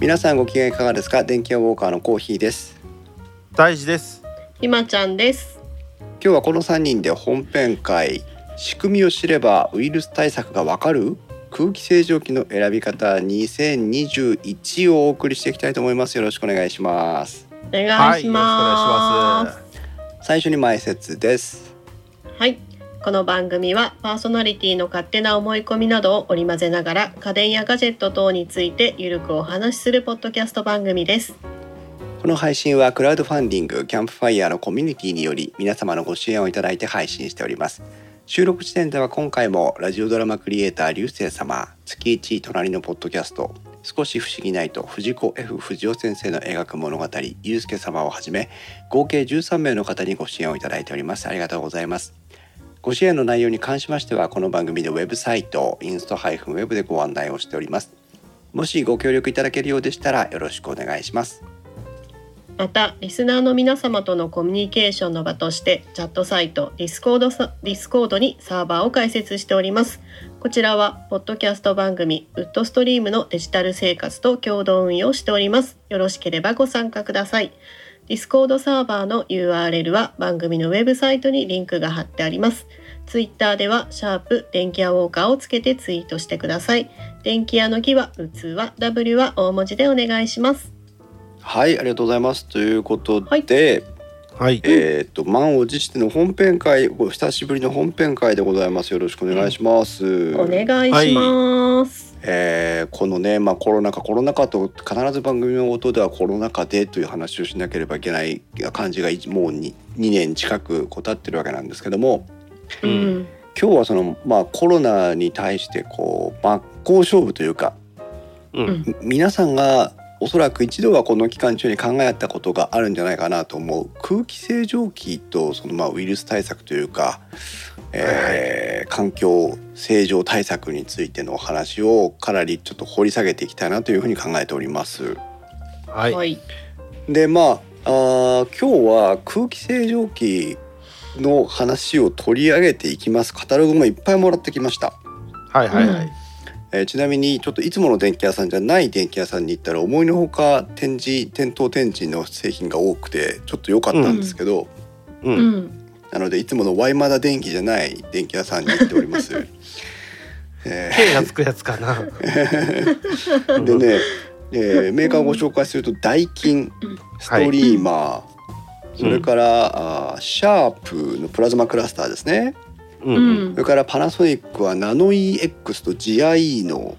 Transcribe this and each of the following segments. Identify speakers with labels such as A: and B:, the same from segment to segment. A: 皆さんご機嫌いかがですか電気屋ウォーカーのコーヒーです
B: 大事です。
C: ひまちゃんです。
A: 今日はこの3人で本編会仕組みを知ればウイルス対策がわかる空気清浄機の選び方2021をお送りしていきたいと思いますよろしくお願いします
C: お願いしま
B: よろし
C: す。
B: くお願いします。
A: 最初に前説です
C: はい。この番組はパーソナリティの勝手な思い込みなどを織り交ぜながら家電やガジェット等についてゆるくお話しするポッドキャスト番組です。
A: この配信はクラウドファンディングキャンプファイヤーのコミュニティにより皆様のご支援をいただいて配信しております収録時点では今回もラジオドラマクリエイター流星様月一隣のポッドキャスト少し不思議ないと藤子 F 不二雄先生の描く物語ゆうすけ様をはじめ合計13名の方にご支援をいただいておりますありがとうございますご支援の内容に関しましてはこの番組でウェブサイトインスト -web でご案内をしておりますもしご協力いただけるようでしたらよろしくお願いします
C: また、リスナーの皆様とのコミュニケーションの場として、チャットサイト、ディスコードさ、ディスコードにサーバーを開設しております。こちらは、ポッドキャスト番組、ウッドストリームのデジタル生活と共同運用しております。よろしければご参加ください。ディスコードサーバーの URL は番組のウェブサイトにリンクが貼ってあります。ツイッターでは、シャープ電気屋ウォーカーをつけてツイートしてください。電気屋の木は、器は、W は大文字でお願いします。
A: はい、ありがとうございます。ということで、
C: はい
B: はい。
A: えーっと満を持しての本編会、お久しぶりの本編会でございます。よろしくお願いします。
C: お願いします。
A: えーこのね、まあコロナ禍、コロナ禍と必ず番組の音ではコロナ禍でという話をしなければいけない感じがいもう 2, 2年近くこたってるわけなんですけども、
B: うん
C: うん
A: 今日はそのまあコロナに対してこう真っ向勝負というか、
B: うん。
A: 皆さんがおそらく一度はこの期間中に考えたことがあるんじゃないかなと思う空気清浄機とそのまあウイルス対策というか、えー環境正常対策についてのお話をかなりちょっと掘り下げていきたいなというふうに考えております。
B: は。
C: はいい。
A: でまああー今日は空気清浄機の話を取り上げていきますカタログもいっぱいもらってきました。
B: はいはいは
C: う
B: い。
A: えーちなみにちょっといつもの電気屋さんじゃない電気屋さんに行ったら思いのほか展示店頭展示の製品が多くてちょっと良かったんですけど、
B: う。
C: うんん。
A: なのでいつものワイマダ電気じゃない電気屋さんに行っております。え
B: 手がつくやつか な。
A: ーでね、えーメーカーをご紹介するとダイキンストリーマー、それから、あーシャープのプラズマクラスターですね
B: う。
C: うん
A: そ
C: ん
A: れ。からパナソニックはナノ EX と GIE の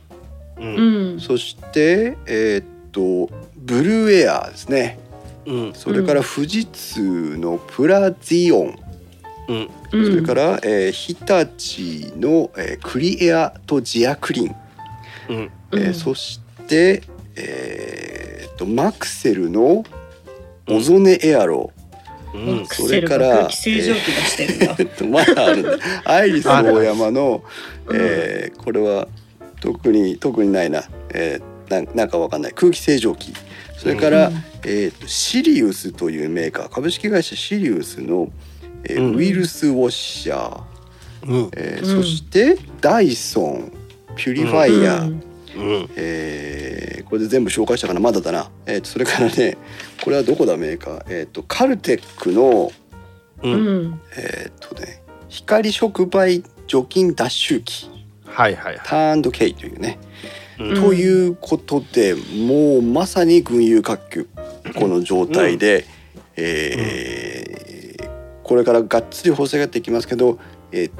B: う。
C: うんん。
A: そしてえーっとブルーエアーですね
B: うん。
A: それから富士通のプラジオン、
B: うん。
C: うん
A: それから、えー日立の、えークリエアとジアクリン、
B: うん。
A: えー
C: うん
A: そして、えーっとマクセルのオゾネエアロ、
B: うん。
A: それから
C: 空気清浄機出してるんだ
A: え。っとまだあるん だアイリス大山の、
C: うん
A: えーこれは特に特にないな、えーななんかわかんない空気清浄機それから、
C: うん
A: えーとシリウスというメーカー株式会社シリウスの、えー
B: うん
A: ウイルスウォッシャー、
B: うん。
A: えー
C: うん
A: そしてダイソンピュリファイヤー、
C: うん
B: うん。
A: えーこれで全部紹介したかなまだだな、えーとそれからねこれはどこだメーカー、えー、とカルテックの、
B: う。
C: うんん。
A: えーとね、光触媒除菌脱臭機
B: はいはいは
A: ターンドケイというね、
B: うん
A: ということでもうまさに群雄割拠この状態で、えーこれからがっつり掘り下げていきますけど、えー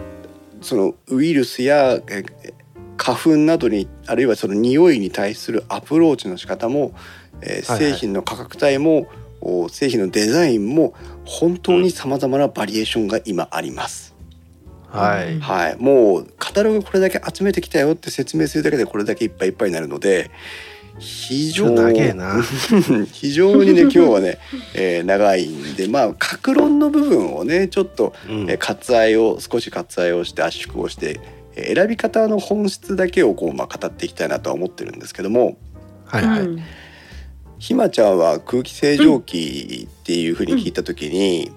A: そのウイルスやえー花粉などにあるいはその匂いに対するアプローチの仕方も、えー
B: はいはい
A: 製品の価格帯もお製品のデザインも本当にさまざまなバリエーションが今あります。
B: い。はい。
A: はい、もうカタログこれだけ集めてきたよって説明するだけでこれだけいっぱいいっぱいになるので非
B: ちょ
A: 常
B: っと長え
A: に
B: な。
A: 非常にね今日はね、 えー長いんでまあ格論の部分をねちょっと、
B: うん
A: えー割愛を少し割愛をして圧縮をして、えー選び方の本質だけをこう、まあ、語っていきたいなとは思ってるんですけども
B: はいは
C: う
B: い。
C: ん
A: ひまちゃんは空気清浄機っていうふうに聞いた時に、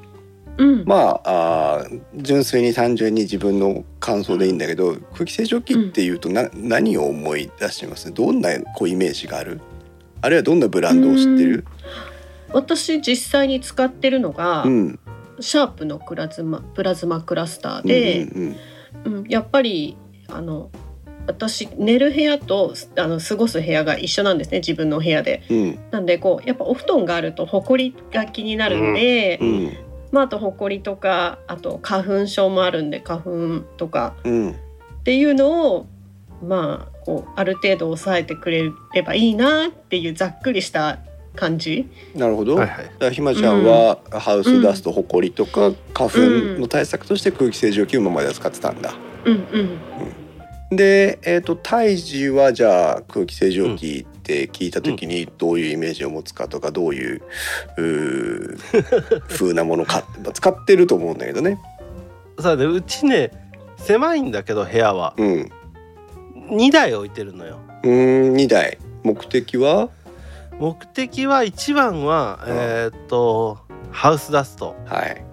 C: うん。
A: まああー純粋に単純に自分の感想でいいんだけど、空気清浄機っていうとな、何を思い出しますどんなこうイメージがあるあるいはどんなブランドを知ってる
C: 私実際に使ってるのが、
A: うん
C: シャープのクラズマプラズマクラスター
A: うんう
C: で、
A: ん
C: うん、やっぱりあの私寝る部屋とあの過ごす部屋が一緒なんですね自分の部屋で。
A: うん
C: なんでこうやっぱお布団があるとほこりが気になるんで、
A: うん
C: まあ、あとほこりとかあと花粉症もあるんで花粉とか
A: うん
C: っていうのをまあこうある程度抑えてくれればいいなっていうざっくりした感じ。
A: なるほど、
B: はい
A: だか
B: はい。
A: らひまちゃんはハウスダスト、ホコリとか花粉の対策として空気清浄機を今までは使ってたんだ。
C: うんうん、
A: で、えー、と胎児はじゃあ空気清浄機って聞いた時にどういうイメージを持つかとかどういううー 風なものか使ってると思うんだけどね。
B: さあねうちね狭いんだけど部屋は
A: うん、う
B: 2台置いてるのよ。
A: ーん2台目的は、
B: 目的は一番は、
A: うん
B: えーっとハウスダスト、
A: はい、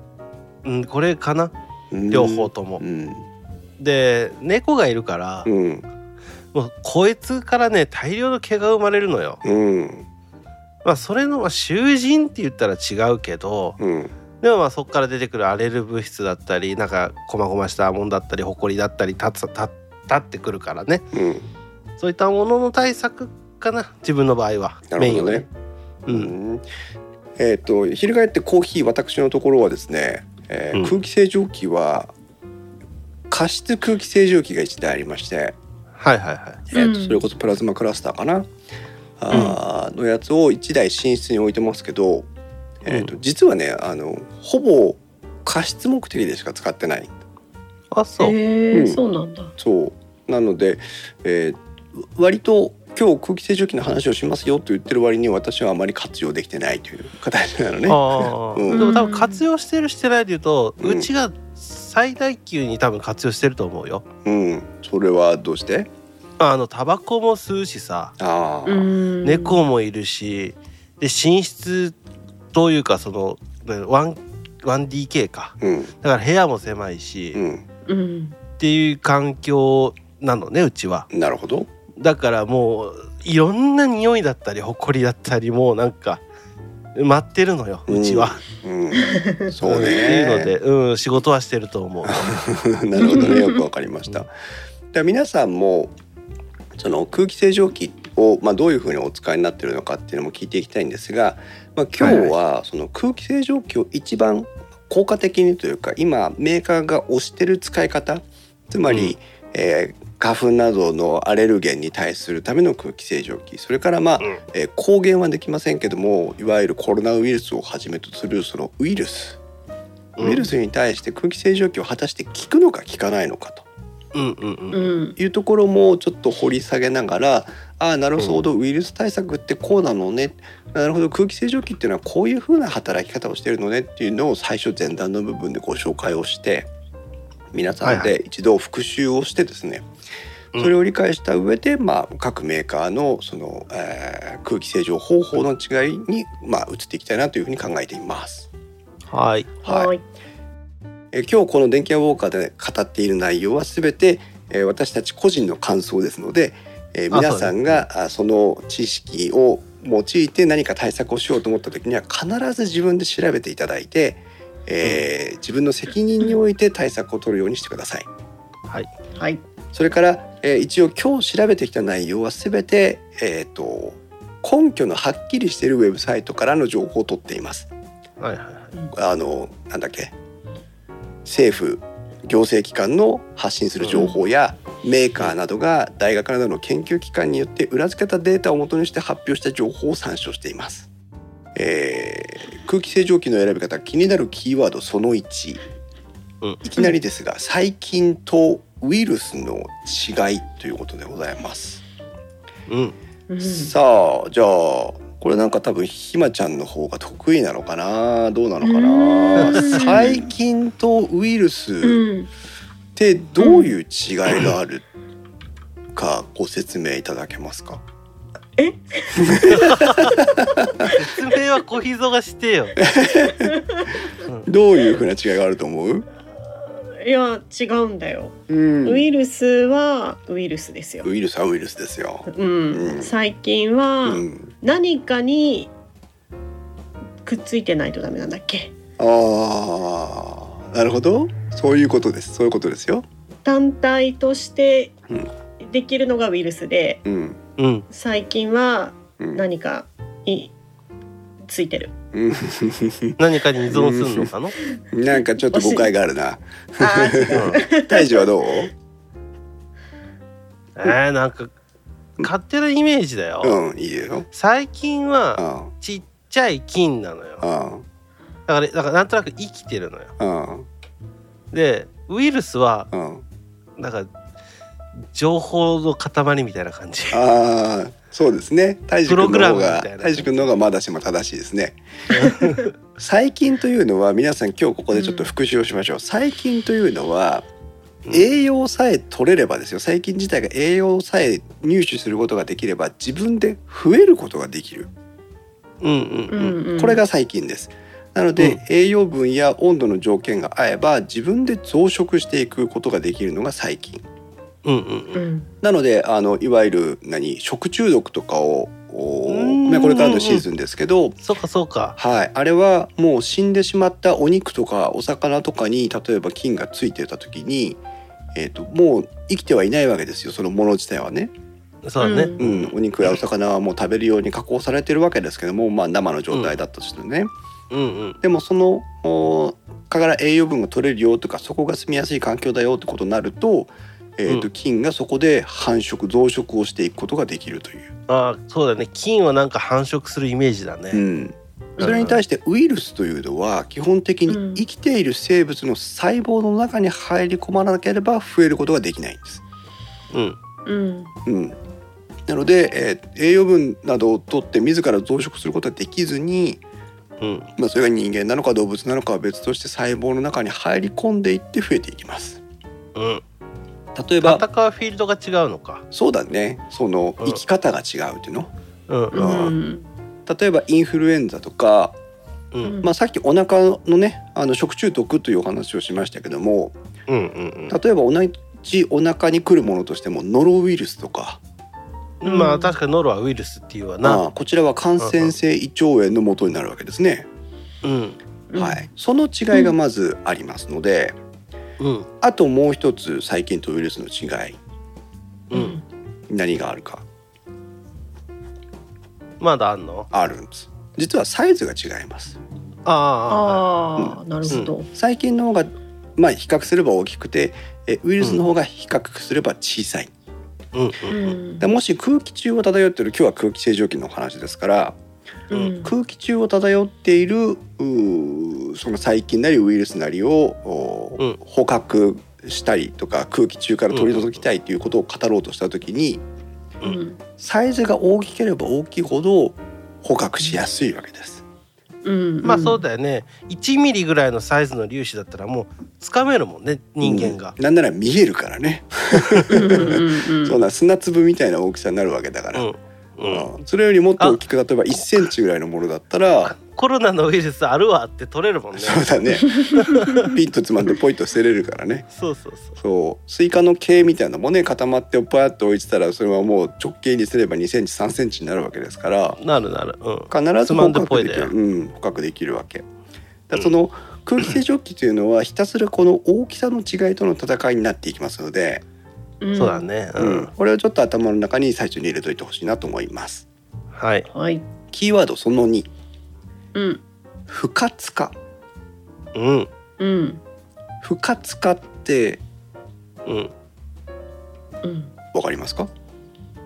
B: うん、これかな
A: うん
B: 両方。とも
A: う。ん
B: で猫がいるから、
A: うん
B: もうこいつからね大量の毛が生まれるのよ。
A: うん
B: まあそれのまあ囚人って言ったら違うけど
A: うん
B: でもまあそこから出てくる荒れる物質だったりなんか細々したもんだったりほこりだったり立つ立立ってくるからね
A: うん
B: そういったものの対策かな自分の場合は
A: なるほどね
B: メインはね。う、
A: うんんえっ、と翻ってコーヒー私のところはですね、えー
B: うん
A: 空気清浄機は加湿空気清浄機が1台ありまして、
B: はいはいはい。
A: えーと
C: うん
A: それこそプラズマクラスターかな、あーのやつを1台寝室に置いてますけど、えー、と実はねあのほぼ加湿目的でしか使ってない
B: あそう。
C: へえ、
A: うん
C: そうなんだ。
A: そうなので、えー割と今日空気清浄機の話をしますよと言ってる割に私はあまり活用できてないという形なのね。
B: ああ、
A: うん
B: でも多分活用してるしてないでいうと、
A: う
B: うんちが最大級に多分活用してると思うよ。
A: うん、それはどうして
B: あのタバコも吸うしさ、
A: ああ、
C: うん、
B: 猫もいるしで寝室というかその 1- 1DK か
A: うん
B: だから部屋も狭いし、
A: う
B: っ
A: ん
C: うん、
B: ていう環境なのねうちは
A: なるほど
B: だからもういろんな匂いだったりほこりだったりもうなんか待ってるのようちは、
A: うん、そうね
B: っていうので、うん、仕事はしてると思う
A: なるほどねよくわかりましただから皆さんもその空気清浄機を、まあ、どういうふうにお使いになってるのかっていうのも聞いていきたいんですが、まあ、今日はその空気清浄機を一番効果的にというか今メーカーが推してる使い方つまり、えー花粉などのアレルゲンに対するための空気清浄機それからまあ、
B: うん
A: えー抗原はできませんけどもいわゆるコロナウイルスをはじめとするそのウイルス
B: うん
A: ウイルスに対して空気清浄機を果たして効くのか効かないのかと
B: うんうん
C: う
B: うん
C: ん、
A: いうところもちょっと掘り下げながらああなるほどウイルス対策ってこうなのねなるほど空気清浄機っていうのはこういうふうな働き方をしてるのねっていうのを最初前段の部分でご紹介をして皆さん
B: はいは
A: で一度復習をしてですね
B: うん
A: それを理解した上で、まあ、各メーカーのその、えー空気清浄方法の違いに、まあ、移っていきたいなというふうに考えています。
B: はい
A: はい
C: はい、
A: えー今日この電気屋ウォーカーで語っている内容は全て、えー私たち個人の感想ですので、えー
B: あ
A: 皆さんがあその知識を用いて何か対策をしようと思った時には必ず自分で調べていただいて、えー自分の責任において対策を取るようにしてください。
C: はい、
A: それから、えー一応今日調べてきた内容は全て、えー、と根拠のはっきりしているウェブサイトからの情報を取っています。
B: はいはいはい
A: あのなんだっけ政府行政機関の発信する情報や、メーカーなどが大学などの研究機関によって裏付けたデータを元にして発表した情報を参照しています。えー空気清浄機の選び方気になるキーワードその1、
B: うん
A: いきなりですが細菌とウイルスの違いということでございます。
B: うん
C: うん、
A: さあじゃあこれなんか多分ひまちゃんの方が得意なのかなどうなのか
C: う
A: なん細菌とウイルスっ
C: うん、
A: てどういう違いがあるかご説明いただけますか
B: 説明は小秘蔵がしてよ、うん
A: どういうふうな違いがあると思う、
C: いや違うんだよ、
A: うん
C: ウイルスはウイルスですよ
A: ウイルスはウイルスですよ。
C: うん、
A: うん
C: 細菌
A: う
C: は
A: ん
C: 何かにくっついてないとダメなんだっけ
A: ああなるほどそういうことですそういうことですよ。
C: 単体として
A: うん
C: できるのがウイルスで
A: うん
B: うん
C: 細菌は
A: うん
C: 何かについてる
A: うん
B: 何かに依存するのかな、
A: なんかちょっと誤解があるな。
C: あー
A: 大樹はどう？
B: えー、なんか勝手なイメージだよ、
A: うんいいよ。
B: 最近は
A: あ
B: ちっちゃい菌なのよ
A: ああ
B: だからだからなんとなく生きてるのよ
A: ああ
B: でウイルスは
A: ああ
B: なんか情報の塊みたいな感じ
A: ああそうですね大樹君
B: プログ
A: の
B: ラ
A: 方
B: ムみた
A: が
B: いな
A: 大樹君の方がまだしも正しいですね。細菌というのは皆さん今日ここでちょっと復習をしましょう。細菌というのは栄養さえ取れればですよ細菌自体が栄養さえ入手することができれば自分で増えることができる
B: うんう
C: うん
B: うん、
C: んうん
A: これが細菌です。なので、
B: うん
A: 栄養分や温度の条件が合えば自分で増殖していくことができるのが細菌。
B: うん
C: う
B: うん
C: ん
A: なのであのいわゆる何食中毒とかを、お
B: うーん
A: ね、これからのシーズンですけど、
B: そうかそうか
A: はい、あれはもう死んでしまったお肉とかお魚とかに例えば菌がついてた時に、えー、ともう生きてはいないわけですよそのもの自体はね、
B: そうだね、
A: う、
C: うん
A: お肉やお魚はもう食べるように加工されてるわけですけども、まあ、生の状態だったとしてね、
B: うんうん
A: でもそのお蚊から栄養分が取れるよとかそこが住みやすい環境だよってことになると,、えーと
B: う
A: 菌がそこで繁殖増殖をしていくことができるという、
B: あーそうだね菌はなんか繁殖するイメージだね、
A: うん、それに対してウイルスというのは基本的
C: う
A: に
C: ん
A: 生きている生物の細胞の中に入り込まなければ増えることができないんです。
B: うん
C: うん
A: うんなので、えー栄養分などを取って自ら増殖することはできずに、
B: うん
A: まあ、それが人間なのか動物なのかは別として細胞の中に入り込んでいって増えていきます。
B: うん
A: 例えば
B: 戦うフィールドが違うのか
A: そうだねその
B: うん
A: 生き方が違うっていうの
B: うん
C: う
B: うん
C: ん
A: 例えばインフルエンザとか、
B: う
C: うん
B: ん
A: まあ、さっきお腹のねあの食中毒というお話をしましたけども
B: うんうん
A: 例えば同じお腹に来るものとしてもノロウイルスとか
B: うんまあ確かにノロはウイルスっていうわ
A: あ
B: な
A: あこちらは感染性胃腸炎の元になるわけですね、
B: うん
C: うん
A: はい、その違いがまずありますので、
B: うん
A: あともう一つ細菌とウイルスの違い
B: うん
A: 何があるか
B: まだあんの
A: あるんです実はサイズが違います
B: あ
C: ああなるほど
A: 細菌の方がまあ比較すれば大きくてえウイルスの方が比較すれば小さい、
B: あうん
C: う
B: うん
C: ん
A: でもし空気中を漂っている今日は空気清浄機のお話ですから、
C: うん
A: 空気中を漂っているうーその細菌なりウイルスなりを、おー
B: うん
A: 捕獲したりとか空気中から取り除きたいということを語ろうとした時に
C: うん
A: サイズが大きければ大きいほど捕獲しやすいわけです。
C: うん
B: まあそうだよね1ミリぐらいのサイズの粒子だったらもうつかめるもんね人間が
A: うん、なんなら見えるからね、
C: うんうんうん
A: そんな砂粒みたいな大きさになるわけだから、
B: うんうん
A: うんそれよりもっと大きく例えば1センチぐらいのものだったら
B: コロナのウイルスあるわって取れるもんね
A: そうだ ねピッとつまんでポイッと捨てれるからね
B: そうそうそう
A: そうスイカの毛みたいなのもね固まってパヤッと置いてたらそれはもう直径にすれば2センチ3センチになるわけですから
B: なるなるうん
A: 必ず
B: つま
A: 捕
B: んでぽ
A: 獲
B: い
A: でき
B: だ
A: る
B: よ
A: うん、捕獲できるわけ。だか
B: う
A: ら
B: ん
A: その空気清浄機という のはひたすらこの大きさの違いとの戦いになっていきますので、
C: ん
B: そうだねう
A: うん
B: ん
A: これをちょっと頭の中に最初に入れといてほしいなと思います。
B: はい
C: はい
A: キーワードその2
C: うん
A: 不活化
B: うん
C: うん
A: 不活化って
B: うん
C: うん
A: わかりますか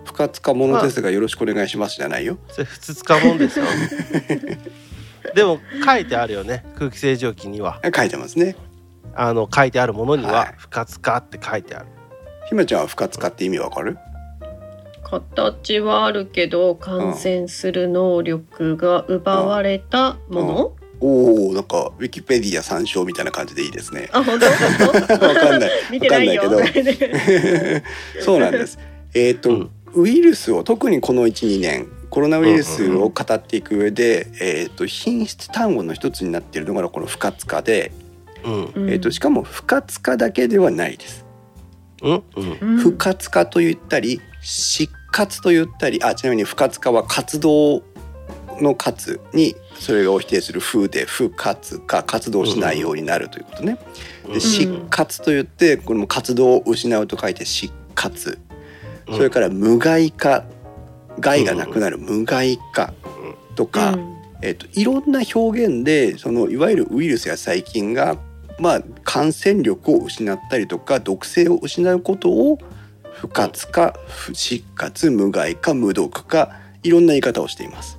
A: 不活化ものですがよろしくお願いしますじゃないよ。
B: それ普通使うもんですよでも書いてあるよね空気清浄機には
A: 書いてますね。
B: あの書いてあるものに
A: はい
B: は「不活化」って書いてある、
A: ひまちゃんは不活化って意味わかる
C: 形はあるけど感染する能力が奪われたもの、。
A: おおなんかウィキペディア参照みたいな感じでいいですね
C: あ本当本
A: わかんない。
C: 当見てないよ
A: わ かんないそうなんです。えっ、と、
B: うん
A: ウイルスを特にこの1、2年コロナウイルスを語っていく上で、えっ、と品質単語の一つになっているのがこの不活化で、
B: うん
C: うん
A: えっ、としかも不活化だけではないです。
B: うんうん
C: うん
A: 不活化と言ったり、失活と言ったり、あちなみに不活化は活動の活にそれを否定する風で不活が活動しないようになるということね。
B: うん
A: で失活といってこれも活動を失うと書いて失活
B: うん
A: それから無害化害がなくなる無害化とか、えっと、いろんな表現でそのいわゆるウイルスや細菌が、まあ、感染力を失ったりとか毒性を失うことを不活化不失活無害化無毒化いろんな言い方をしています。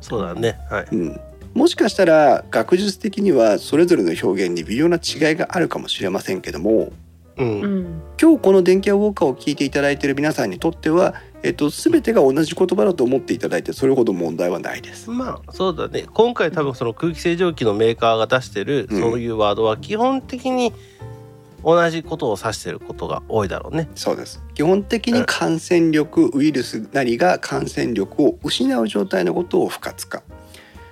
B: そうだねはい
A: うん、もしかしたら学術的にはそれぞれの表現に微妙な違いがあるかもしれませんけども
B: うん、
C: うん
A: 今日この「電気屋ウォーカー」を聞いていただいている皆さんにとっては、えっと、全てが同じ言葉だと思っていただいてそれほど問題はないです。
B: まあそうだね今回多分その空気清浄機のメーカーが出してる
A: うん
B: そういうワードは基本的に同じことを指してることが多いだろうね。
A: そうです基本的に感染力ウイルスなりが感染力を失う状態のことを不活化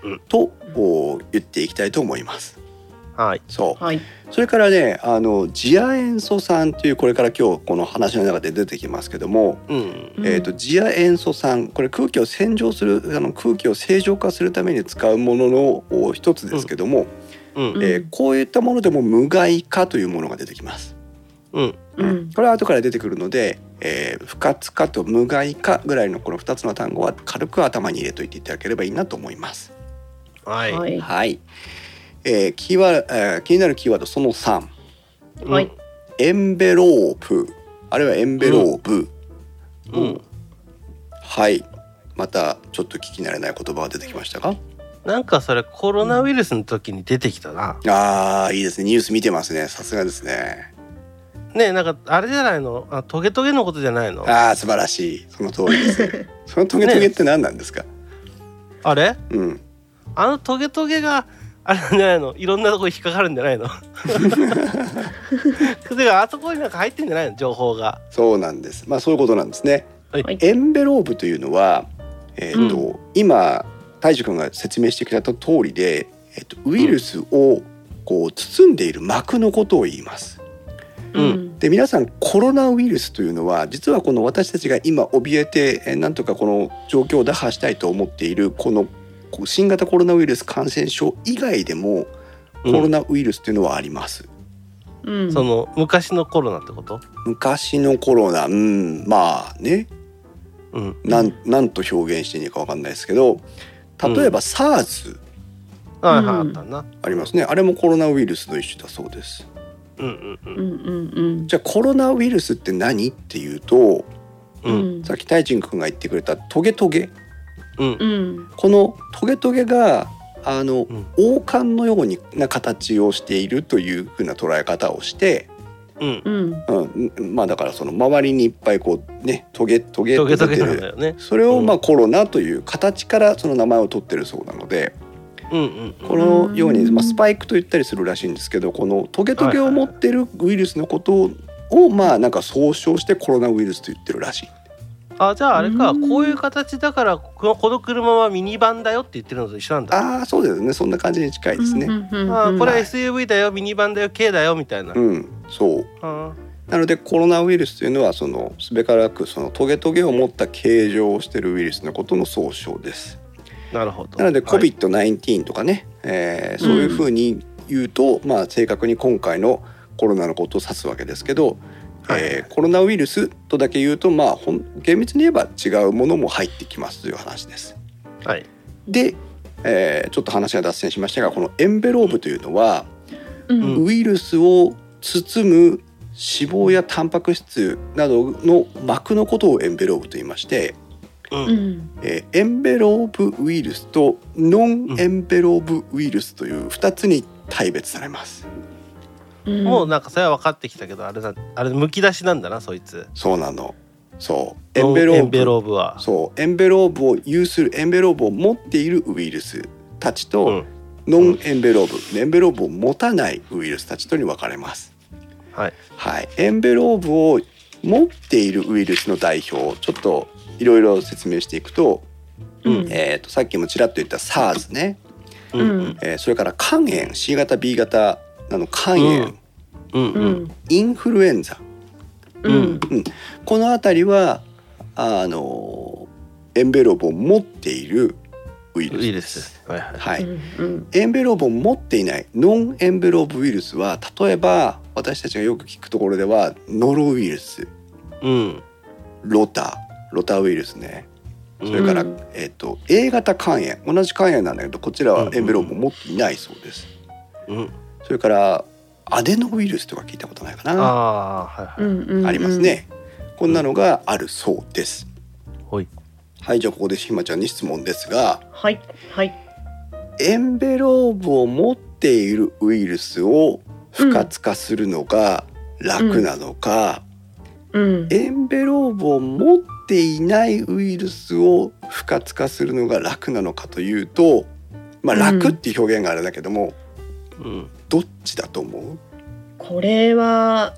B: うん
A: と、お言っていきたいと思います。
B: はい、
A: そう
C: はい
A: それからねあの次亜塩素酸というこれから今日この話の中で出てきますけども、
B: うん、
A: えー、と次亜塩素酸これ空気を洗浄するあの空気を正常化するために使うもののお一つですけども、
B: うん、
C: うん
A: えーこういったものでも無害化というものが出てきます。
B: うん、
C: うん
A: これは後から出てくるので、えー不活化と無害化ぐらいのこの2つの単語は軽く頭に入れといていただければいいなと思います。
B: はい、
C: は
B: はい、
C: い
A: はい、えーキーワードえー気になるキーワードその3
C: はい
A: エンベロープあるいはエンベローブ、
B: うん、
A: はいまたちょっと聞き慣れない言葉が出てきましたが
B: なんかそれコロナウイルスの時に出てきたな。
A: あーいいですねニュース見てますねさすがですね
B: ねえなんかあれじゃないのあトゲトゲのことじゃないのあ
A: あー素晴らしいその通りです そのトゲトゲって何なんですか、
B: れ
A: うん
B: あのトゲトゲがあれなんじゃないのいろんなとこに引っかかるんじゃないの てかあそこになんか入ってんじゃないの情報が。
A: そうなんですまあそういうことなんですね
B: はい
C: はい
A: エンベローブというのはえっ、と、今大樹くんが説明してくれた通りで、えっとウイルスをこう包んでいる膜のことを言います
B: うん
C: うん
A: で皆さんコロナウイルスというのは実はこの私たちが今怯えてえーなんとかこの状況を打破したいと思っているこのこう新型コロナウイルス感染症以外でもコロナウイルスというのはあります、
C: うん
B: その昔のコロナってこと、
A: 昔のコロナうんまあね
B: うん、
A: なんなんと表現していいのかわかんないですけど例えば SARS
B: はいはい、
C: う
B: あ
C: ん
B: ったな。
A: ありますねあれもコロナウイルスの一種だそうです
B: うんう
C: うんんうん
A: じゃあコロナウイルスって何っていうと
B: う
C: うんん
A: さっき太一君が言ってくれたトゲトゲ
B: うん
C: うん
A: このトゲトゲがあの、
B: ん
A: 王冠のようにな形をしているというふうな捉え方をして、
B: うん
C: うん
A: うん、まあだからその周りにいっぱいこうねトゲトゲ
B: ト
A: と
B: ゲ
A: 出
B: ト
A: て
B: ゲなんだ
A: る
B: よね。
A: それをまあコロナという形からその名前を取ってるそうなので
B: うんうんうん
A: このように
C: うん
A: まあスパイクと言ったりするらしいんですけどこのトゲトゲを持ってるウイルスのことをまあなんか総称してコロナウイルスと言ってるらしい。
B: あじゃああれか
C: うん
B: こういう形だからこのこの車はミニバンだよって言ってるのと一緒なんだ。
A: ああそうですねそんな感じに近いですね。
B: あこれは
A: はい
B: SUV だよミニバンだよ K だよみたいな。
A: うん、そう
B: あ
A: なのでコロナウイルスというのはそのすべからくそのトゲトゲを持った形状をしているウイルスのことの総称です。
B: なるほど。
A: なので
B: はい
A: COVID-19 とかね、えーそういうふうに言うと、まあ正確に今回のコロナのことを指すわけですけど、
B: はい
A: えーコロナウイルスとだけ言うとまあほん厳密に言えば違うものも入ってきますという話です。
B: はい
A: で、えーちょっと話が脱線しましたがこのエンベローブというのは、
C: うん
A: ウイルスを包む脂肪やタンパク質などの膜のことをエンベローブと言いまして、
B: う
C: うんん
A: えーエンベローブウイルスとノンエンベローブウイルスという2つに大別されます。
C: うん
B: もうなんかそれは分かってきたけどあれだあれむき出しなんだなそいつ。
A: そうなの。そう。エンベローブ。
B: ブは。
A: そう。エンベローブを有するエンベローブを持っているウイルスたちと、
B: うん
A: ノンエンベローブ、エンベローブを持たないウイルスたちとに分かれます。
B: はい。
A: はい、エンベローブを持っているウイルスの代表をちょっといろいろ説明していくと,、
C: うん
A: えー、とさっきもちらっと言った SARS ね、
B: うんうん
A: えーそれから肝炎 C 型 B 型なの肝炎、
B: うんうん
C: う
B: うん
C: ん
A: インフルエンザ
C: うん
A: この辺りはあのエンベローブを持っているウイルス
B: ウイルス。はいはい。
A: はい、
C: うんうん
A: エンベロープを持っていないノンエンベロープウイルスは例えば私たちがよく聞くところではノロウイルス
B: うん。
A: ロタロタウイルスね
B: うん
A: それから、
C: うん
A: えっと A 型肝炎同じ肝炎なんだけどこちらはエンベロープを持っていないそうです、
B: うん。
A: それからアデノウイルスとか聞いたことないか
B: あ
A: なあ
B: あはい
C: うんうんうん
A: ります。ねこんなのがあるそうです
B: はい。はい。
A: はいじゃあここでひまちゃんに質問ですが
C: はいはい。
A: エンベロープを持っているウイルスを不活化するのが楽なのか、
C: うん。
A: エンベロープを持っていないウイルスを不活化するのが楽なのかというとまあ
C: うん
A: 楽っていう表現があれだけども、
B: うん。
A: どっちだと思う
C: これは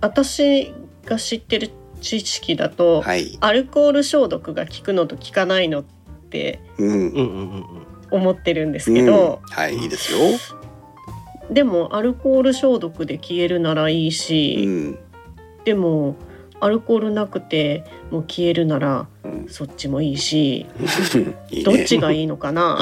C: 私が知ってる知識だと、
A: はい、
C: アルコール消毒が効くのと効かないのって
A: うん
B: うんうんうんうん。
C: 思ってるんです
A: う
C: け
A: ん
C: ど、
A: はいいいですよ、
C: でもアルコール消毒で消えるならいいうし、
A: ん
C: でもアルコールなくてもう消えるなら
A: うん、
C: そっちもいいし、
A: いい
C: どっ
A: ね
C: ちがいいの かな。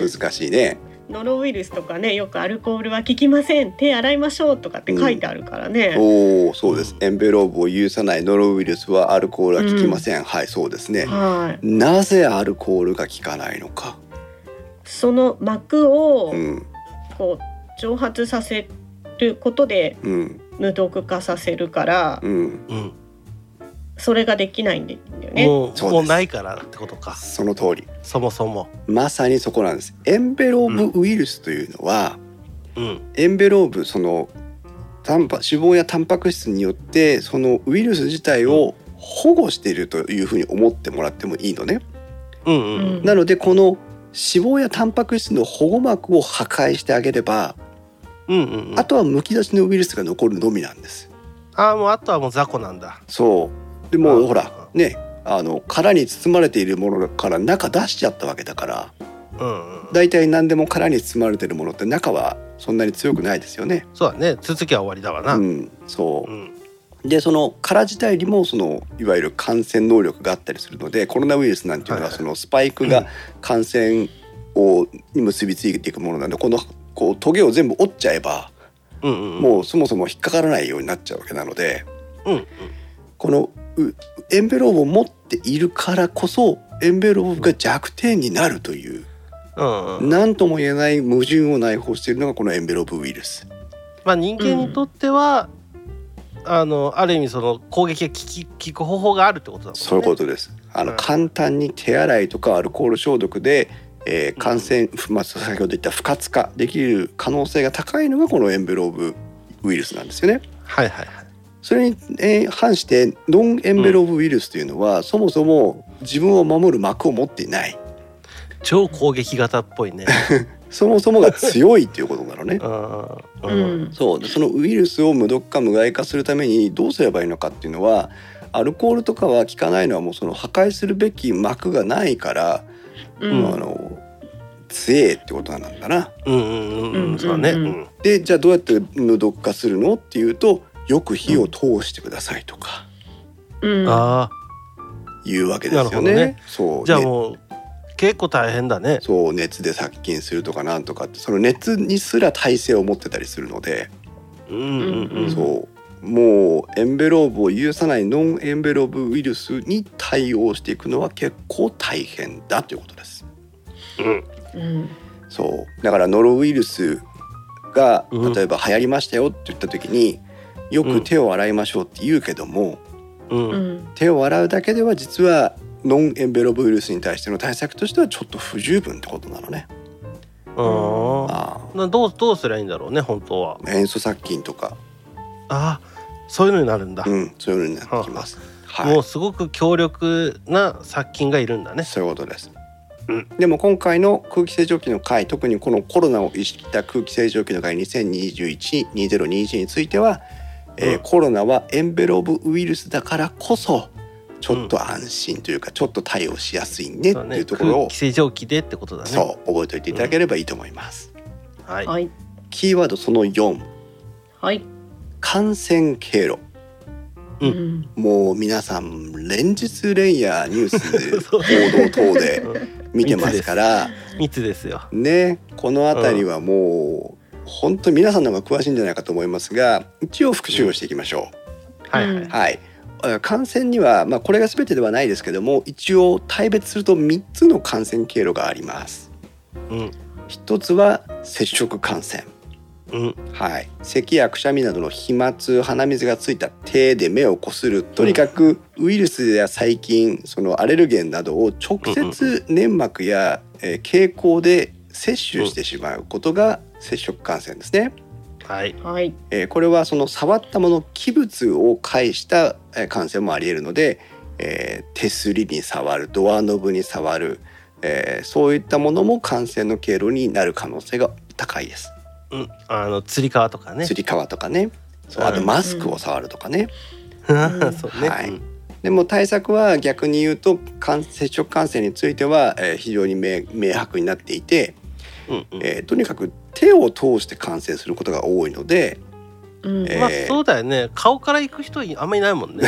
A: 難しいね
C: ノロウイルスとかねよくアルコールは効きません手洗いましょうとかって書いてあるからね、
A: おおそうです
B: うん
A: エンベロープを有さないノロウイルスはアルコールは効きません、はいそうですね
C: はい
A: なぜアルコールが効かないのか、
C: その膜を
A: うん
C: こう蒸発させることで
A: うん
C: 無毒化させるから、
A: うん、
B: うん。
C: それができないんだよね。
B: も
A: そう
B: う
A: です
B: もうないからってことか。
A: その通り
B: そもそも。
A: まさにそこなんですエンベロープウイルスというのは、
B: うん。
A: エンベロープそのタンパ脂肪やタンパク質によってそのウイルス自体を保護しているというふうに思ってもらってもいいのね。
B: うんうん
C: う
B: うんん。
A: なのでこの脂肪やタンパク質の保護膜を破壊してあげれば、
B: うんうんうん。
A: あとはむき出しのウイルスが残るのみなんです。
B: ああもうあとはもう雑魚なんだ。
A: そうでも
B: あ
A: うほらねあの殻に包まれているものから中出しちゃったわけだから
B: うんうん。
A: 大体何でも殻に包まれているものって中はそんなに強くないですよね。
B: そうだね。続きは終わりだわな。
A: う
B: うん。
A: ん、そううんでその殻自体にもそのいわゆる感染能力があったりするのでコロナウイルスなんていうのは
B: はいはい
A: そのスパイク
B: う
A: が
B: ん
A: 感染をに結びついていくものなのでこのこうトゲを全部折っちゃえば
B: うんうん。
A: もうそもそも引っかからないようになっちゃうわけなので
B: うんうん。
A: このうエンベローブを持っているからこそエンベローブが弱点になるという
B: うんうん。
A: 何とも言えない矛盾を内包しているのがこのエンベローブウイルス。
B: まあ人間にとっては、あのある意味その攻撃が効き効く方法があるってことだもんね。
A: そういうことです。あの、
B: うん
A: 簡単に手洗いとかアルコール消毒で、えー感染、まあ先ほど言った不活化できる可能性が高いのがこのエンベローブウイルスなんですよね。
B: はいはいはい。
A: それに、えー反してノンエンベローブウイルスというのは、そもそも自分を守る膜を持っていない。
B: 超攻撃型っぽい ね。
A: そもそもが強いということなのね
B: う。ん
C: う
B: うん。
C: ん
A: そうでそのウイルスを無毒化無害化するためにどうすればいいのかっていうのはアルコールとかは効かないのはもうその破壊するべき膜がないから
C: う
A: まああ
C: ん
A: の強えってことなんだな。
B: うんうんうんうん。そうだね。
C: う
B: うん
C: うん
B: ん。
A: でじゃあどうやって無毒化するのっていうとよく火を通してくださいとか
C: うん
B: あ
A: いうわけですよ
B: なるほど
A: ね。
B: ね
A: そ
B: あ
A: う
B: じゃあ
A: ね
B: もう結構大変だね。
A: そう熱で殺菌するとかなんとかってその熱にすら耐性を持ってたりするので、
B: うんうん
C: うん
B: うん。
A: そうもうエンベローブを有さないノンエンベローブウイルスに対応していくのは結構大変だということです。
B: うん
C: うん
A: そうだからノロウイルスが
B: うん
A: 例えば流行りましたよって言った時に、よく手を洗いましょうって言うけども、
B: うん
C: う
B: うん
C: ん
A: 手を洗うだけでは実はノンエンベロブウイルスに対しての対策としてはちょっと不十分ってことなのね。
B: うん。
A: あ
B: などうどうすりゃいいんだろうね本当は。
A: あ塩素殺菌とか、
B: ああそういうのになるんだ。
A: うん、そういうのになってきます。はい
B: もうすごく強力な殺菌がいるんだね。
A: そういうことです。
B: うん
A: でも今回の空気清浄機の回特にこのコロナを意識した空気清浄機の回2021-2021については、えー
B: うん
A: コロナはエンベローブウイルスだからこそちょっと安心というか、ちょっと対応しやすいねって
B: そうだ
A: い
B: ね
A: うところを、
B: 空気清浄機でってことだね。
A: そう覚えておいていただければいいと思います。
B: はい。
C: はい
A: キーワードその4
C: はい
A: 感染経路
B: うん
C: うん
A: もう皆さん連日レイヤーニュース
B: そう
A: 報道等で見てます から
B: 密ですよ。
A: ねこの辺りはもう本当に皆さんの方が詳しいんじゃないかと思いますが一応復習をしていきましょ
B: はいは
C: う
B: い
C: ん
A: う。はいえー感染には、まあ、これが全てではないですけども一応大別すると3つの感染経路があります。
B: うん
A: 一つは接触感染
B: うん
A: はい、咳やくしゃみなどの飛沫鼻水がついた手で目をこするとにかくウイルスや細菌そのアレルゲンなどを直接粘膜や、えー蛍光で摂取してしまうことが接触感染ですね、
B: はい
C: はい。
A: えーこれはその触ったもの器物を介したえー感染もありえるので、えー手すりに触るドアノブに触る、えーそういったものも感染の経路になる可能性が高いです。
B: うんあのつり革とかね。
A: つり革とかねそうあと
B: うん
A: マスクを触るとかね、
C: ん
B: そうね。
A: はい
B: うん
A: でも対策は逆に言うと感接触感染については、えー非常に明明白になっていて、
B: うんうん
A: えーとにかく手を通して感染することが多いので
C: うん。
A: えー
B: まあそうだよね。顔から行く人あんまりいないも んね。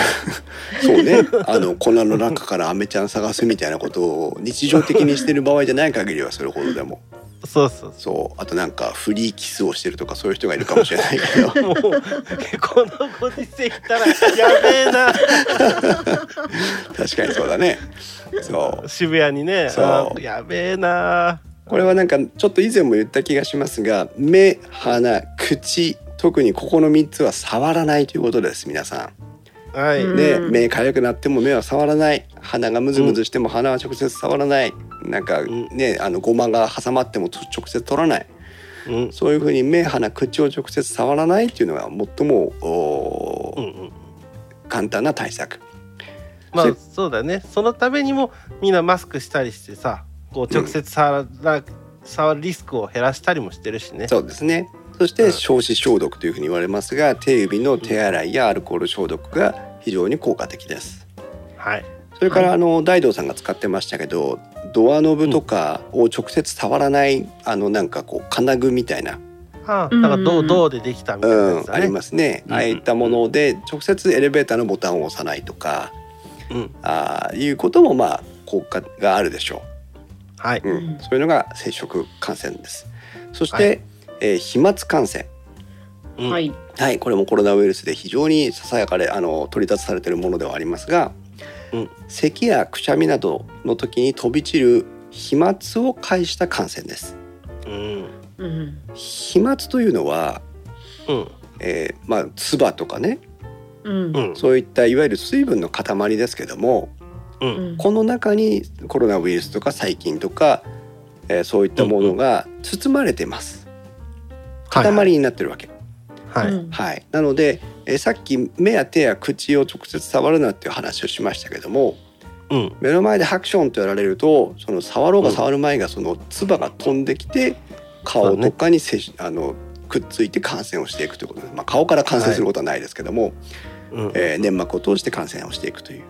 A: そう ねあの粉の中からアメちゃん探すみたいなことを日常的にしてる場合じゃない限りはそれほどでも
B: そうそう
A: そうあとなんかフリーキスをしてるとかそういう人がいるかもしれないけ ど
B: もうこのご時世いったらやべえな。
A: 確かにそうだねそう
B: 渋谷にね
A: そう
B: あーやべえな
A: これはなんかちょっと以前も言った気がしますが目鼻口特にここの3つは触らないということです皆さ
B: はい、
A: ん。
C: うん
A: ね、目かゆくなっても目は触らない鼻がムズムズしても鼻は直接触らない、なんか
B: ん
A: ねあのごまが挟まってもと直接取らない
B: うんうん
A: そういうふうに目鼻口を直接触らないっていうのが最もお
B: う
A: ー
B: ん
A: 簡単な対策。
B: ま
A: そ
B: あ
A: う
B: そうだねそのためにもみんなマスクしたりしてさこう直接触ら、触るリスクを減らしたりもしてるしね
A: そうですね。そし
B: う
A: て
B: ん
A: 消臭消毒というふうに言われますが手指の手洗いやアルコール消毒が非常に効果的です。
B: はい
A: それから、
C: はい
A: あの大道さんが使ってましたけどドアノブとかを直接触らない、あのなんかこう金具みたいな、
B: あ
C: う
B: あ
C: ん
B: だからどうどうでできたみた
A: う
B: いなや
A: ん
B: つ
A: あ
B: だね、
A: りますね、
B: うん
A: ああいったもので直接エレベーターのボタンを押さないとか
B: うん
A: ああいうこともまあ効果があるでしょ、
B: はいう
A: うん
C: うん
A: そういうのが接触感染ですそして、
B: は
A: えー飛沫感染
B: うん
C: はい。
A: はいこれもコロナウイルスで非常にささやかであの取り立たされているものではありますが、
B: うん
A: 咳やくしゃみなどの時に飛び散る飛沫を介した感染です
B: うん
C: うん。
A: 飛沫というのは、
B: うん
A: えーまあ唾とかね
C: うん
B: う。ん
A: そういったいわゆる水分の塊ですけども
B: う
C: うんん
A: この中にコロナウイルスとか細菌とか、えーそういったものが包まれてます塊になってるわけ、
B: はい、はい
C: うん
A: はい、なので、えーさっき目や手や口を直接触るなっていう話をしましたけども
B: うん
A: 目の前でハクションとやられるとその触ろうが触る前がその唾が飛んできて顔とかに接し、あのくっついて感染をしていくということです、まあ、顔から感染することはないですけども、
B: うん
A: えー粘膜を通して感染をしていくという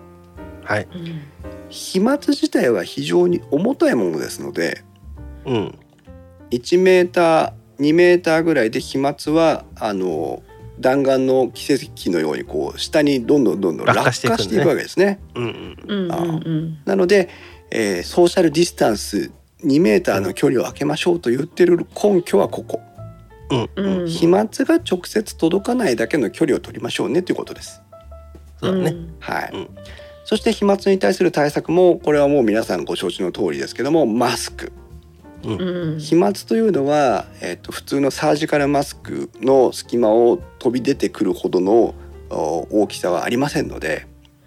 B: はい
C: うん
A: 飛沫自体は非常に重たいものですので
B: うん
A: 1メーター2メーターぐらいで飛沫はあの弾丸の奇跡のようにこう下にどんどんどんどん落
B: 落
A: 下
B: 下
A: し
B: してて
A: い
B: い
A: く
B: くんだね
A: わけですね。
B: うんうん
C: うんうん
A: なので、えーソーシャルディスタンス2メーターの距離を空けましょうと言ってる根拠はここ、
C: うんうん。
A: 飛沫が直接届かないだけの距離を取りましょうねということです。
B: そうだね、
C: ね。
A: はい、
B: うん
A: そして飛沫に対する対策もこれはもう皆さんご承知の通りですけどもマスク
C: うん。
A: 飛沫というのは、えっと普通のサージカルマスクの隙間を飛び出てくるほどのお大きさはありませんので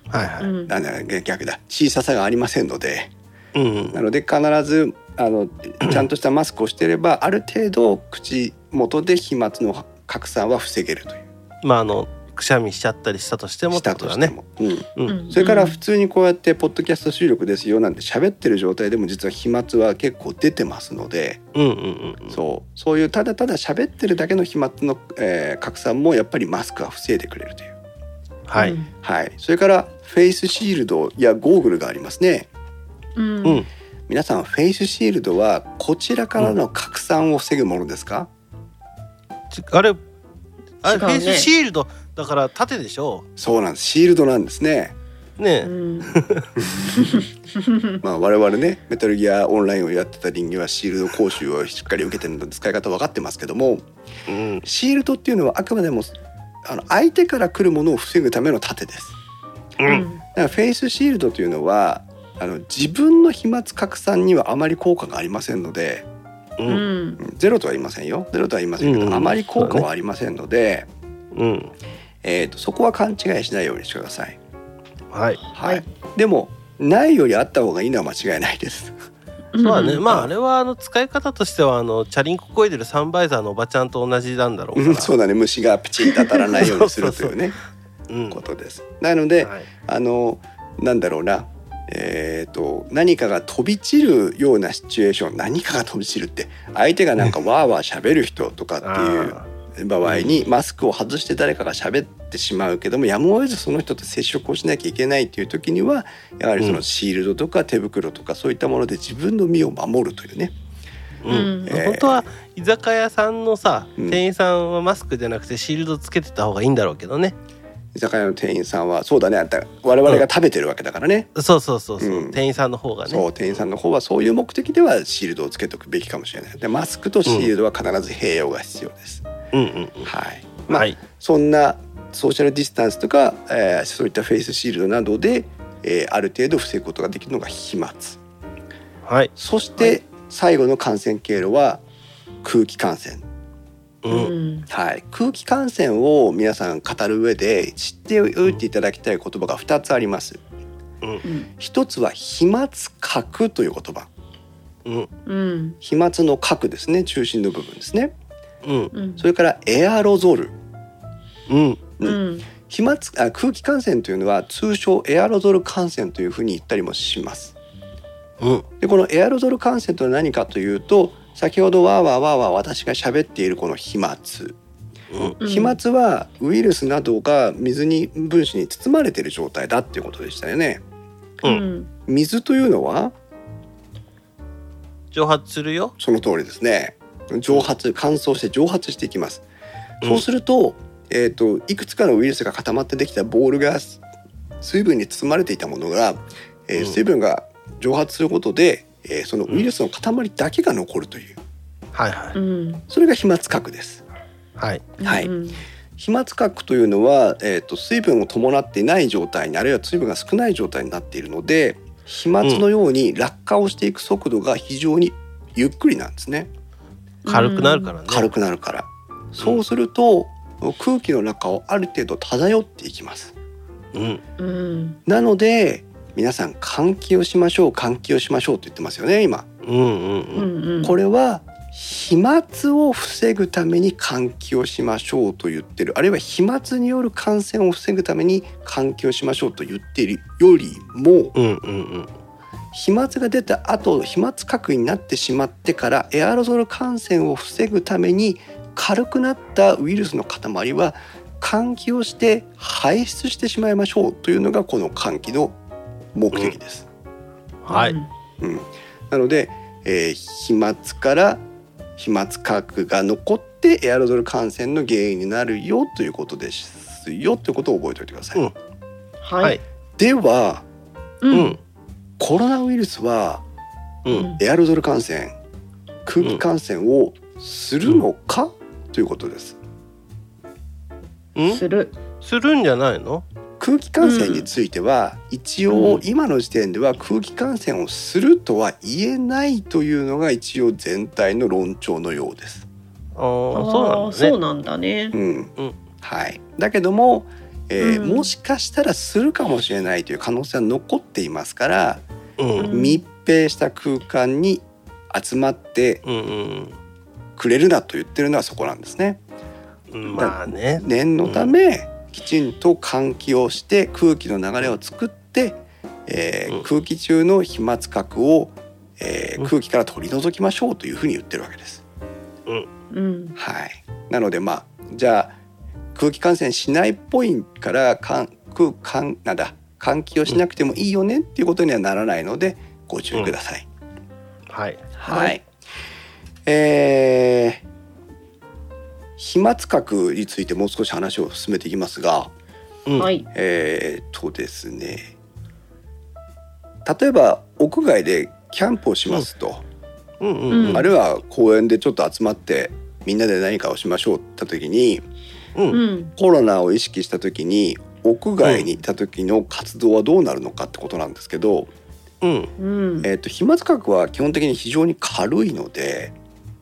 B: はいはい
C: うん
A: あな逆だ小ささがありませんので
B: うんうん
A: なので必ずあのちゃんとしたマスクをしていればある程度口元で飛沫の拡散は防げるという
B: まああのくしゃみしちゃったりしたとして
A: し
B: もって
A: た
B: こと
A: と
B: だ
A: して
B: ね
A: も、うん、
B: うん
C: うん
A: それから普通にこうやってポッドキャスト収録ですよなんて喋ってる状態でも実は飛沫は結構出てますので、
B: うんうんうんうん
A: そうそういうただただ喋ってるだけの飛沫の、えー拡散もやっぱりマスクは防いでくれるという。
B: はい、
C: うん
A: はい、それからフェイスシールドやゴーグルがありますね
C: うん
B: うん
A: 皆さんフェイスシールドはこちらからの拡散を防ぐものですか、
B: ちあれあれ、
C: 違う
B: フ
C: ね
B: ェイスシールドだから縦でしょ
A: そうなんですシールドなんですね
B: ねえ、
C: うん、
A: まあ我々ねメタルギアオンラインをやってた人間はシールド講習をしっかり受けてるので使い方分かってますけども
B: うん、
A: シールドっていうのはあくまでもあの相手から来るものを防ぐための盾です。
B: う、
C: うんん、
A: だからフェイスシールドというのはあの自分の飛沫拡散にはあまり効果がありませんので、
B: う、
C: うんん、
A: うんゼロとは言いませんよゼロとは言いませんけど、
B: うんうん
A: あまり効果はありませんので、
B: うん、
A: えー、とそこは勘違いしないようにしてください。
B: はい。
A: はい
C: はい
A: でもないよりあった方がいいのは間違いないです。
B: そうだね、ま
A: うん
B: ああれはあの使い方としてはあのチャリンコ漕いでるサンバイザーのおばちゃんと同じなんだろう
A: うん
B: から。
A: そうだね虫がピチッと当たらないようにするというね
B: うん
A: ことです。なので、
B: はい
A: あのなんだろうな、えー、と何かが飛び散るようなシチュエーション何かが飛び散るって相手がなんかわーわーしゃべる人とかっ
B: あ
A: ていう場合にマスクを外して誰かがしゃべってしまうけどもやむを得ずその人と接触をしなきゃいけないっていう時にはやはりそのシールドとか手袋とかそういったもので自分の身を守るというね。
B: ーうん
C: うん
A: えー
B: 本当は居酒屋さんのさ、
A: うん
B: 店員さんはマスクじゃなくてシールドつけてた方がいいんだろうけどね
A: 居酒屋の店員さんはそうだねあんた我々が食べてるわけだからね、
B: そうそうそうそう、
A: うん
B: 店員さんの方がね
A: そう店員さんの方はそういう目的ではシールドをつけておくべきかもしれないでマスクとシールドは必ず併用が必要です、
B: うんうん
A: はい
B: うん
A: まあ、
B: はい
A: そんなソーシャルディスタンスとか、えーそういったフェイスシールドなどで、えーある程度防ぐことができるのが飛沫
B: はい、
A: そして、
C: はい
A: 最後の感染経路は空気感染
B: う
C: うんん、
A: はい、空気感染を皆さん語る上で知っておいていただきたい言葉が2つあります
C: うん、
A: 一つは飛沫核という言葉
B: うん
C: うん、
A: 飛沫の核ですね中心の部分ですね
B: うん
C: うん、
A: それからエアロゾル
B: うん
C: うん、
A: 飛沫あ空気感染というのは通称エアロゾル感染というふうに言ったりもします
B: うん
A: でこのエアロゾル感染とは何かというと先ほどわーわーわーわー私が喋っているこの飛沫
B: うん
C: うん
A: 飛沫はウイルスなどが水に分子に包まれている状態だっていうことでしたよね
C: う、
B: うん
A: 水というのは
B: 蒸発するよ
A: その通りですね蒸発乾燥して蒸発していきます
B: うん
A: そうすると,、えー、といくつかのウイルスが固まってできたボールがす水分に包まれていたものが、えー
B: うん
A: 水分が蒸発することで、えーそのウイルスの塊だけが残るという
B: はいは
C: う
B: い
C: ん、
A: それが飛沫核です
B: はい
A: はい
C: うん
A: 飛沫核というのは、えー、と水分を伴っていない状態にあるいは水分が少ない状態になっているので飛沫のように落下をしていく速度が非常にゆっくりなんですね。
B: 軽くなるからね
A: 軽くなるから、そうすると空気の中をある程度漂っていきます
B: うん
C: うん、
A: なので皆さん換気をしましょう換気をしましょうと言ってますよね今
B: うんうんう
C: う
B: ん
C: ん、うん、
A: これは飛沫を防ぐために換気をしましょうと言ってるあるいは飛沫による感染を防ぐために換気をしましょうと言っているよりも
B: うんうんうん
A: 飛沫が出た後飛沫核になってしまってからエアロゾル感染を防ぐために軽くなったウイルスの塊は換気をして排出してしまいましょうというのがこの換気の目的です。
B: はい、
C: うん、
A: なので、えー飛沫から飛沫核が残ってエアロゾル感染の原因になるよということですよということを覚えておいてください。
B: うん
C: は
B: はいい、
A: では
C: う
B: うんん、
A: コロナウイルスは
B: う
C: うんん、
A: エアロゾル感染空気感染をするのか、ということです
B: うん
C: する、
B: するんじゃないの
A: 空気感染については、一応
C: うん
A: 今の時点では空気感染をするとは言えないというのが一応全体の論調のようです。
B: ああそう
C: そう
B: なんだね
C: なんだね
A: う。ん
B: うん
A: はい、だけども、えー
C: うん
A: もしかしたらするかもしれないという可能性は残っていますから、
B: うん
C: うん
A: 密閉した空間に集まって
B: うんうん
A: くれるなと言ってるのはそこなんですね。
B: うんまあね
A: 念のため、きちんと換気をして空気の流れを作って、えー
B: うん
A: 空気中の飛沫核を、えー
B: うん
A: 空気から取り除きましょうというふうに言ってるわけです。
C: うん、
A: はい、なのでまあじゃあ空気感染しないっぽいからかん空間なんだ換気をしなくてもいいよねっていうことにはならないのでご注意ください。
B: はい
A: はい、えー飛沫核についてもう少し話を進めていきますが、
B: うん
C: はい、
A: えー、っとですね例えば屋外でキャンプをしますと、
B: うんうんうん
C: うん
A: あるいは公園でちょっと集まってみんなで何かをしましょうって時に
B: うん
C: うん、
A: コロナを意識した時に屋外にいた時の活動はどうなるのかってことなんですけど、
B: うん
C: うん、
A: えー、と飛沫覚は基本的に非常に軽いので、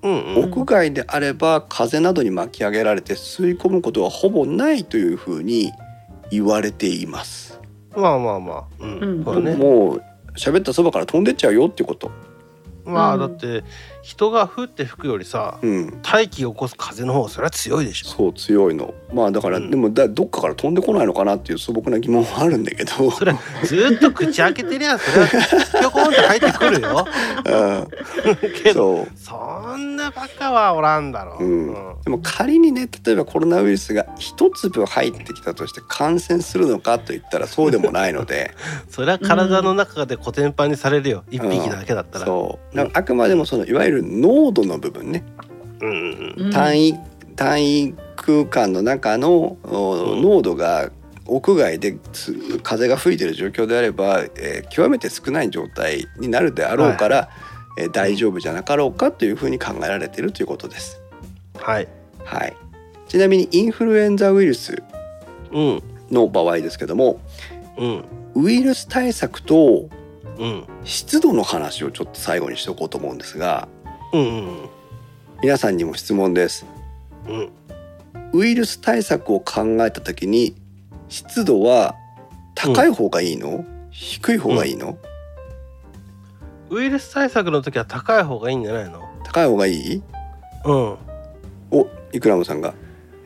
B: うんうん
C: お
A: 屋外であれば風邪などに巻き上げられて吸い込むことはほぼないというふうに言われています。
B: まあまあまあ、う
C: うん
B: ん、そうだね。
A: もう喋ったそばから飛んでっちゃうよっていうこと。
B: ま
C: う
B: あ
C: ん
B: だって人がふって吹くよりさ、
A: うん、
B: 大気を起こす風の方がそれは強いでしょ。
A: そう強いの。まあだから、
B: うん
A: でもだどっかから飛んでこないのかなっていう素朴な疑問はあるんだけ ど。
B: それはずーっと口開けてりゃそれはひょこんと入ってくるよ。
A: うん、
B: けど
A: そう。
B: そんなバカはおらんだろ。
A: うんでも仮にね例えばコロナウイルスが一粒入ってきたとして感染するのかといったらそうでもないので
B: それは体の中でコテンパンにされるよ。一匹だけ だったら。
A: そうだからあくまでもそのいわゆる濃度の部分ね
B: うんうん
C: うん
A: 単位単位空間の中のお
B: うん
A: 濃度が屋外でつ風が吹いてる状況であれば、えー極めて少ない状態になるであろうから、えー大丈夫じゃなかろうかというふうに考えられているということです。
B: はい。
A: はい、ちなみにインフルエンザウイルス
B: うん
A: の場合ですけども
B: うん
A: ウイルス対策と
B: うん
A: 湿度の話をちょっと最後にしておこうと思うんですが
B: うん
A: 皆さんにも質問です。
B: うんうん。
A: ウイルス対策を考えた時に湿度は高い方がいいの、低い方がいいの、
B: ウイルス対策の時は高い方がいいんじゃないの？
A: 高い方がいい
B: うん。
A: おイクラムさんが、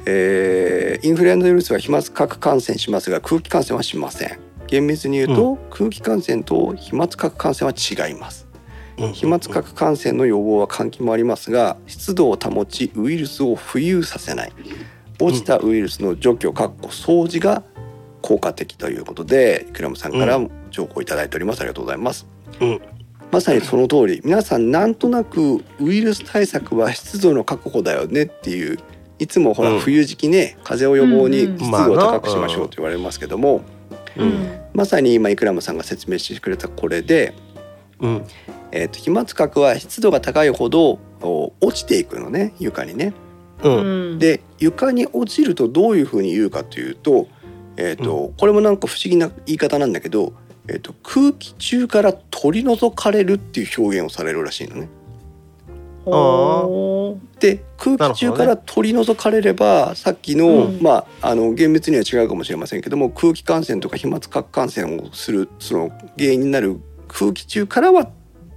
A: えーインフルエンザウイルスは飛沫核感染しますが空気感染はしません厳密に言うと、空気感染と飛沫核感染は違います
B: うん
A: 飛沫核感染の予防は換気もありますが湿度を保ちウイルスを浮遊させない落ちたウイルスの除去かっこ掃除が効果的ということでイクラムさんからも情報をいただいておりますありがとうございます、
B: うん
A: まさにその通り皆さんなんとなくウイルス対策は湿度の確保だよねっていういつもほ
B: う
A: ら
B: ん
A: 冬時期ね、風邪を予防に
C: うんうん
A: 湿度を高くしましょうと言われますけども、
C: う
B: うんん
A: まさに今イクラムさんが説明してくれたこれで
B: うん
A: えー、と飛沫核は湿度が高いほどお落ちていくのね床にね。
B: う
C: うんん、
A: で床に落ちるとどういうふうに言うかというと,、えーとこれもなんか不思議な言い方なんだけど、えー、と空気中から取り除かれるっていう表現をされるらしいのね。
C: ほ
A: で空気中から取り除かれれば、さっきの,、
C: うん
A: まあ、あの厳密には違うかもしれませんけども空気感染とか飛沫核感染をするその原因になる空気中からは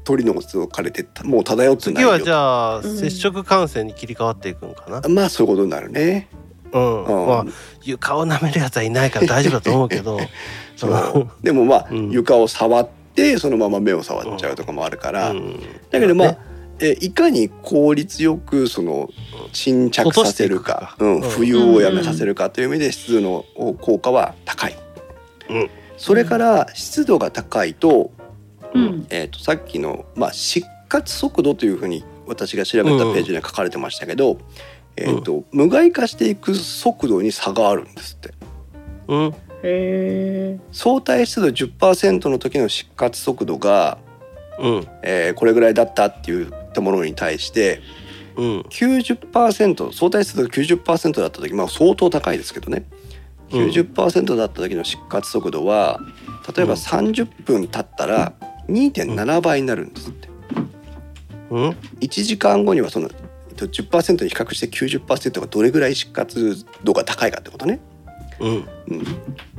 A: 取り除かれてもう漂ってな
B: 次
A: いよ
B: はじゃあ、
C: ん
B: 接触感染に切り替わっていくんかな。
A: まあそういうことになるね。
B: うん。
A: うん
B: まあ床を舐めるやつはいないから大丈夫だと思うけど。
A: そのでもまあ、
B: うん
A: 床を触ってそのまま目を触っちゃうとかもあるから、
B: うん
A: だけどまあ、
B: ね
A: えいかに効率よくその沈着させるか
B: 落としていくかうん
A: うん、浮遊をやめさせるかという意味で湿度の効果は高い。
B: うん
A: それから湿度が高いと,、
C: ううん
A: えー、とさっきの、まあ、湿活速度というふうに私が調べたページには書かれてましたけど、えーと無害化していく速度に差があるんですって。
B: うん
C: へえ
A: 相対湿度10%の時の失活速度が、
B: うん
A: えーこれぐらいだったって言ったものに対して
B: うん
A: 90%相対湿度90%だった時まあ相当高いですけどね
B: うん
A: 90%だった時の失活速度は例えば
B: うん
A: 30分経ったら2.7倍になるんですって
B: うん
A: 1時間後にはそのえっと10%に比較して90%がどれぐらい失活度が高いかってことね、
B: うん
A: うん、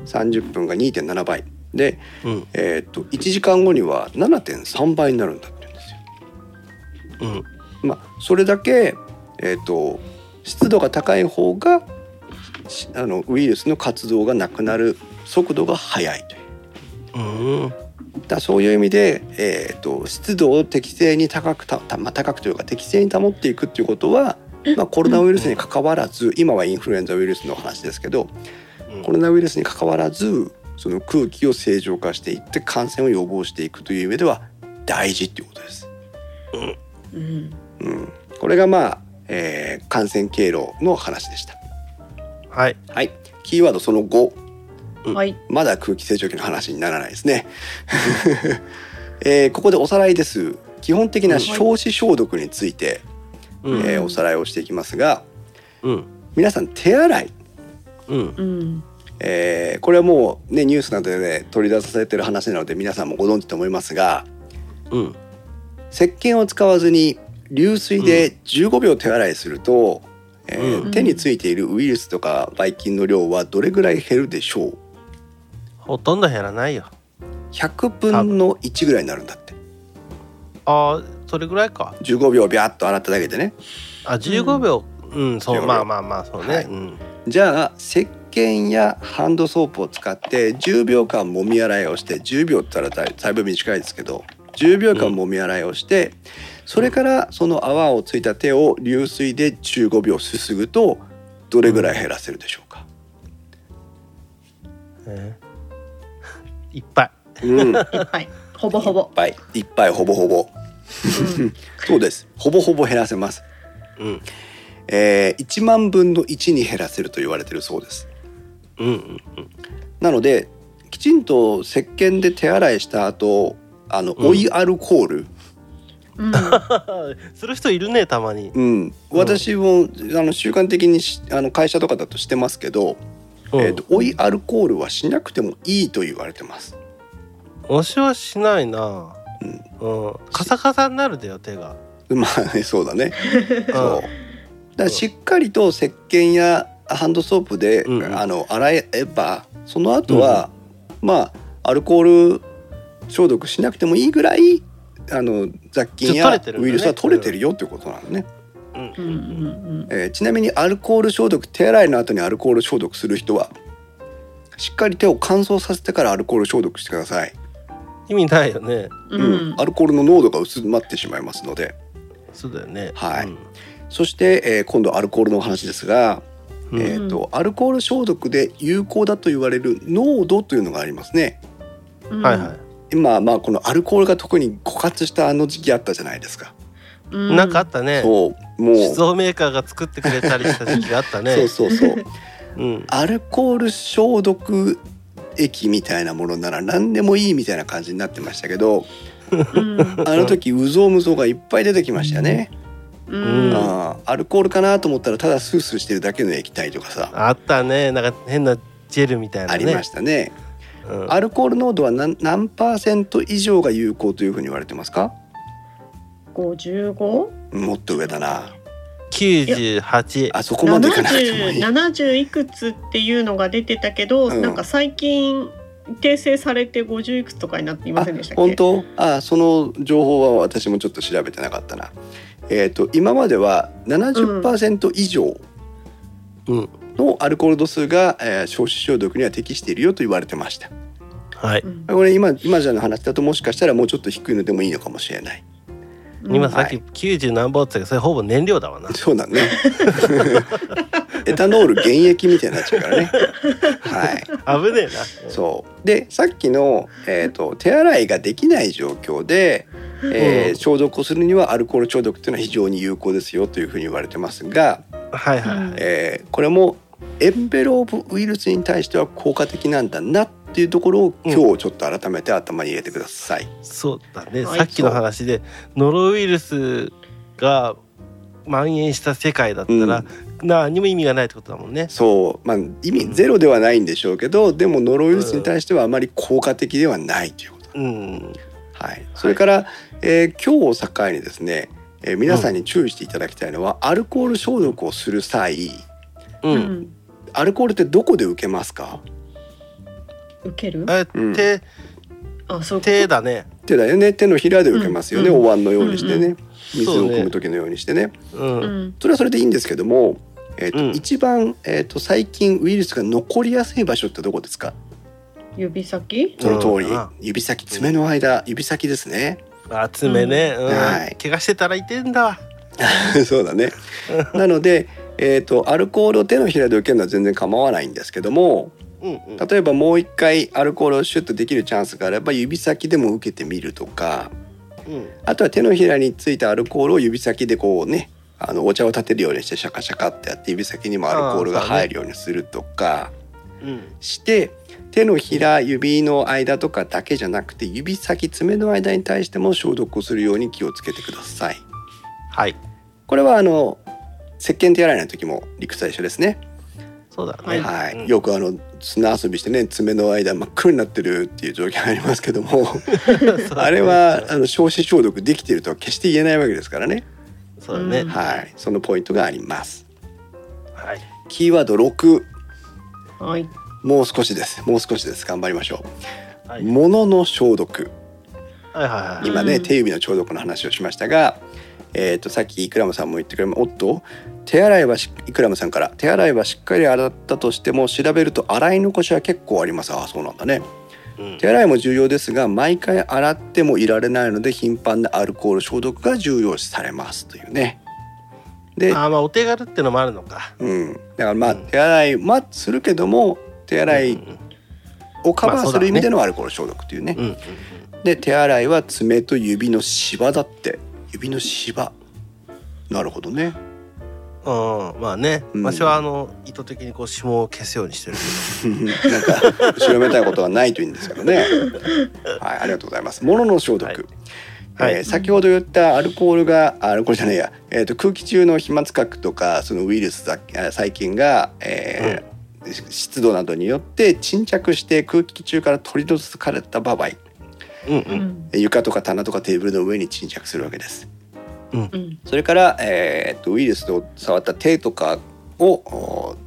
A: 30分が2.7倍で
B: うん
A: えー、と1時間後には7.3倍になるんだって言うんですよ。
B: うん
A: まあ、それだけ、えー、と湿度が高い方がしあのウイルスの活動がなくなる速度が速いという。
B: うん
A: だからそういう意味で、えー、と湿度を適正に高くたた、まあ、高くというか適正に保っていくっていうことは、まあ、コロナウイルスに関わらず今はインフルエンザウイルスの話ですけどコロナウイルスに関わらずその空気を正常化していって感染を予防していくという意味では大事っていうことです。
C: うん
A: うん、これがまあ、えー感染経路の話でした。
B: はい
A: はい、キーワードその5うん
C: はい
A: まだ空気清浄機の話にならないですね、 えーここでおさらいです基本的な少子消毒について、
B: うん
A: えーおさらいをしていきますが
B: うん
A: 皆さん手洗い、
B: うん
C: うん
A: えーこれはもうねニュースなどで、ね、取り出されてる話なので皆さんもご存知と思いますが
B: うん
A: 石鹸を使わずに流水で15秒手洗いすると、えー
B: うん
A: 手についているウイルスとかばい菌の量はどれぐらい減るでしょう
B: ほとんど減らないよ
A: 100分の1ぐらいになるんだって
B: ああそれぐらいか
A: 15秒ビャッと洗っただけでね
B: あ15秒うん、そう
A: 15秒
B: まあまあまあそうね、
A: はい
B: うん
A: じゃあ石鹸やハンドソープを使って10秒間揉み洗いをして10秒って言ったらだいだいぶ短いですけど10秒間揉み洗いをして、それからその泡をついた手を流水で15秒すすぐとどれぐらい減らせるでしょうか、
B: えーいっぱい
A: うん、いっ
C: いっぱいほぼ ほぼ
A: ぱいいっぱいほぼほぼ
C: うん
A: そうですほぼほぼ減らせます、
B: うん
A: えー、1万分の1に減らせると言われてるそうです
B: うんうんうん
A: なのできちんと石鹸で手洗いした後あの、
B: うん
A: 追いアルコール、
C: うん
B: する人いるねたまに
A: うん、私も、あの習慣的にしあの会社とかだとしてますけど、
B: うん
A: えー、と追いアルコールはしなくてもいいと言われてます。
B: 押しはしないな
A: うん
B: うん、カサカサになるだよ手が
A: まあ、ね、そうだね。そう。だ
B: う
A: からしっかりと石鹸やハンドソープで、
B: うんうん
A: あの洗えばその後は、まあアルコール消毒しなくてもいいぐらいあの雑菌
B: ちょ
A: や
B: っと取れてるんだね
A: ウイルスは取れてるよっていうことなのね。
B: ん
C: う
B: うん
C: うん
B: ん
C: うん
A: えーちなみにアルコール消毒手洗いの後にアルコール消毒する人はしっかり手を乾燥させてからアルコール消毒してください、
B: 意味ないよね
C: うん
A: うんアルコールの濃度が薄まってしまいますので
B: そうだよね
A: はいそして、えー今度アルコールのお話ですが、
B: うん
A: えー、とアルコール消毒で有効だと言われる濃度というのがありますね
C: うん
B: はいはい、
A: 今、まあ、このアルコールが特に枯渇したあの時期あったじゃないですか、
C: うん
B: なんかあったね
A: そうもう
B: 酒造メーカーが作ってくれたりした時期があったね
A: そうそうそう
B: うん
A: アルコール消毒液みたいなものなら何でもいいみたいな感じになってましたけど
C: うん
A: あの時うぞうむぞうがいっぱい出てきましたね、
C: うん
B: うん
A: あーアルコールかなと思ったらただスースーしてるだけの液体とかさ
B: あったねなんか変なジェルみたいなね
A: ありましたね
B: た、うん、
A: アルコール濃度は何何パーセント以上が有効というふうに言われてますか
C: 55
A: もっと上だな
B: 98
A: あそこまでいかなくてもいい
C: 70 70いくつっていうのが出てたけど、
A: うん
C: なんか最近訂正されて50いくつとかになっていま
A: あ
C: せんでしたっけ
A: 本当あその情報は私もちょっと調べてなかったなえっ、と今までは70%以上、
B: うん
A: のアルコール度数が、えー消臭消毒には適しているよと言われてました
B: はい、
C: うん
A: これ今今じゃの話だともしかしたらもうちょっと低いのでもいいのかもしれない
C: うん
B: 今さっき90何本って言ったけどそれほぼ燃料だわな
A: そう だねエタノール原液みたいになっちゃうからねはい
B: 危ねえな
A: そうでさっきの、えー、と手洗いができない状況で、えー
B: うん
A: 消毒をするにはアルコール消毒っていうのは非常に有効ですよというふうに言われてますが、
B: はいはい、
C: うん
A: えーこれもエンベローブウイルスに対しては効果的なんだなっていうところを
B: うん
A: 今日ちょっと改めて頭に入れてください。
B: そうだね、
C: はい
B: さっきの話でノロウイルスが蔓延した世界だったら、何も意味がないってことだもんね
A: そうまあ意味ゼロではないんでしょうけどでもノロウイルスに対してはあまり効果的ではないということ。
B: うん
A: はい、それから、えー今日を境にですね、えー皆さんに注意していただきたいのは、アルコール消毒をする際
B: うん、
C: うん
A: アルコールってどこで受けますか
C: 受ける
B: あれ
A: うん
B: 手
C: あそういうこと
B: 手だね
A: 手だよね手のひらで受けますよね、
C: うん
A: お椀のようにしてね、
C: う
A: 水を汲む時のようにしてね
B: うん、
C: うん
A: それはそれでいいんですけども、えーと
B: うん
A: 一番、えー、と最近ウイルスが残りやすい場所ってどこですか
C: 指先
A: その通り、
B: うん
A: 指先爪の間指先ですね
B: あ爪ね、うん
A: はい
B: 怪我してたら痛いんだわ
A: そうだねなので、えー、とアルコールを手のひらで受けるのは全然構わないんですけども
B: うんうん
A: 例えばもう一回アルコールをシュッとできるチャンスがあれば指先でも受けてみるとか
B: うん
A: あとは手のひらについたアルコールを指先でこうねあのお茶を立てるようにしてシャカシャカってやって指先にもアルコールが入るようにするとか
B: うん
A: して、手のひら指の間とかだけじゃなくて指先爪の間に対しても消毒をするように気をつけてください
B: はい
A: これはあの石鹸手洗いの時も理屈と一緒ですね、
B: そうだね、
C: はい
A: はい
B: うん
A: よくあの砂遊びしてね爪の間真っ黒になってるっていう状況がありますけども あれはあの消臭消毒できているとは決して言えないわけですからね
B: そうだね、
C: うん
A: はいそのポイントがあります
B: はい
A: キーワード6
C: はい。
A: もう少しですもう少しです頑張りましょ
B: は
A: う
B: い
A: 物の消毒
B: はいはいはい
A: 今ね、
C: うん
A: 手指の消毒の話をしましたが、えー、とさっきイクラムさんも言ってくれまおっと手洗いはしイクラムさんから手洗いはしっかり洗ったとしても調べると洗い残しは結構ありますああそうなんだね
B: うん
A: 手洗いも重要ですが毎回洗ってもいられないので頻繁なアルコール消毒が重要視されますというねで、
B: あーまあお手軽ってのもあるのか
A: うん、だからまあ
B: うん
A: 手洗いはするけども手洗
B: うん
A: いをカバーする意味でのアルコール消毒というね
B: うんうん
A: で手洗いは爪と指のシワだって指のシワなるほどね
B: うんうんまあね、
A: うん
B: 私はあの意図的にこう指紋を消すようにしてる
A: なんか後ろめたいことはないといいんですけどね はいありがとうございます物の消毒、
B: はいはい
A: えー先ほど言ったアルコールがあアルコールじゃないや、えー、と空気中の飛沫核とかそのウイルスだあ細菌が、えー湿度などによって沈着して空気中から取り除かれた場合
B: うん
C: う
B: うん
C: ん。
A: 床とか棚とかテーブルの上に沈着するわけです
C: うん。
A: それから、えーっとウイルスを触った手とかをお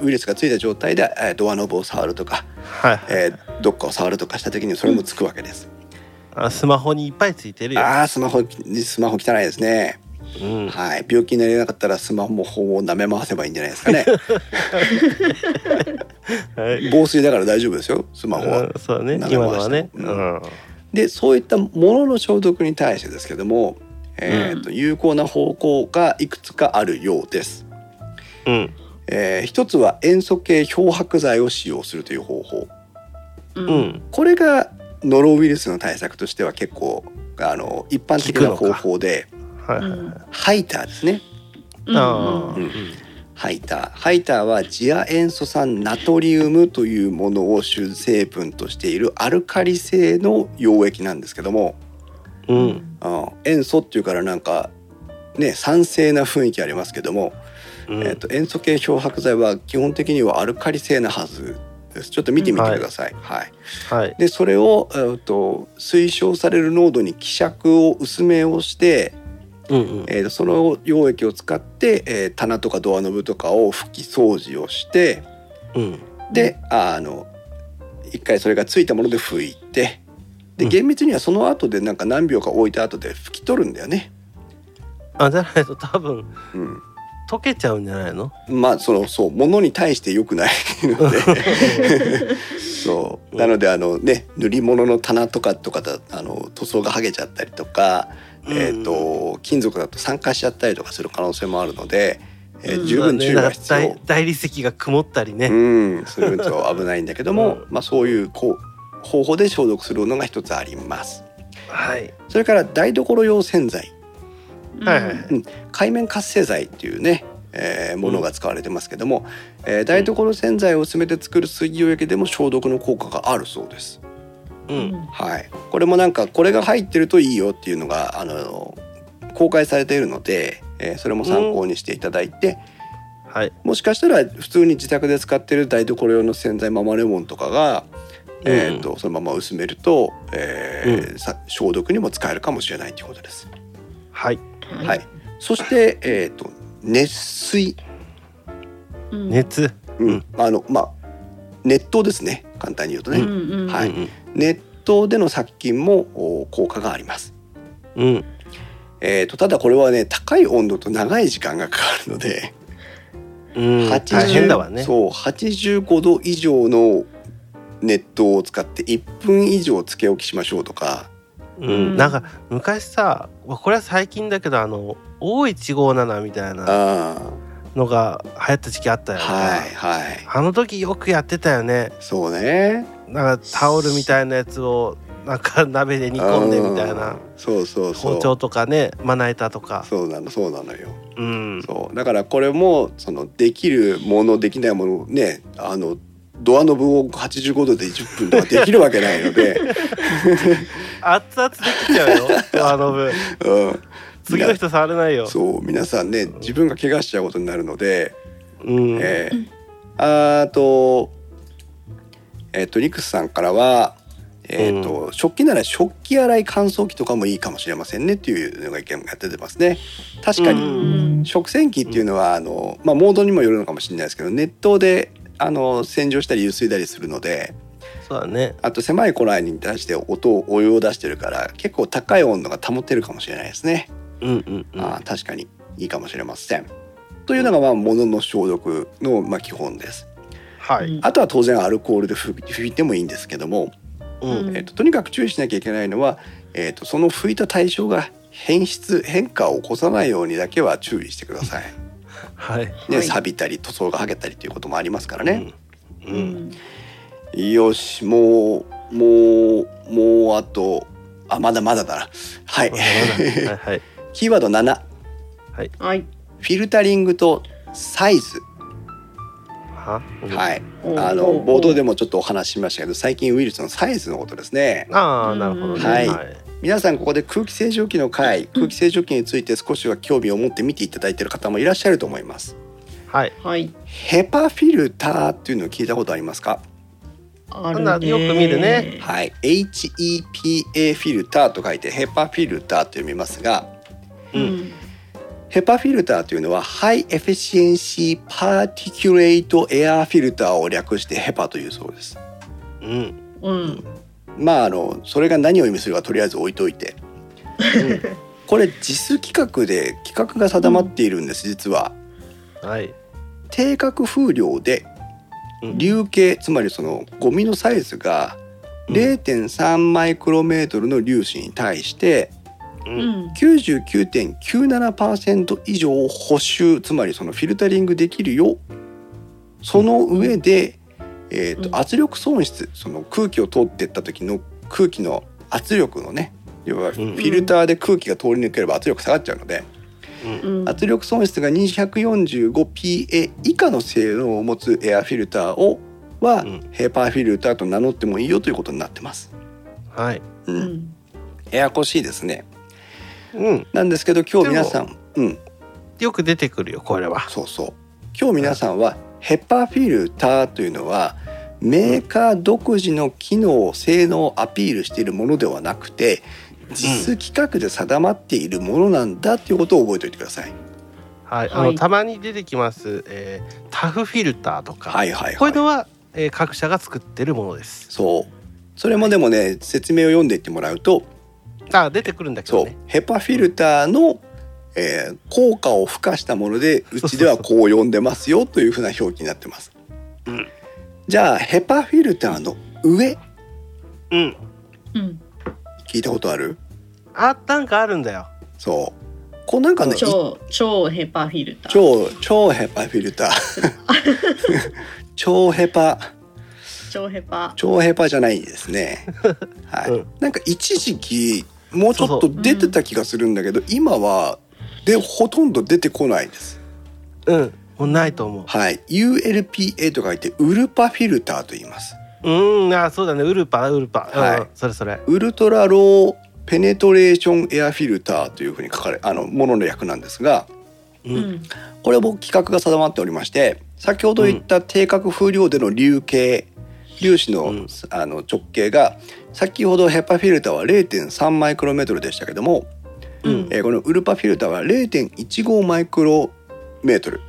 A: ウイルスがついた状態で、えードアノブを触るとか、
B: はい、
A: えーどっかを触るとかした時にそれもつくわけです。
B: あスマホにいっぱいついてるよ、
A: ああスマホスマホ汚いですね。
B: うん、
A: はい病気になれなかったらスマホも法を舐め回せばいいんじゃないですか ね。
B: はい
A: 防水だから大丈夫ですよスマホは。
B: うんそうだね
A: 長回し
B: 今のはね、
A: う
B: うんん
A: でそういったものの消毒に対してですけども、えーっと有効な方向がいくつかあるようです。
B: うん
A: えー一つは塩素系漂白剤を使用するという方法
B: う
C: う。
B: んん
A: これがノロウイルスの対策としては結構あの一般的な
B: 効く
A: 方
B: のか
A: 法で
B: はいはいはい、
C: うん
A: ハイターですね
B: あ
C: う。
A: う
B: ー
A: んハイターハイターは次亜塩素酸ナトリウムというものを主成分としているアルカリ性の溶液なんですけども、
B: うんん
C: うん。
A: うん、塩素っていうからなんかね酸性な雰囲気ありますけども、
B: うん
A: えー、と塩素系漂白剤は基本的にはアルカリ性なはずですちょっと見てみてください、はい、
B: はい
A: でそれを、えー、と推奨される濃度に希釈を薄めをして、
B: うんうん
A: えー、とその溶液を使って、えー棚とかドアノブとかを拭き掃除をして
B: うん
A: であの一回それがついたもので拭いてで
B: うん
A: 厳密にはその後でなんか何秒か置いた後で拭き取るんだよね。
B: あじゃないと多分
A: うん
B: 溶けちゃうんじゃないの
A: まあそのそう物に対して良くないの でそうなのであのね塗り物の棚とかとかだあの塗装が剥げちゃったりとか、えー、と金属だと酸化しちゃったりとかする可能性もあるので、えー
C: うん
A: 十分注意が必
B: そうだね
A: 要
B: だい、大理石が曇ったりね、
A: うん、すると危ないんだけども、
B: うん
A: まあ、そういうこう方法で消毒するのが一つあります。
B: はい
A: それから台所用洗剤
B: はいはいはい
A: 界面活性剤っていうね、えーものが使われてますけども、えー台所洗剤を薄めて作る水溶液でも消毒の効果があるそうです。
B: う
C: うんん。
A: はい、これもなんかこれが入ってるといいよっていうのがあの公開されているので、えーそれも参考にしていただいて、
B: はい
A: もしかしたら普通に自宅で使ってる台所用の洗剤ママレモンとかが、えー、とそのまま薄めると、えーさ消毒にも使えるかもしれないということです。
B: はい
A: は。
C: はい
A: そして、えー、と熱水、
C: うん。
B: 熱
A: うん
B: うん
A: あのまあ熱湯ですね簡単に言うと
C: う
A: ね、
C: んうん。
A: はい
B: うん
A: 熱湯での殺菌もお効果があります。
B: うんうん
A: えー、とただこれはね高い温度と長い時間がかかるので、
B: うん
A: 80
B: 大変だわね
A: そう85度以上の熱湯を使って1分以上つけ置きしましょうとか、
B: うん、なんか昔さまあこれは最近だけどあの O157 みたいな
A: あ
B: のが流行った時期あった
A: あ
B: よね、
A: はいはい
B: あの時よくやってたよね
A: そうね
B: なんかタオルみたいなやつをなんか鍋で煮込んでみたい
A: うん
B: な
A: そうそうそう
B: 包丁とかねまな板とか
A: そうなのそうなのよ
B: うん
A: そうだからこれもそのできるものできないものねあのドアノブを85度で10分とかできるわけないので、
B: 熱々できちゃうよドアノブ
A: うん、
B: 次の人触れないよ
A: そう皆さんね自分が怪我しちゃうことになるので、
B: うん、
A: えーあと,、えー、とリクスさんからは、えーと食器なら食器洗い乾燥機とかもいいかもしれませんねっていうのが意見が出てますね。確かに、
C: うん
A: 食洗機っていうのはあの、まあ、モードにもよるのかもしれないですけど熱湯であの洗浄したりゆすいだりするので
B: そうだね
A: あと狭い古来に対して音をお湯を出してるから結構高い温度が保てるかもしれないですね、
B: うんうんうん
A: あー確かにいいかもしれませんというのがまあ物の消毒のまあ基本です
B: はい、
A: あとは当然アルコールで拭拭いてもいいんですけども、
B: う
C: うんん
A: えっととにかく注意しなきゃいけないのは、えっとその拭いた対象が変質変化を起こさないようにだけは注意してください
B: はい、
A: ね、
C: はい
A: 錆びたり塗装が剥げたりということもありますからね。
B: う、
C: うんん
A: よしもうもうもうあとあまだまだだな。はい
B: まだまだはいはい
A: キーワード7
C: はい。
A: フィルタリングとサイズ、
B: は、
A: はい、
C: お
A: あの冒頭でもちょっとお話ししましたけど最近ウイルスのサイズのことですね
B: ああなるほどね、
A: はい
B: はい
A: 皆さんここで空気清浄機の回空気清浄機について少しは興味を持って見ていただいている方もいらっしゃると思います
B: はい
C: はい。
A: ヘパフィルターっていうのを聞いたことありますか
C: あ
B: んな
C: るね。
B: よく見るね
A: はい、HEPA フィルターと書いてヘパフィルターと読みますが
C: うん。
A: ヘパフィルターというのはハイエフィシエンシーパーティキュレートエアーフィルターを略してヘパというそうです。
B: うん
C: うん。
A: まああのそれが何を意味するかとりあえず置いといてこれ実規格で規格が定まっているんです実は。
B: はい
A: 定格風量で
B: うん
A: 流形つまりそのゴミのサイズが
B: うん
A: 0.3マイクロメートルの粒子に対して
B: う
C: うんん。
A: 99.97%以上を補修つまりそのフィルタリングできるよその上で、えーと
C: うん
A: 圧力損失その空気を通っていった時の空気の圧力のね要はフィルターで空気が通り抜ければ圧力下がっちゃうので、
C: うん。
A: 圧力損失が 245PA 以下の性能を持つエアフィルターをは、
B: うん
A: ヘーパーフィルターと名乗ってもいいよということになってます。
B: はい
A: うん
C: うん。
A: ややこしいですね
B: うん
A: なんですけど今日皆さん、うん、
B: よく出てくるよこれは
A: そうそう今日皆さんはヘッパーフィルターというのはメーカー独自の機能性能をアピールしているものではなくて実規格で定まっているものなんだということを覚えておいてください。
B: はい、あ
C: は
B: の
C: い
B: たまに出てきます、えータフフィルターとか、
A: はいはい
B: こう。
A: はいいう
B: のは、えー各社が作ってるものです。
A: そうそれもでもね説明を読んでいってもらうと
B: あ出てくるんだけ
A: そ
B: ど
A: う
B: ね。
A: ヘッパーフィルターの、えー効果を付加したものでうちではこう呼んでますよというふうな表記になってます。
B: うん
A: じゃあヘッパーフィルターの上
B: うん。
C: うん。
A: 聞いたことある
B: あなんかあるんだよ。
A: そう。こうなんかね、い
C: 超超ヘパーフィルター。
A: 超超ヘパフィル ター。超ヘパ
C: 超ヘパ。
A: 超ヘパじゃないです ね。はい。
B: うん
A: なんか一時期もうちょっ
B: そ
A: と出てた気がするんだけど、今はでほとんど出てこないです。
B: うん。もうないと思う。
A: はい。ULPA と書いてウルパフィルターと言います。
B: うーんあそうだねウルパウルパ。
A: はい
B: うん、それそれ。
A: ウルトラローペネトレーションエアフィルターというふうに書かれあのものの略なんですが。
B: う。
C: うんん。
A: これも規格が定まっておりまして先ほど言った定格風量での流形、粒子の,、
B: うん
A: あの直径が先ほどヘッパフィルターは0.3マイクロメートルでしたけども、
C: うん
A: えーこのウルパフィルターは0.15マイクロメートル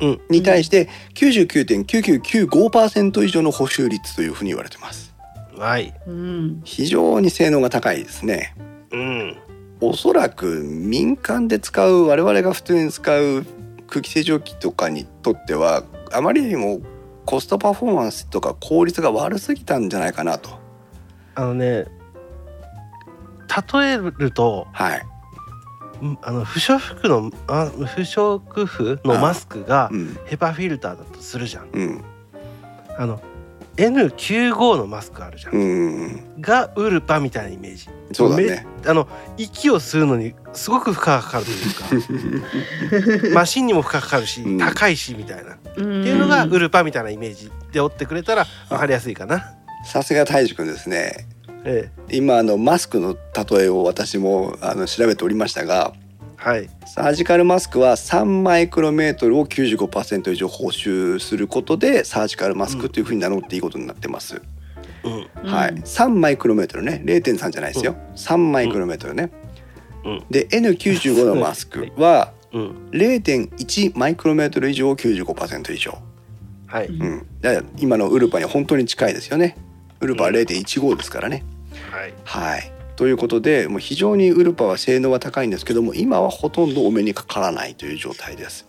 B: うん
A: に対して99.9995%以上の補修率というふうに言われてます。
B: はい。
C: うん。
A: 非常に性能が高いですね。
B: うん。
A: おそらく民間で使う我々が普通に使う空気清浄機とかにとってはあまりにもコストパフォーマンスとか効率が悪すぎたんじゃないかなと。
B: あのね例えると
A: はい。
B: んあの不織布のあ不織布のマスクが
A: うん。
B: ヘパフィルターだとするじゃん。
A: うん。
B: あの N95 のマスクあるじゃん。
A: うん。
B: がウルパみたいなイメージ。
A: そうだね。
B: あの息を吸うのにすごく負荷がかかるという かマシンにも負荷がかかるし、
A: うん
B: 高いしみたいなっ
C: うん。
B: ていうのがウ
C: う
B: ルパみたいなイメージでしておってくれたら分かりやすいかな。
A: さすが太一くんですね
B: え
A: 今あのマスクの例えを私もあの調べておりましたが
B: え、はい、
A: サージカルマスクは3マイクロメートルを95%以上報酬することでサージカルマスクというふうに名乗っていいことになってます、
B: うん、
A: はい、3マイクロメートルね0.3じゃないですよ、3マイクロメートルね、
B: うん
A: で N95 のマス クは
B: うん、
A: 0.1マイクロメートル以上を95%以上、
B: は
C: う
B: い、
C: ん
A: うん、だから今のウルパに本当に近いですよねウルパは0.15ですからね、
B: はい、
A: はいということでもう非常にウルパは性能は高いんですけども今はほとんどお目にかからないという状態です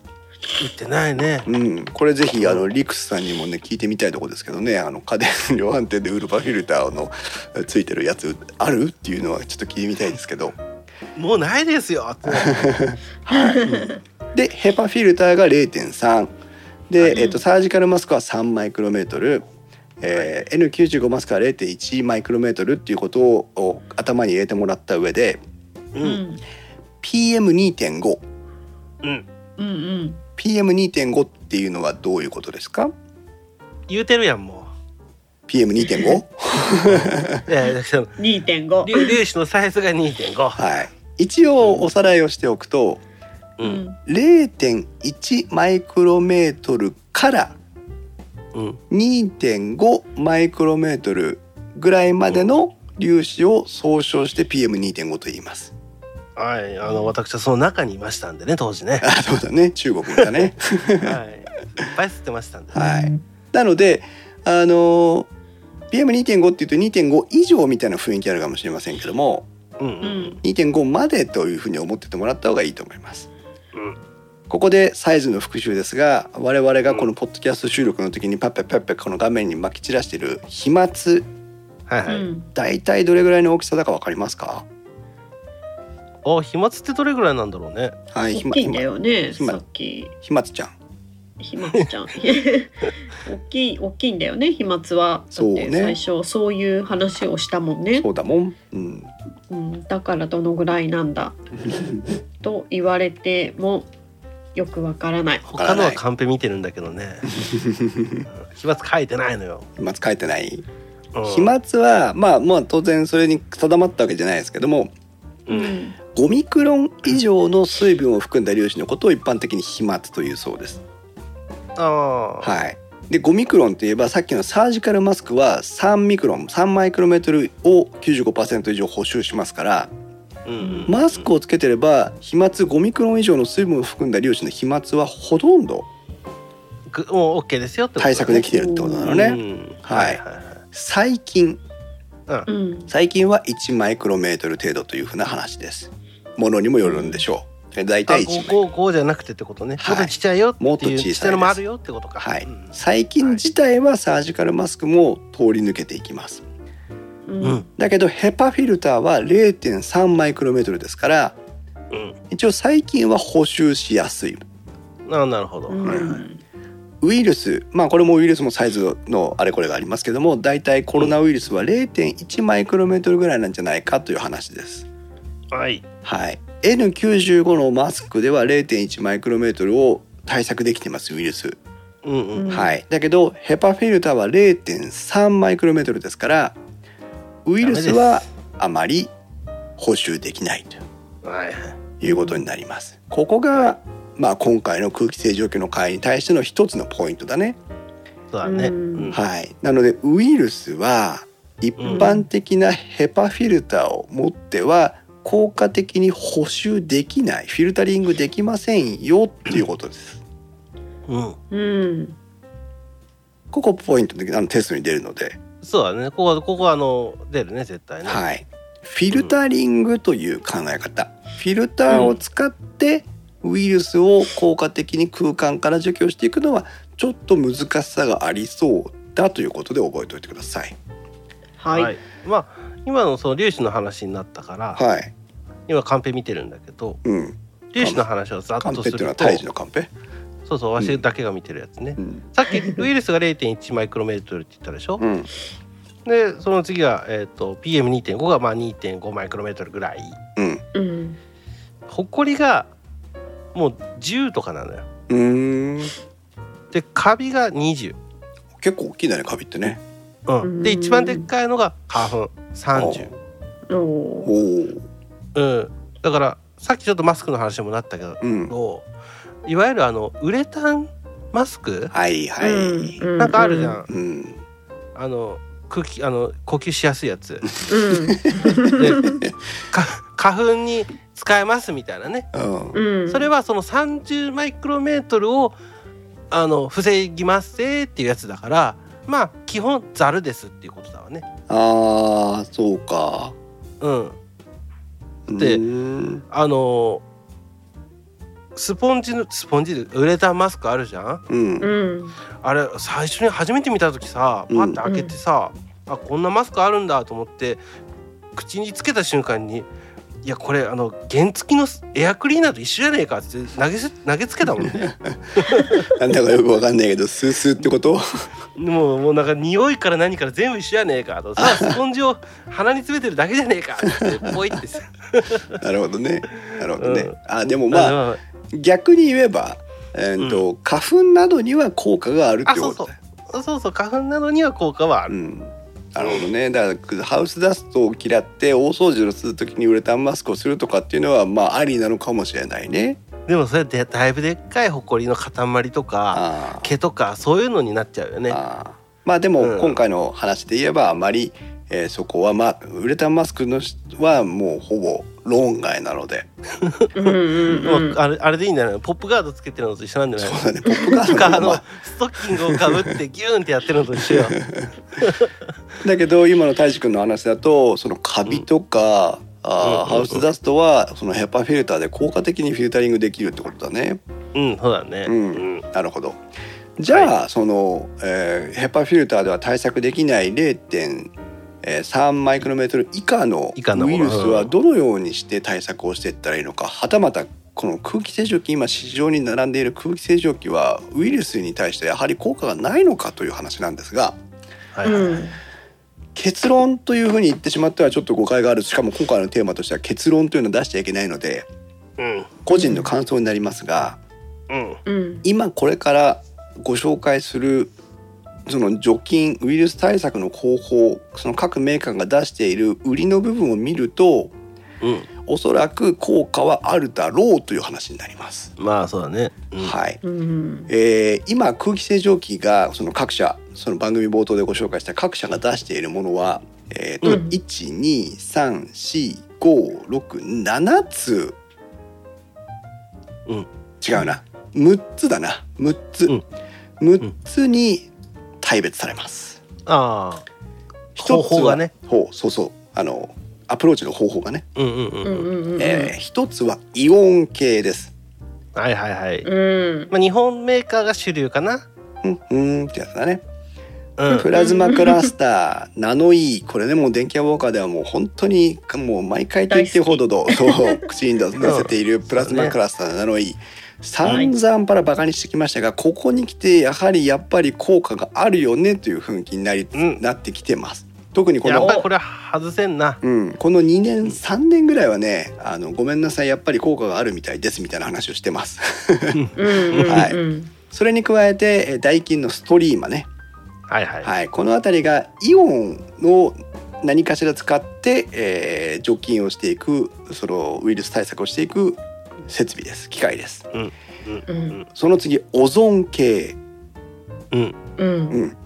B: 言ってないね。
A: うん、これぜひあのリクスさんにもね聞いてみたいところですけどねあの家電量販店でウルパフィルターのついてるやつあるっていうのはちょっと聞いてみたいですけど、
B: もうないですよ。って
A: はい、でヘパフィルターが0.3で、
B: はい
A: えっと、サージカルマスクは3マイクロメートル、えー N95 マスクは0.1マイクロメートルっていうことをお頭に入れてもらった上で
B: う、
C: うんん
A: PM2.5PM2.5
B: うん、
C: うんうん。
A: っていうのはどういうことですか
B: 言うてるやん、も
A: ?PM2.5?
B: う。ええ、その
C: 二点五。
B: 粒粒子のサイズが2.5。
A: はい。一応おさらいをしておくと、
B: う、
C: うんん
A: 0.1マイクロメートルから
B: うん、
A: 2.5マイクロメートルぐらいまでの粒子を総称して PM2.5 と言います。
B: はい、あの、私はその中にいましたんでね、当時ね。
A: あそうだね中国だ ね。
B: はい、いっぱい吸ってましたんで。
A: はい。なのであの PM2.5 って言うと2.5以上みたいな雰囲気あるかもしれませんけども
B: うん、う、
C: うんん
A: 2.5までというふうに思っててもらった方がいいと思います。
B: うん、
A: ここでサイズの復習ですが我々がこのポッドキャスト収録の時にパッパッパッパこの画面にまき散らしてる飛沫
B: はい、
C: う
B: はい。
C: ん。
A: 大体どれぐらいの大きさだかわかりますか
B: お、飛沫ってどれぐらいなんだろうね。
A: はい
C: 大
A: ま
C: きいんだ
A: ひま
C: よね。
A: ひま
C: さっき
A: ひまつちゃん
C: ひまちゃん。 大きい大きいんだよね。飛沫は。だ
A: そう
C: っ
A: ね
C: て最初そういう話をしたもんね。
A: そうだもん、うん、
C: うん。だからどのぐらいな んだと言われてもよくわからない。
B: 他のはカンペ見てるんだけどね。うん飛沫書いてないのよ。
A: 飛沫書いてない
B: うん
A: 飛沫はまあまあ当然それに定まったわけじゃないですけども
B: う、
C: うんん。
A: 5ミクロン以上の水分を含んだ粒子のことを一般的に飛沫というそうです
B: ああ、
A: はいで5ミクロンといえばさっきのサージカルマスクは3ミクロン3マイクロメートルを95%以上補修しますから
B: うん
A: マスクをつけてれば飛沫5ミクロン以上の水分を含んだ粒子の飛沫はほとんど
B: くもうオッケーですよってことだ
A: 対
B: ね
A: 策できてるってことなのね。
B: うん
A: はい
B: はいはい
A: 細菌
C: うん。
A: 細菌は1マイクロメートル程度というふうな話です。ものにもよるんでしょう。だいたい
B: あこう
A: 1マイ
B: こうこうじゃなくてってことね。
A: はい
B: ちょっとちっちゃいよっていう。
A: もっと小さいです
B: ちっちゃいのもあるよってことか。
A: はい
B: うん。
A: 細菌自体はサージカルマスクも通り抜けていきます。
C: う。
B: うんん
A: だけどヘパフィルターは0.3マイクロメートルですから、
B: うん。
A: 一応細菌は補修しやすい。
B: あなるほど。
C: うん
A: はいはウイルスまあこれもウイルスもサイズのあれこれがありますけどもだいたいコロナウイルスは0.1マイクロメートルぐらいなんじゃないかという話です。
B: はい。
A: はい、N95 のマスクでは0.1マイクロメートルを対策できてますウイルス、
B: うんうん。
C: うん
A: はい、だけどヘパフィルターは0.3マイクロメートルですからウイルスはあまり補修できないと
B: はい。
A: いうことになりますここが、まあ、今回の空気清浄機の会に対しての一つのポイントだね、
B: そうだね。
C: う
B: うんん。
A: はい、なのでウイルスは一般的なヘパフィルターを持っては効果的に補修できないフィルタリングできませんよっていうことです。
B: うん。
C: うん。
A: ここポイントであのテストに出るので、
B: そうだね。ここはここはあの出るね絶対ね。
A: はい、フィルタリングという考え方フィルターを使ってウイルスを効果的に空間から除去していくのはちょっと難しさがありそうだということで覚えておいてください。
C: はい。
B: まあ今のその粒子の話になったから、
A: はい、
B: 今カンペ見てるんだけど、
A: うん、
B: 粒子の話をざっ
A: カンペ
B: と
A: って
B: す
A: いうの
B: る
A: は
B: と、
A: 胎児のカンペ、
B: そうそうわしだけが見てるやつね。
A: うん
B: さっきウイルスが0.1マイクロメートルって言ったでしょ。
A: うん、
B: でその次が、えー、と PM2.5 がまあ2.5マイクロメートルぐらい
A: うん
C: うん。
B: ほこりがもう10とかなのよ
A: うーん。
B: でカビが
A: OK
B: 20
A: 結構大きいんだねカビってね
B: うん、で
C: うん
B: 一番でっかいのが花粉30、
C: お
A: お
C: お
A: お
B: うん、だからさっきちょっとマスクの話にもなったけど、
A: うん
B: いわゆるあのウレタンマスク
A: はいはい、
C: ー。う
B: なんかあるじゃん、。
A: うん、
B: あの空気あの呼吸しやすいや つ
C: うん
B: か花粉に使えますみたいなね、
A: うん
C: うん。
B: それはその30マイクロメートルをあの防ぎますぜっていうやつだからまあ基本ざるですっていうことだわね。
A: ああそうか
B: うん、
A: で
B: で
A: うん
B: あのスポンジのスポンジでウレタンマスクあるじゃん
A: う
C: うんん。
B: あれ最初に初めて見た時さパッて開けてさ、あこんなマスクあるんだと思って口につけた瞬間に「いやこれあの原付きのエアクリーナーと一緒じゃねえか」って投げせ投げつけたもんね
A: なんだかよくわかんないけどスースーってこと
B: もうもうなんか匂いから何から全部一緒じゃねえかとさスポンジを鼻に詰めてるだけじゃね えかってポイってさ、
A: なるほどねなるほどね、
B: うん
A: あでもまあ
B: あの
A: 逆に言えばえーっと、花粉などには効果があるっ
B: あ
A: てこ
B: そう
A: と
B: そ
A: だよ
B: うそうそう花粉などには効果はあ
A: う
B: る、
A: んなるほどねだからハウスダストを嫌って大掃除をする時にウレタンマスクをするとかっていうのはまあありなのかもしれないね
B: でもそれでだいぶでっかいホコリの塊とか。
A: あー
B: 毛とかそういうのになっちゃうよね。
A: あーまあで
B: う
A: も
B: ん
A: 今回の話で言えばあまり、えーそこは、まあ、ウレタンマスクのしはもうほぼ論外なので
C: うんうん
B: ま
C: うん。
B: あ、あれあれでいいんじゃないのポップガードつけてるのと一緒なんじゃ
A: そう
B: な
A: だね
B: いの
A: ポップガードの
B: とか
A: ま
B: あの
A: ま
B: ストッキングをかぶってギューンってやってるのと一緒 よ。
A: だけど今の太一くんの話だとそのカビとか、あー
B: うん
A: ハウスダストはそのヘッパーフィルターで効果的にフィルタリングできるってことだね。
B: うんそうだね。
A: う
B: うんん、
A: なるほど。じゃあ、その、えーヘッパーフィルターでは対策できない0.3マイクロメートル以下の
B: 以下の
A: ウイルスは
B: うん
A: どのようにして対策をしていったらいいのか、はたまたこの空気清浄機今市場に並んでいる空気清浄機はウイルスに対してやはり効果がないのかという話なんですが
B: はいはいは
C: う
B: い
C: ん。
A: 結論というふうに言ってしまってはちょっと誤解があるしかも今回のテーマとしては結論というのを出しちゃいけないので
B: うん
A: 個人の感想になりますが。
B: うん
C: うん。
A: 今これからご紹介するその除菌ウイルス対策の方法その各メーカーが出している売りの部分を見ると
B: うん
A: おそらく効果はあるだろうという話になります。
B: まあそうだね。うん
A: はい
C: うん。
A: えー今空気清浄機がその各社その番組冒頭でご紹介した各社が出しているものは、えーと
C: うん
A: 1234567つ、
B: うん
A: 違うな6つだな6つ、
B: うん
A: 6つに大別されます。
B: ああ
A: 一つは
B: 方法がね。
A: ほうそうそうあのアプローチの方法がね、
B: うんうんうん
C: う
B: うんん。
C: うんうん。
A: えー一つはイオン系です。
B: はいはいはい。
C: うん。
B: まあ日本メーカーが主流かな。
A: うんうんってやつだね。
B: うん
A: プラズマクラスター、ナノイー、これね、もう電気屋ウォーカーではもう本当に、もう毎回と言ってほどど、そう、口に出せているプラズマクラスター、ナノイー。散々パラバカにしてきましたが、ここに来て、やはりやっぱり効果があるよねという雰囲気になり、
B: うん
A: なってきてます。特にこ
B: やっ
A: の
B: ぱ、りこれは外せんな。
A: うん、この2年、3年ぐらいはね、あの、ごめんなさい、やっぱり効果があるみたいですみたいな話をしてます。
C: うんうん。
A: はい
C: うん。
A: それに加えて、えダイキンのストリーマね。
B: はいはい。
A: はい、この辺りがイオンを何かしら使って、えー除菌をしていくそのウイルス対策をしていく設備です機械です
B: うん
C: う
B: うんん
A: その次オゾン系
B: うん
C: うん。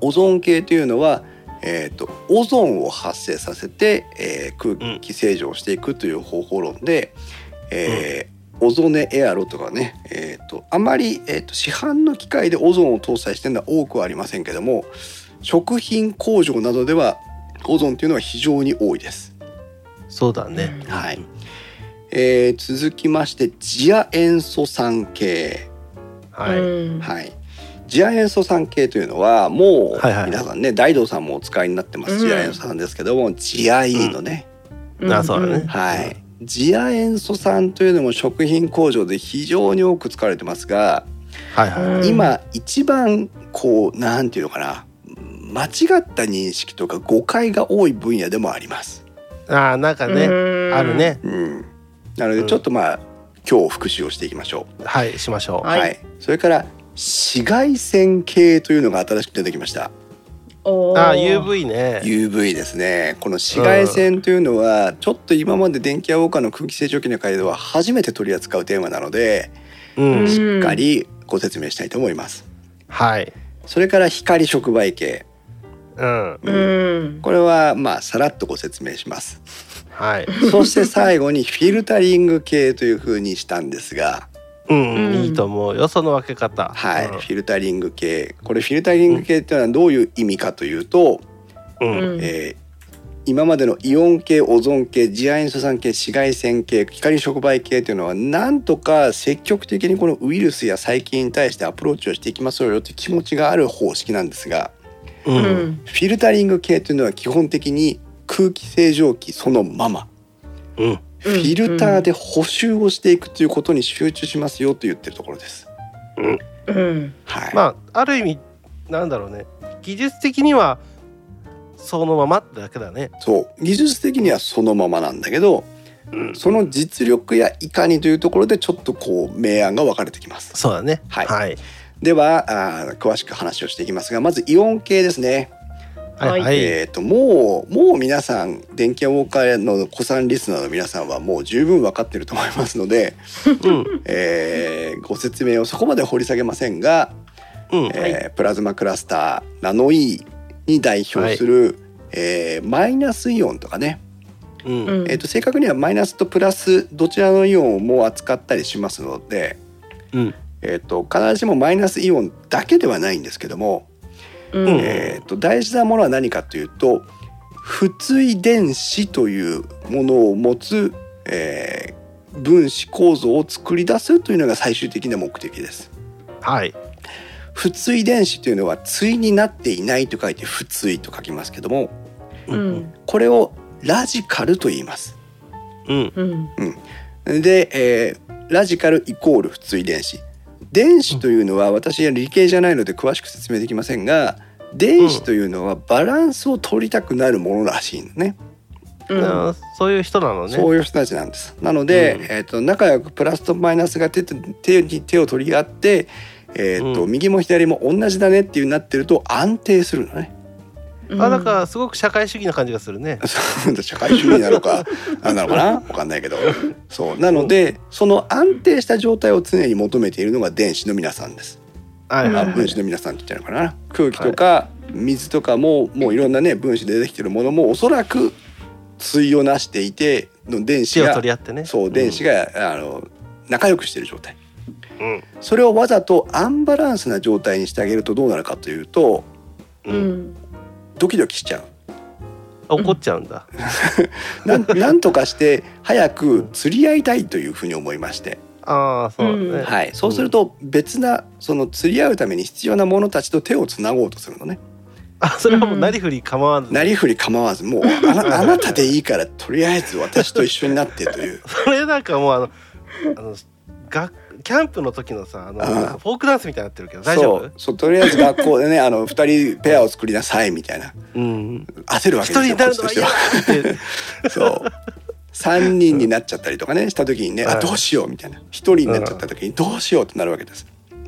A: オゾン系というのは、えー、とオゾンを発生させて、えー空気清浄をしていくという方法論で、えーオゾネエアロとかね、えー、とあまり、えー、と市販の機械でオゾンを搭載してるのは多くはありませんけども食品工場などではオゾンというのは非常に多いです。
B: そうだね。
A: はいえー続きまして次亜塩素酸系。
B: は
C: う
B: い。
C: ん。
A: はい。次亜塩素酸系というのはもう
B: はいはい
A: 皆さんね大道さんもお使いになってま
C: う
A: す
C: ん
A: 次亜塩素酸ですけども次亜 E のね
C: うん
B: あそうだね
A: はい次亜塩素酸というのも食品工場で非常に多く使われてますが
B: はいはいはい。
C: うん
A: 今一番こうなんていうのかな間違った認識とか誤解が多い分野でもあります。
B: ああなんかね、
C: うん
B: あるね。
A: うん、なので
B: うん
A: ちょっとまあ今日復習をしていきましょう。
B: はいしましょう。
C: はい
A: それから紫外線系というのが新しく出てきました
C: おー
B: あ UV ね
A: UV ですねこの紫外線というのはちょっと今まで電気やウォーカーの空気清浄機の回では初めて取り扱うテーマなので
B: うん、
C: うん
A: しっかりご説明したいと思います
B: はい
A: それから光触媒系
B: うん
C: うん
A: これはまあさらっとご説明し ます
B: はい
A: そして最後にフィルタリング系という風にしたんですが
B: うん、
C: うん
B: いいと思うよその分け方
A: はい、フィルタリング系これフィルタリング系っていうのはどういう意味かというと、
B: うんうん
C: うん
A: えー今までのイオン系オゾン系次亜塩素酸系紫外線系光触媒系というのはなんとか積極的にこのウイルスや細菌に対してアプローチをしていきましょうよって気持ちがある方式なんですが
B: う
C: うんん
A: フィルタリング系というのは基本的に空気清浄機そのまま
B: うん
A: フィルターで補修をしていくということに集中しますよと言ってるところです。
C: うん
A: はい、
B: まあある意味なんだろうね技術的にはそのままってだけだね
A: そう技術的にはそのままなんだけど
B: うん
A: その実力やいかにというところでちょっとこう明暗が分かれてきます。
B: そうだね
A: はい
B: はい
A: ではあー詳しく話をしていきますがまずイオン系ですね、
B: はい
C: は
B: はい
A: えっ、ともうもう皆さん電気屋ウォーカーの子さんリスナーの皆さんはもう十分分かってると思いますの で、
B: うん
A: えーご説明をそこまで掘り下げませんが、
B: うん
A: えープラズマクラスターナノイーに代表する、えーマイナスイオンとかね、
B: うん
C: うん
A: えー、と正確にはマイナスとプラスどちらのイオンも扱ったりしますので、
B: うん
A: えー、と必ずしもマイナスイオンだけではないんですけども、
C: うん
B: うん
A: えー、と大事なものは何かというと不対電子というものを持つ、えー分子構造を作り出すというのが最終的な目的です。
B: はい
A: 不対電子というのは対になっていないと書いて不対と書きますけども
C: う
B: うん
C: ん
A: これをラジカルと言います。
B: うん
C: うん
A: で、えーラジカルイコール不対電子電子というのは私は理系じゃないので詳しく説明できませんが電子というのはバランスを取りたくなるものらしいのね、
C: うん
B: うんそういう人なのね
A: そういう人たちなんですなので、
B: うん
A: えー、と仲良くプラスとマイナスが手と手に手を取り合って、えーと
B: うん
A: 右も左も同じだねっていうなってると安定するのね
B: あなんかすごく社会主義な感じがするね
A: 社会主義なの か何なのかなわかんないけどそうなのでその安定した状態を常に求めているのが電子の皆さんです
B: はいは
A: あ
B: い
A: 分子の皆さんって言っちゃうのかな空気とか水とかも、もういろんなね分子でできてるものもおそらく対をなしていての電子
B: 手を
A: が
B: 取り合ってね
A: そう電子が、あの仲良くしてる状態
B: うん
A: それをわざとアンバランスな状態にしてあげるとどうなるかというと
B: う
C: うんん
A: ドキドキしちゃう
B: 怒っちゃうんだ
A: なん なんとかして早く釣り合いたいというふうに思いまして、
B: ああそうだね
A: はい、そうすると別なその釣り合うために必要なものたちと手をつなごうとするのね
B: あそれはもうなりふり構わず
A: なりふり構わずもうあ なあなたでいいからとりあえず私と一緒になってという
B: それなんかもうあのあのがキャンプの時のさあの
A: ああ
B: フォークダンスみたいになってるけ ど大丈
A: そ
B: 夫
A: うそうとりあえず学校でねあの2人ペアを作りなさいみたいな
B: うん
A: 焦るわ
B: 一
A: け
B: 人
A: ですよ
B: に
A: こっち
B: なるの
A: と
B: は
A: して
B: 嫌だ
A: は。
B: って
A: そう3人になっちゃったりとかねした時にね、
B: はい
A: あどうしようみたいな1人になっちゃった時にどうしようってなるわけです。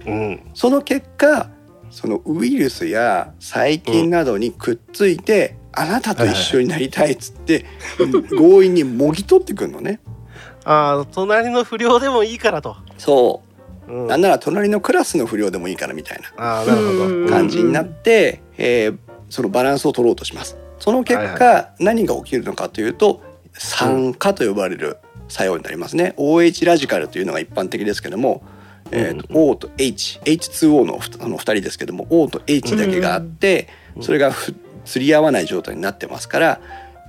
B: うん
A: その結果そのウイルスや細菌などにくっついて、あなたと一緒になりたいっつって、強引にもぎ取ってくるのね。
B: ああ隣の不良でもいいからと、、
A: そううんなんなら隣のクラスの不良でもいいからみたいな。
B: ああなるほど、
C: うん
A: 感じになって、えーそのバランスを取ろうとします。その結果、
B: はい
A: 何が起きるのかというと酸化と呼ばれる作用になりますね。OH ラジカルというのが一般的ですけども、えーと O と H、H2O のふあの2人ですけども O と H だけがあって、
B: うん
A: それがふ釣り合わない状態になってますから、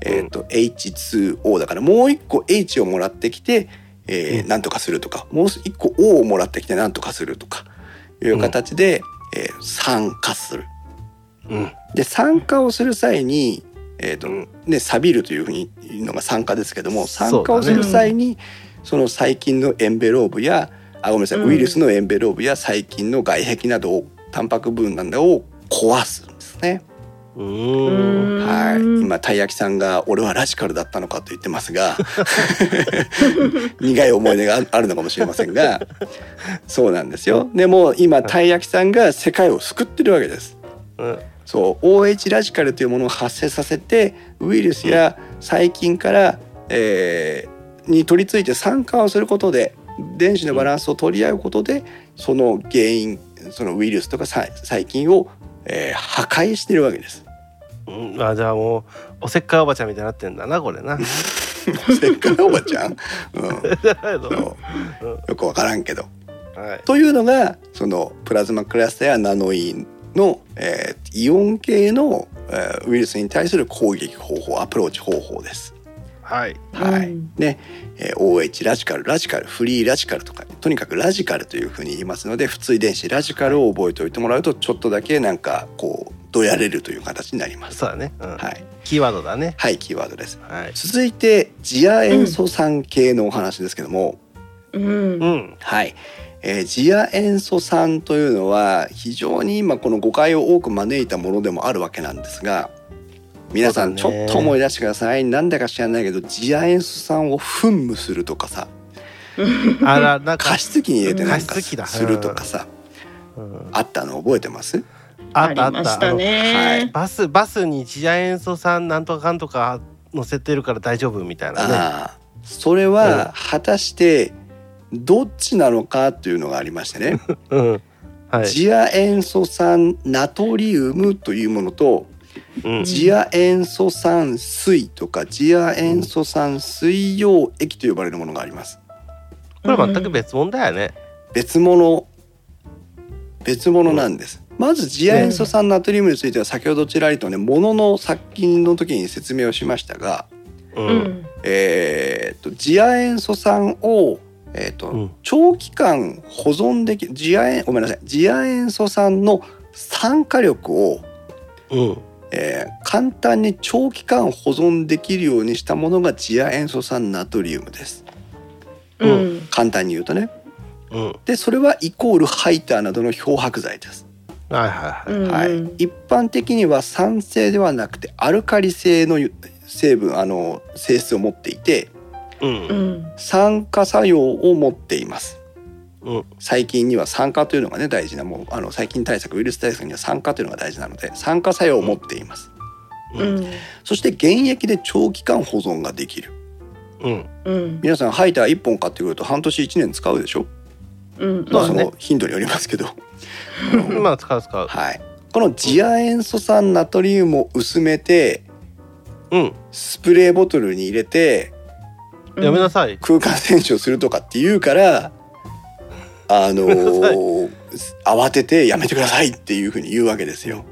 A: えーと H2O だからもう一個 H をもらってきて、えー
B: うん
A: なんとかするとかもう一個 O をもらってきてなんとかするとかいう形で、えー酸化する。
B: うん
A: で酸化をする際に、えーと
B: うん
A: ね、錆びるというふうに言うのが酸化ですけども
B: そうだね
A: 酸化をする際にその細菌のエンベローブやあごめんなさい、
C: うん
A: ウイルスのエンベローブや細菌の外壁などをタンパク分なんだを壊すんですね。
B: う
C: う
B: ーん
C: ーん
A: はい、今たい焼きさんが「俺はラジカルだったのか」と言ってますが 苦い思い出がああるのかもしれませんがそうなんですよでも今たい焼きさんが世界を救ってるわけです
B: うん
A: そう OH ラジカルというものを発生させてウイルスや細菌から、えーに取り付いて酸化をすることで電子のバランスを取り合うことでその原因そのウイルスとかさ細菌を、えー破壊してるわけです。
B: うんまあじゃあもうおせっかいおばちゃんみたいになってんだなこれな。
A: せっかくおばちゃん、うん、
B: は
A: そうよくわからんけど。
B: い。
A: というのがそのプラズマクラスターやナノインの、えーイオン系の、えーウイルスに対する攻撃方法アプローチ方法です。
B: はい。
A: はい
C: うん
A: ねえー OH ラジカルラジカルフリーラジカルとかとにかくラジカルというふうに言いますので不対電子ラジカルを覚えておいてもらうとちょっとだけなんかこうどやれるという形になります。
B: そうだね。う
A: は
B: ん
A: い、
B: キーワードだね。
A: はい、キーワードです
B: はい。
A: 続いて次亜塩素酸系のお話ですけども、
C: うん
B: うん。
A: はい、えー次亜塩素酸というのは非常に今この誤解を多く招いたものでもあるわけなんですが皆さんち
B: そ
A: ょ
B: うだね
A: っと思い出してください、なんだか知らないけど次亜塩素酸を噴霧するとかさ
B: あらなんか
A: 加、湿器に入れてなんか
B: 加湿器だ
A: するとかさ
B: うん
A: あったの覚えてます
B: あ
C: あ
B: ったあ
C: り
B: っ
C: ま
B: た。
C: した
A: はい
B: あの
C: ね。
B: バスバスに次亜塩素酸なんとかかんとか乗せてるから大丈夫みたいなね。
A: ああそれは果たしてどっちなのかというのがありましてね、
B: うん。 はい。
A: 次亜塩素酸ナトリウムというものと
B: うん。
A: 次亜塩素酸水とか次亜塩素酸水溶液と呼ばれるものがあります
B: これ全く別物だよね。
A: 別物別物なんです、まず次亜塩素酸ナトリウムについては先ほどちらりとねものの殺菌の時に説明をしましたが、
B: う。
C: うんん
A: えーっと次亜塩素酸を、えーっと
B: うん
A: 長期間保存できる次亜塩ごめんなさい次亜塩素酸の酸化力を
B: うん。
A: えー簡単に長期間保存できるようにしたものが次亜塩素酸ナトリウムです
C: う
B: うん
C: ん
A: 簡単に言うとね
B: うん。はい
A: でそれはイコールハイターなどの漂白剤です、
B: はいはい。
C: うん
A: はい
C: うん、
A: 一般的には酸性ではなくてアルカリ性の成分あの性質を持っていて
B: う。
C: うんん
A: 酸化作用を持っています
B: うん。
A: 細菌には酸化というのがね大事なもうあの細菌対策ウイルス対策には酸化というのが大事なので酸化作用を持っています
C: うん
A: そして原液で長期間保存ができる
B: うん。
C: うん
A: 皆さんハイター1本買ってくると半年1年使うでしょ、
C: うん
A: まあ
B: う
A: そ
B: ね
A: の頻度によりますけど、
B: まあ使う使う。
A: はい、この次亜塩素酸ナトリウムを薄めて
B: うん。
A: スプレーボトルに入れて
C: うん
B: やめなさい。
A: 空間洗浄するとかって言う からあのー慌ててやめてくださいっていうふうに言うわけですよ。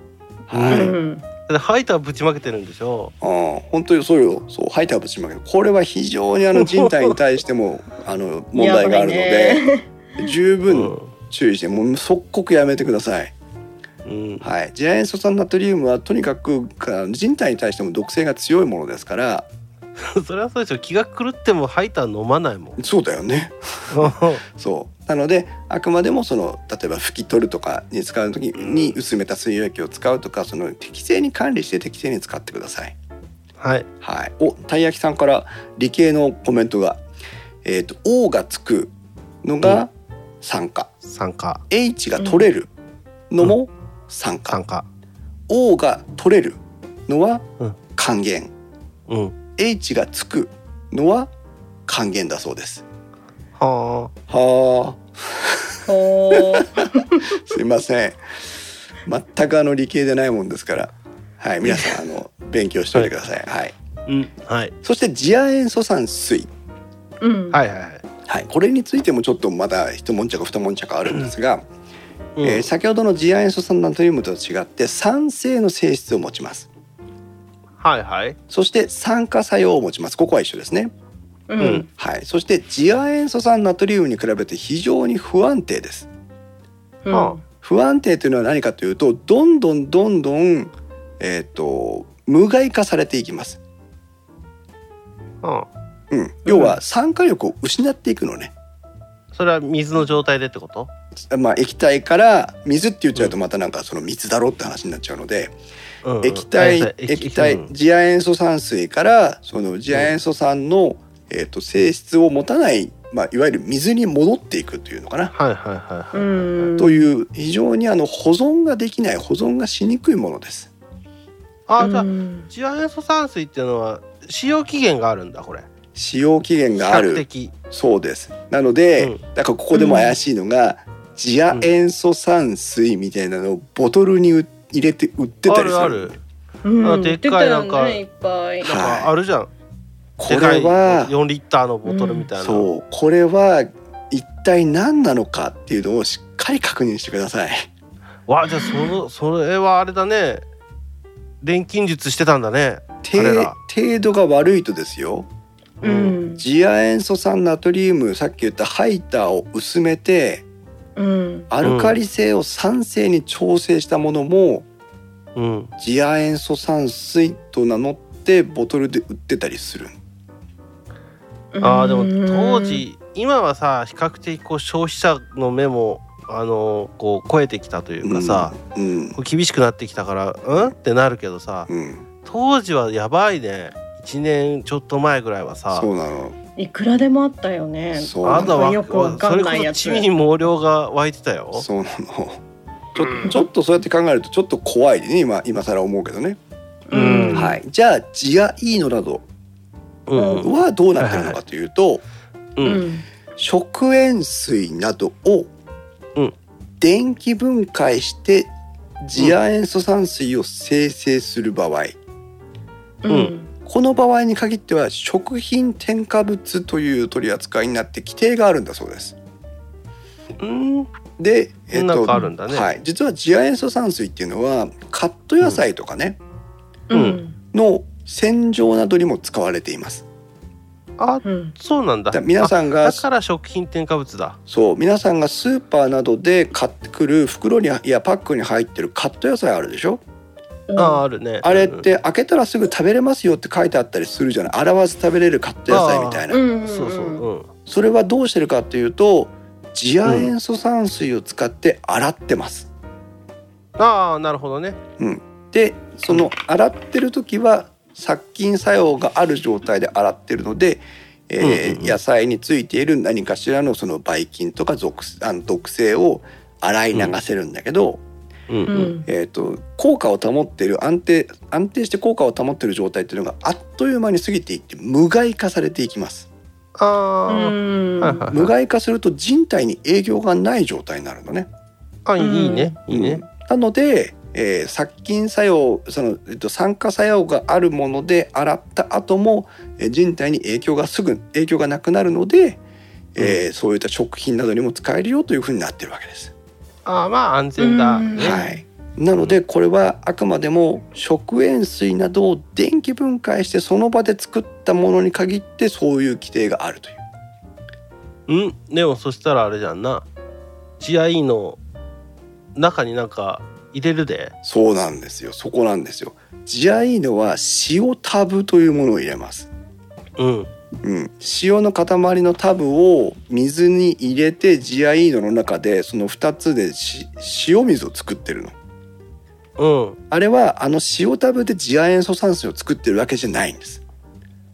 A: は
B: う
A: い、
B: ん
C: うん
B: でハイターぶちまけてるんでしょ。
A: あ本当にそうよそうハイターぶちまけどこれは非常にあの人体に対してもあの問題があるの
C: やば
A: で、十
B: う
A: 分。注意してもう即刻やめてください。
B: うん。
A: はい、次亜塩素酸ナトリウムはとにかくあの人体に対しても毒性が強いものですから
B: それはそうでしょ。気が狂ってもハイター飲まないもん。
A: そうだよねそうなのであくまでもその例えば拭き取るとかに使う時に薄めた水溶液を使うとかその適正に管理して適正に使ってください。
B: はい。
A: はい、おたい焼きさんから理系のコメントが「えー、と O」がつくのが酸化、
B: 酸化。
A: H が取れるのも酸化、
B: 酸化。
A: O が取れるのは
B: うん
A: 還元。
B: うん。
A: H がつくのは還元だそうです。
B: は
A: はあ、
C: ほー
A: すいません。全くあの理系でないもんですから、はい、皆さんあ の勉強しておいてください。はい。
B: あ。うん。はい。
A: そして次亜塩素酸水。
C: うん
B: はいはいはい。
A: はい、これについてもちょっとまだ一悶着二悶着あるんですが、
B: うん
A: えー先ほどの次亜塩素酸ナトリウムと違って酸性の性質を持ちます
B: はいはい。
A: そして酸化作用を持ちますここは一緒ですね、
C: うん
A: はい、そして次亜塩素酸ナトリウムに比べて非常に不安定です
C: うん
B: は
A: 不安定というのは何かというとどんどんどんどん、えー、と無害化されていきます、
B: うん。
A: うん、要は酸化力を失っていくのね、
B: それは水の状態でってこと？
A: まあ、液体から水って言っちゃうとまたなんかその水だろって話になっちゃうので、
B: うん
A: 液体、
B: あそう
A: 液体、
B: うん
A: 次亜塩素酸水からその次亜塩素酸の、えー、と性質を持たない、まあ、いわゆる水に戻っていくというのかな、
B: はいはいはいはい。
C: うん
A: という非常にあの保存ができない保存がしにくいものです。
B: あじゃあ
C: うん
B: 次亜塩素酸水っていうのは使用期限があるんだこれ。
A: 使用期限
B: 比
A: があ
B: 較
A: る
B: 的。
A: そうですなので、
B: うん
A: だからここでも怪しいのが、次亜塩素酸水みたいなのをボトルにう入れて売ってた
B: あ
A: りする
B: るある。
C: う
B: あでっかいなんか
C: 出てたよねいっぱい
B: なんかあるじゃん。
A: こ
B: で
A: れ
B: かい
A: は
B: 4リッターのボトルみたいな。
A: そうこれは一体何なのかっていうのをしっかり確認してください。
B: わじゃあそのそれはあれだね。錬金術してたんだね。
A: て
B: 彼ら
A: 程度が悪いとですよ
C: うん
A: 次亜塩素酸ナトリウムさっき言ったハイターを薄めて
C: うん
A: アルカリ性を酸性に調整したものも、
B: うん。
A: 次亜塩素酸水と名乗ってボトルで売ってたりする
B: あーで
C: うん
B: も当時今はさ比較的こう消費者の目もあのこう超えてきたというかさ、
A: うん
B: こう厳しくなってきたからうんってなるけどさ
A: うん、
B: 当時はやばいね1年ちょっと前ぐらいはさ
A: そうなの
C: いくらでもあったよね
A: そう
B: あ
A: な
B: なた
A: の
B: は
C: よくわかんないやつ
B: それこそ地味に毛量が湧いてたよ
A: そうなのちょちょっとそうやって考えるとちょっと怖いね今今更思うけどね、
B: うん
A: はいじゃあ次亜イーノなど
B: うんうん
A: はどうなってるのかというと、
B: う
C: うんん
A: 食塩水などを
B: うん
A: 電気分解して次亜塩素酸水を生成する場合、
C: う
B: うん
A: この場合に限っては食品添加物という取り扱いになって規定があるんだそうです。
B: うん
A: で、
B: そんなのがあるんだね
A: はい、実は次亜塩素酸水っていうのはカット野菜とかね、
B: う
C: うんん
A: の洗浄などにも使われています。
B: あ
C: うん
B: そうなんだ
A: だから皆
B: ん
A: さんが
B: だから食品添加物だ
A: そう皆さんがスーパーなどで買ってくる袋にいやパックに入ってるカット野菜あるでしょ
B: あああるね
A: あれって開けたらすぐ食べれますよって書いてあったりするじゃない洗わず食べれるカット野菜みたいな、
C: うん
B: うんそうそううん
A: それはどうしてるかっていうと次亜塩素酸水を使って洗ってます、
B: ああなるほどね
A: でその洗ってる時は殺菌作用がある状態で洗ってるので、えー
B: うんうんうん
A: 野菜についている何かしらのそのばい菌とか属あの毒性を洗い流せるんだけど、
B: うんう
C: う
B: ん
C: ん
A: えー、と効果を保っている安定安定して効果を保っている状態っていうのがあっという間に過ぎていって無害化されていきます
B: ああ
C: うん
B: はいはい
A: 無害化すると人体に影響がない状態になるのね。
B: あいいねいいね
A: うんなので、えー殺菌作用その、えっと、酸化作用があるもので洗った後も、えー人体に影響がすぐ影響がなくなるので、えーそういった食品などにも使えるよというふうになってるわけです。
B: ああまあ安全だね
C: うん
A: はい。なのでこれはあくまでも食塩水などを電気分解してその場で作ったものに限ってそういう規定があるという。
B: うんでもそしたらあれじゃんな試合の中になんか入れるで
A: そうなんですよ。そこなんですよ。ジアイーノは塩タブというものを入れます。
B: うん
A: うん、塩の塊のタブを水に入れてジアイーノの中でその2つでし塩水を作ってるの。
B: うん
A: あれはあの塩タブで次亜塩素酸水を作ってるわけじゃないんです。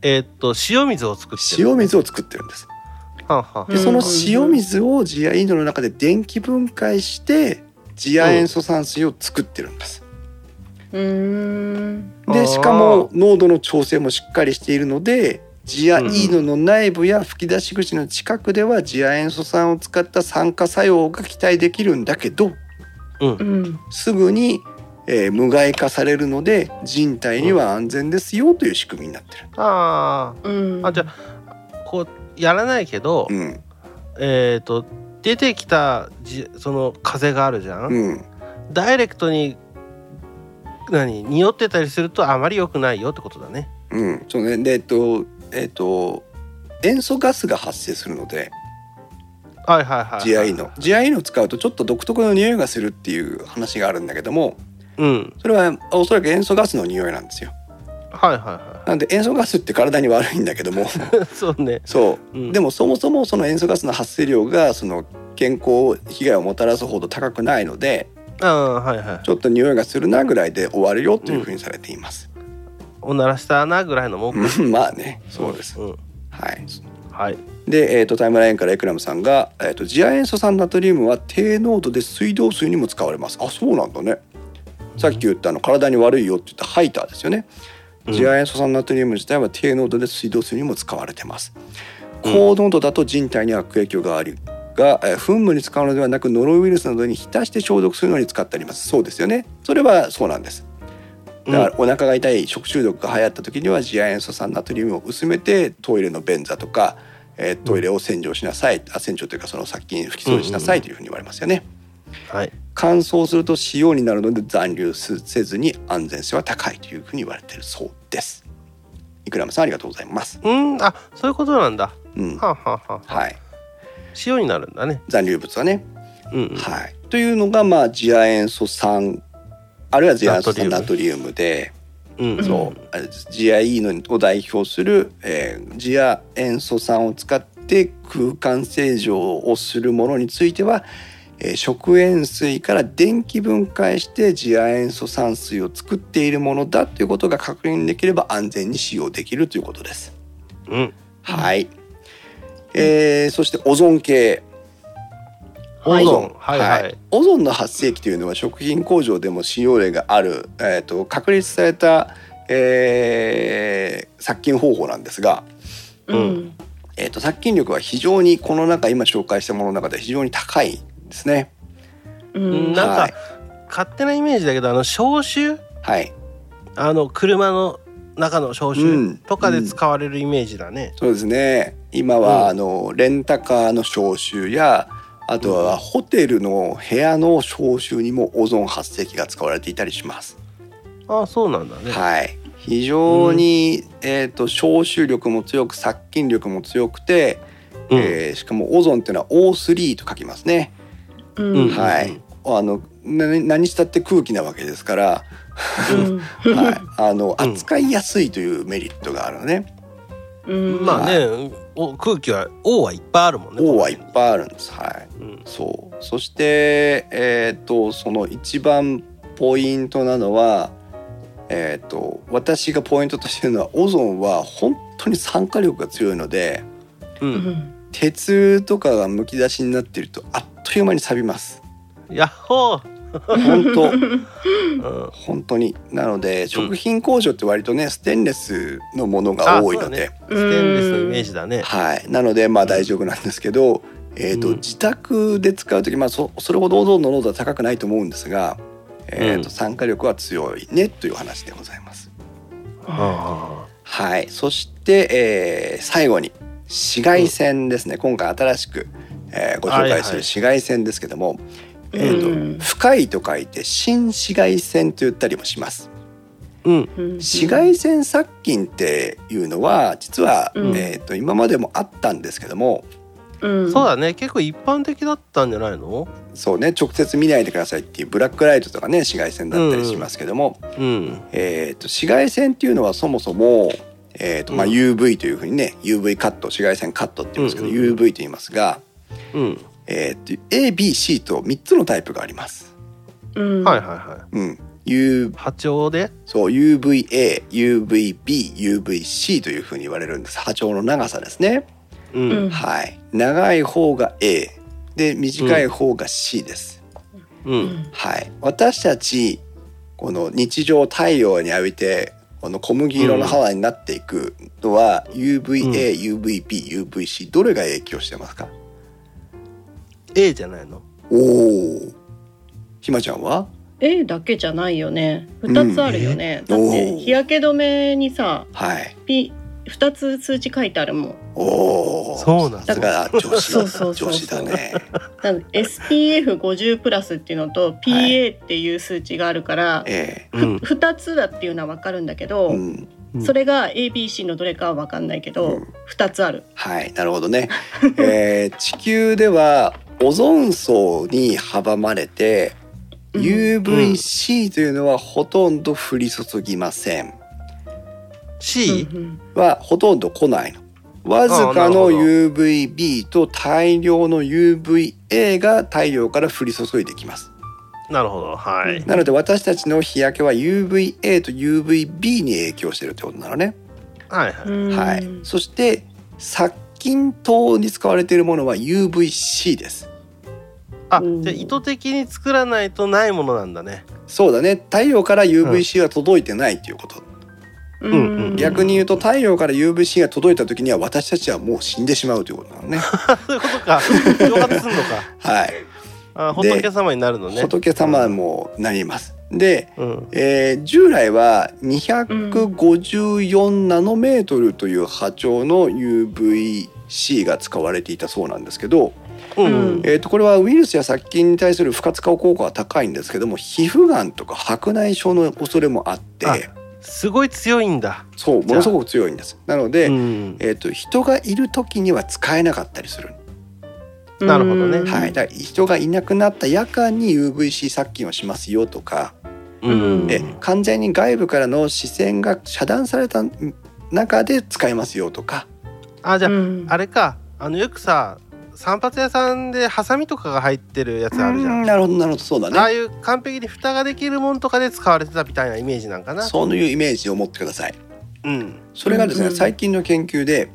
B: えーっと塩水を作ってる
A: 塩水を作ってるんです。
B: はんはん
A: でその塩水を次亜インドの中で電気分解して次亜塩素酸水を作ってるんです。
C: うん
B: うん
A: でしかも濃度の調整もしっかりしているので次亜インドの内部や吹き出し口の近くでは次亜塩素酸を使った酸化作用が期待できるんだけど
C: うん
A: すぐに、えー無害化されるので人体には安全ですよという仕組みになってる。
B: あ
C: うん
B: ーあじゃあこうやらないけど、
A: うん
B: えーっと出てきたじその風があるじゃん、
A: うん、
B: ダイレクトに何匂ってたりするとあまり良くないよってことだね
A: うん、そうねでえっとえっと塩素ガスが発生するので
B: はいはいはい
A: 地合いの地合いのを使うとちょっと独特の匂いがするっていう話があるんだけども
B: うん
A: それはおそらく塩素ガスの匂いなんですよ
B: はいはいは
A: なんで塩素ガスって体に悪いんだけど も
B: いそうね、、
A: そううんでもそもそもその塩素ガスの発生量がその健康被害をもたらすほど高くないので
B: ああはいはい
A: ちょっと匂いがするなぐらいで終わるよというふうにされています、
B: おならしたなぐらいの文句
A: うん まあねそうです、
B: うん、
A: はい
B: はい
A: で、えー、とタイムラインからエクラムさんが、えー、と次亜塩素酸ナトリウムは低濃度で水道水にも使われますあそうなんだねさっき言ったあの体に悪いよって言ったハイターですよね
B: うん
A: 次亜塩素酸ナトリウム自体は低濃度で水道水にも使われてます高濃度だと人体に悪影響があるが、えー噴霧に使うのではなくノロウイルスなどに浸して消毒するのに使ってありますそうですよねそれはそうなんですだからお腹が痛い食中毒が流行った時には次亜塩素酸ナトリウムを薄めてトイレの便座とか、えートイレを洗浄しなさい、あ洗浄というかその殺菌拭き掃除しなさいというふうに言われますよね、
B: はい
A: 乾燥すると塩になるので残留せずに安全性は高いというふうに言われているそうですイクラムさんありがとうございます、
B: うんあそういうことなんだ
A: うん、
B: はあ、はあはあ、
A: はい
B: 塩になるんだね
A: 残留物はね
B: うんうん
A: はい、というのがまあ次亜塩素酸あるいは次亜塩素酸ナ
B: ナ
A: トリウムで
B: うん
A: そうあれです次亜 E のを代表する、えー次亜塩素酸を使って空間清浄をするものについては、えー食塩水から電気分解して次亜塩素酸水を作っているものだということが確認できれば安全に使用できるということです。
B: うん
A: はい、えーそしてオゾン系
B: オ
C: い
B: ゾンはいはい、
A: オゾンの発生器というのは食品工場でも使用例がある、えー、と確立された、えー殺菌方法なんですが、
B: う
C: うんん
A: えー、と殺菌力は非常にこの中今紹介したものの中で非常に高いですね。
C: う
B: うん
C: ん
B: なんか、
A: はい
B: 勝手なイメージだけどあの消臭
A: はい、
B: あの車の中の消
A: うん
B: 臭とかで使われるイメージだね、
A: そうですね今
B: う
A: は
B: ん
A: あのレンタカーの消臭やあとはホテルの部屋の消臭にもオゾン発生器が使われていたりします。
B: ああそうなんだね、
A: はい、非常に、えー、と消臭力も強く殺菌力も強くて、
B: うん
A: えーしかもオゾンっていうのは O3 と書きますね。
C: うん
B: うん
A: はい、あのな何したって空気なわけですから、
C: うん
A: はい、あの
B: うん
A: 扱いやすいというメリットがあるのね。
C: うん
B: まあねお空気は O はいっぱいあるもんね
A: O はいっ
B: い、
A: ぱいあるんです。はい、
B: うん
A: そう。そしてえっ、とその一番ポイントなのは。えー、と私がポイントとしてるのはオゾンは本当に酸化力が強いので、
B: う、
C: うんん
A: 鉄とかがむき出しになってるとあっという間に錆び ます
B: やっほー、
A: 本当
B: うん、
A: 本当になので食品工場って割とねステンレスのものが多いので、
B: ステンレスのイメージだね
A: はいなのでまあ大丈夫なんですけど、えーと
B: うん
A: 自宅で使う時、まあ、そそれほどオゾンの濃度は高くないと思うんですが、えー
B: う
A: と
B: ん
A: 酸化力は強いねという話でございます。
B: あ
A: はい、そして、えー最後に紫外線ですね、今回新しく、えーご紹介する紫外線ですけども、
C: うん
A: えーと
C: うん
A: 深いと書いて新紫外線と言ったりもします
B: ーうん
A: 紫外線殺菌っていうのは実は、
C: うん
A: えー、と今までもあったんですけども
C: うん
B: そうだね結構一般的だったんじゃないの
A: そうね直接見ないでくださいっていうブラックライトとかね紫外線だったりしますけども、
B: うん
A: えー、と紫外線っていうのはそもそも、えーとまあ、
B: うん
A: UV というふうにね UV カット紫外線カットって言いますけど、
B: うんうん
A: UV と言いますが、
B: うん
A: えー、と ABC と3つのタイプがあります。
C: うん
B: はいはいはい
A: うん、U
B: 波長で
A: そう UVA、UVB、UVC というふうに言われるんです波長の長さですね。
B: うん、
C: うん
A: はい、長い方が A で短い方が C です。
B: う
C: うんん
A: はい、私たちこの日常太陽に浴びてこの小麦色の肌になっていくのは UVA、UVB、UVC どれが影響してますか？
B: A じゃないの
A: おお、ひまちゃんは？
C: A だけじゃないよね二つあるよね、
A: うん
C: だって
A: おー
C: 日焼け止めにさ
A: はい。
C: P 二つ数値書いてあるもん
A: おお、
B: そうなんだ
A: さすが女子
C: そうそうそうそう
A: 女子だね。
C: なので SPF50 プラスっていうのと PA っていう数値があるから、
A: え
B: う
C: ふ
B: ん
C: 二2つだっていうのは分かるんだけど、
A: え、うん、
B: うん
C: それが ABC のどれかは分かんないけ
A: う
C: ど、
A: ん
C: 二2つある。
A: はい、なるほどね。えー、地球ではオゾン層に阻まれて。
C: うん
A: UVC というのはほとんど降り注ぎません。
B: C
C: うんうん
A: はほとんど来ないの。わずかの
B: あーな
A: UVB と大量の UVA が太陽から降り注いできます。
B: なるほどはい、
A: なので私たちの日焼けは UVA と UVB に影響してるってことなのね。
B: はいはい、
A: は、
C: はい
A: そして殺菌等に使われているものは UVC です。
B: あ
C: うん
B: じゃあ意図的に作らないとないものなんだ ね
A: そうだね太陽から UVC は届いてないっていうこと、
B: うんうん
A: 逆に言うと太陽から UVC が届いた時には私たちはもう死んでしまうということなのね
B: そういうことか蒸発すんのか
A: はい、
B: あ仏様になるのね
A: 仏様もなりますで、
B: うん
A: えー従来は254ナノメートルという波長の UVC が使われていたそうなんですけど、
B: うん
C: うん
A: えー、とこれはウイルスや殺菌に対する不活化効果は高いんですけども皮膚がんとか白内障の恐れもあって
B: あすごい強いんだ
A: そうものすごく強いんですなので、
B: うん
A: えー、と人がいる時には使えなかったりする、
B: なるほどねうん
A: はい、だから人がいなくなった夜間に UVC 殺菌をしますよとか、
B: うん
A: え完全に外部からの視線が遮断された中で使えますよとか
B: あじゃあ、
C: うん
B: あれかあのよくさ散髪屋さんでハサミとかが入ってるやつあるじゃん
A: なるほどなるほどそうだ
B: ああ
A: ね
B: いう完璧に蓋ができるものとかで使われてたみたいなイメージなんかな。
A: そういうイメージを持ってください
B: うん。
A: それがですね、
C: うんうん
A: 最近の研究で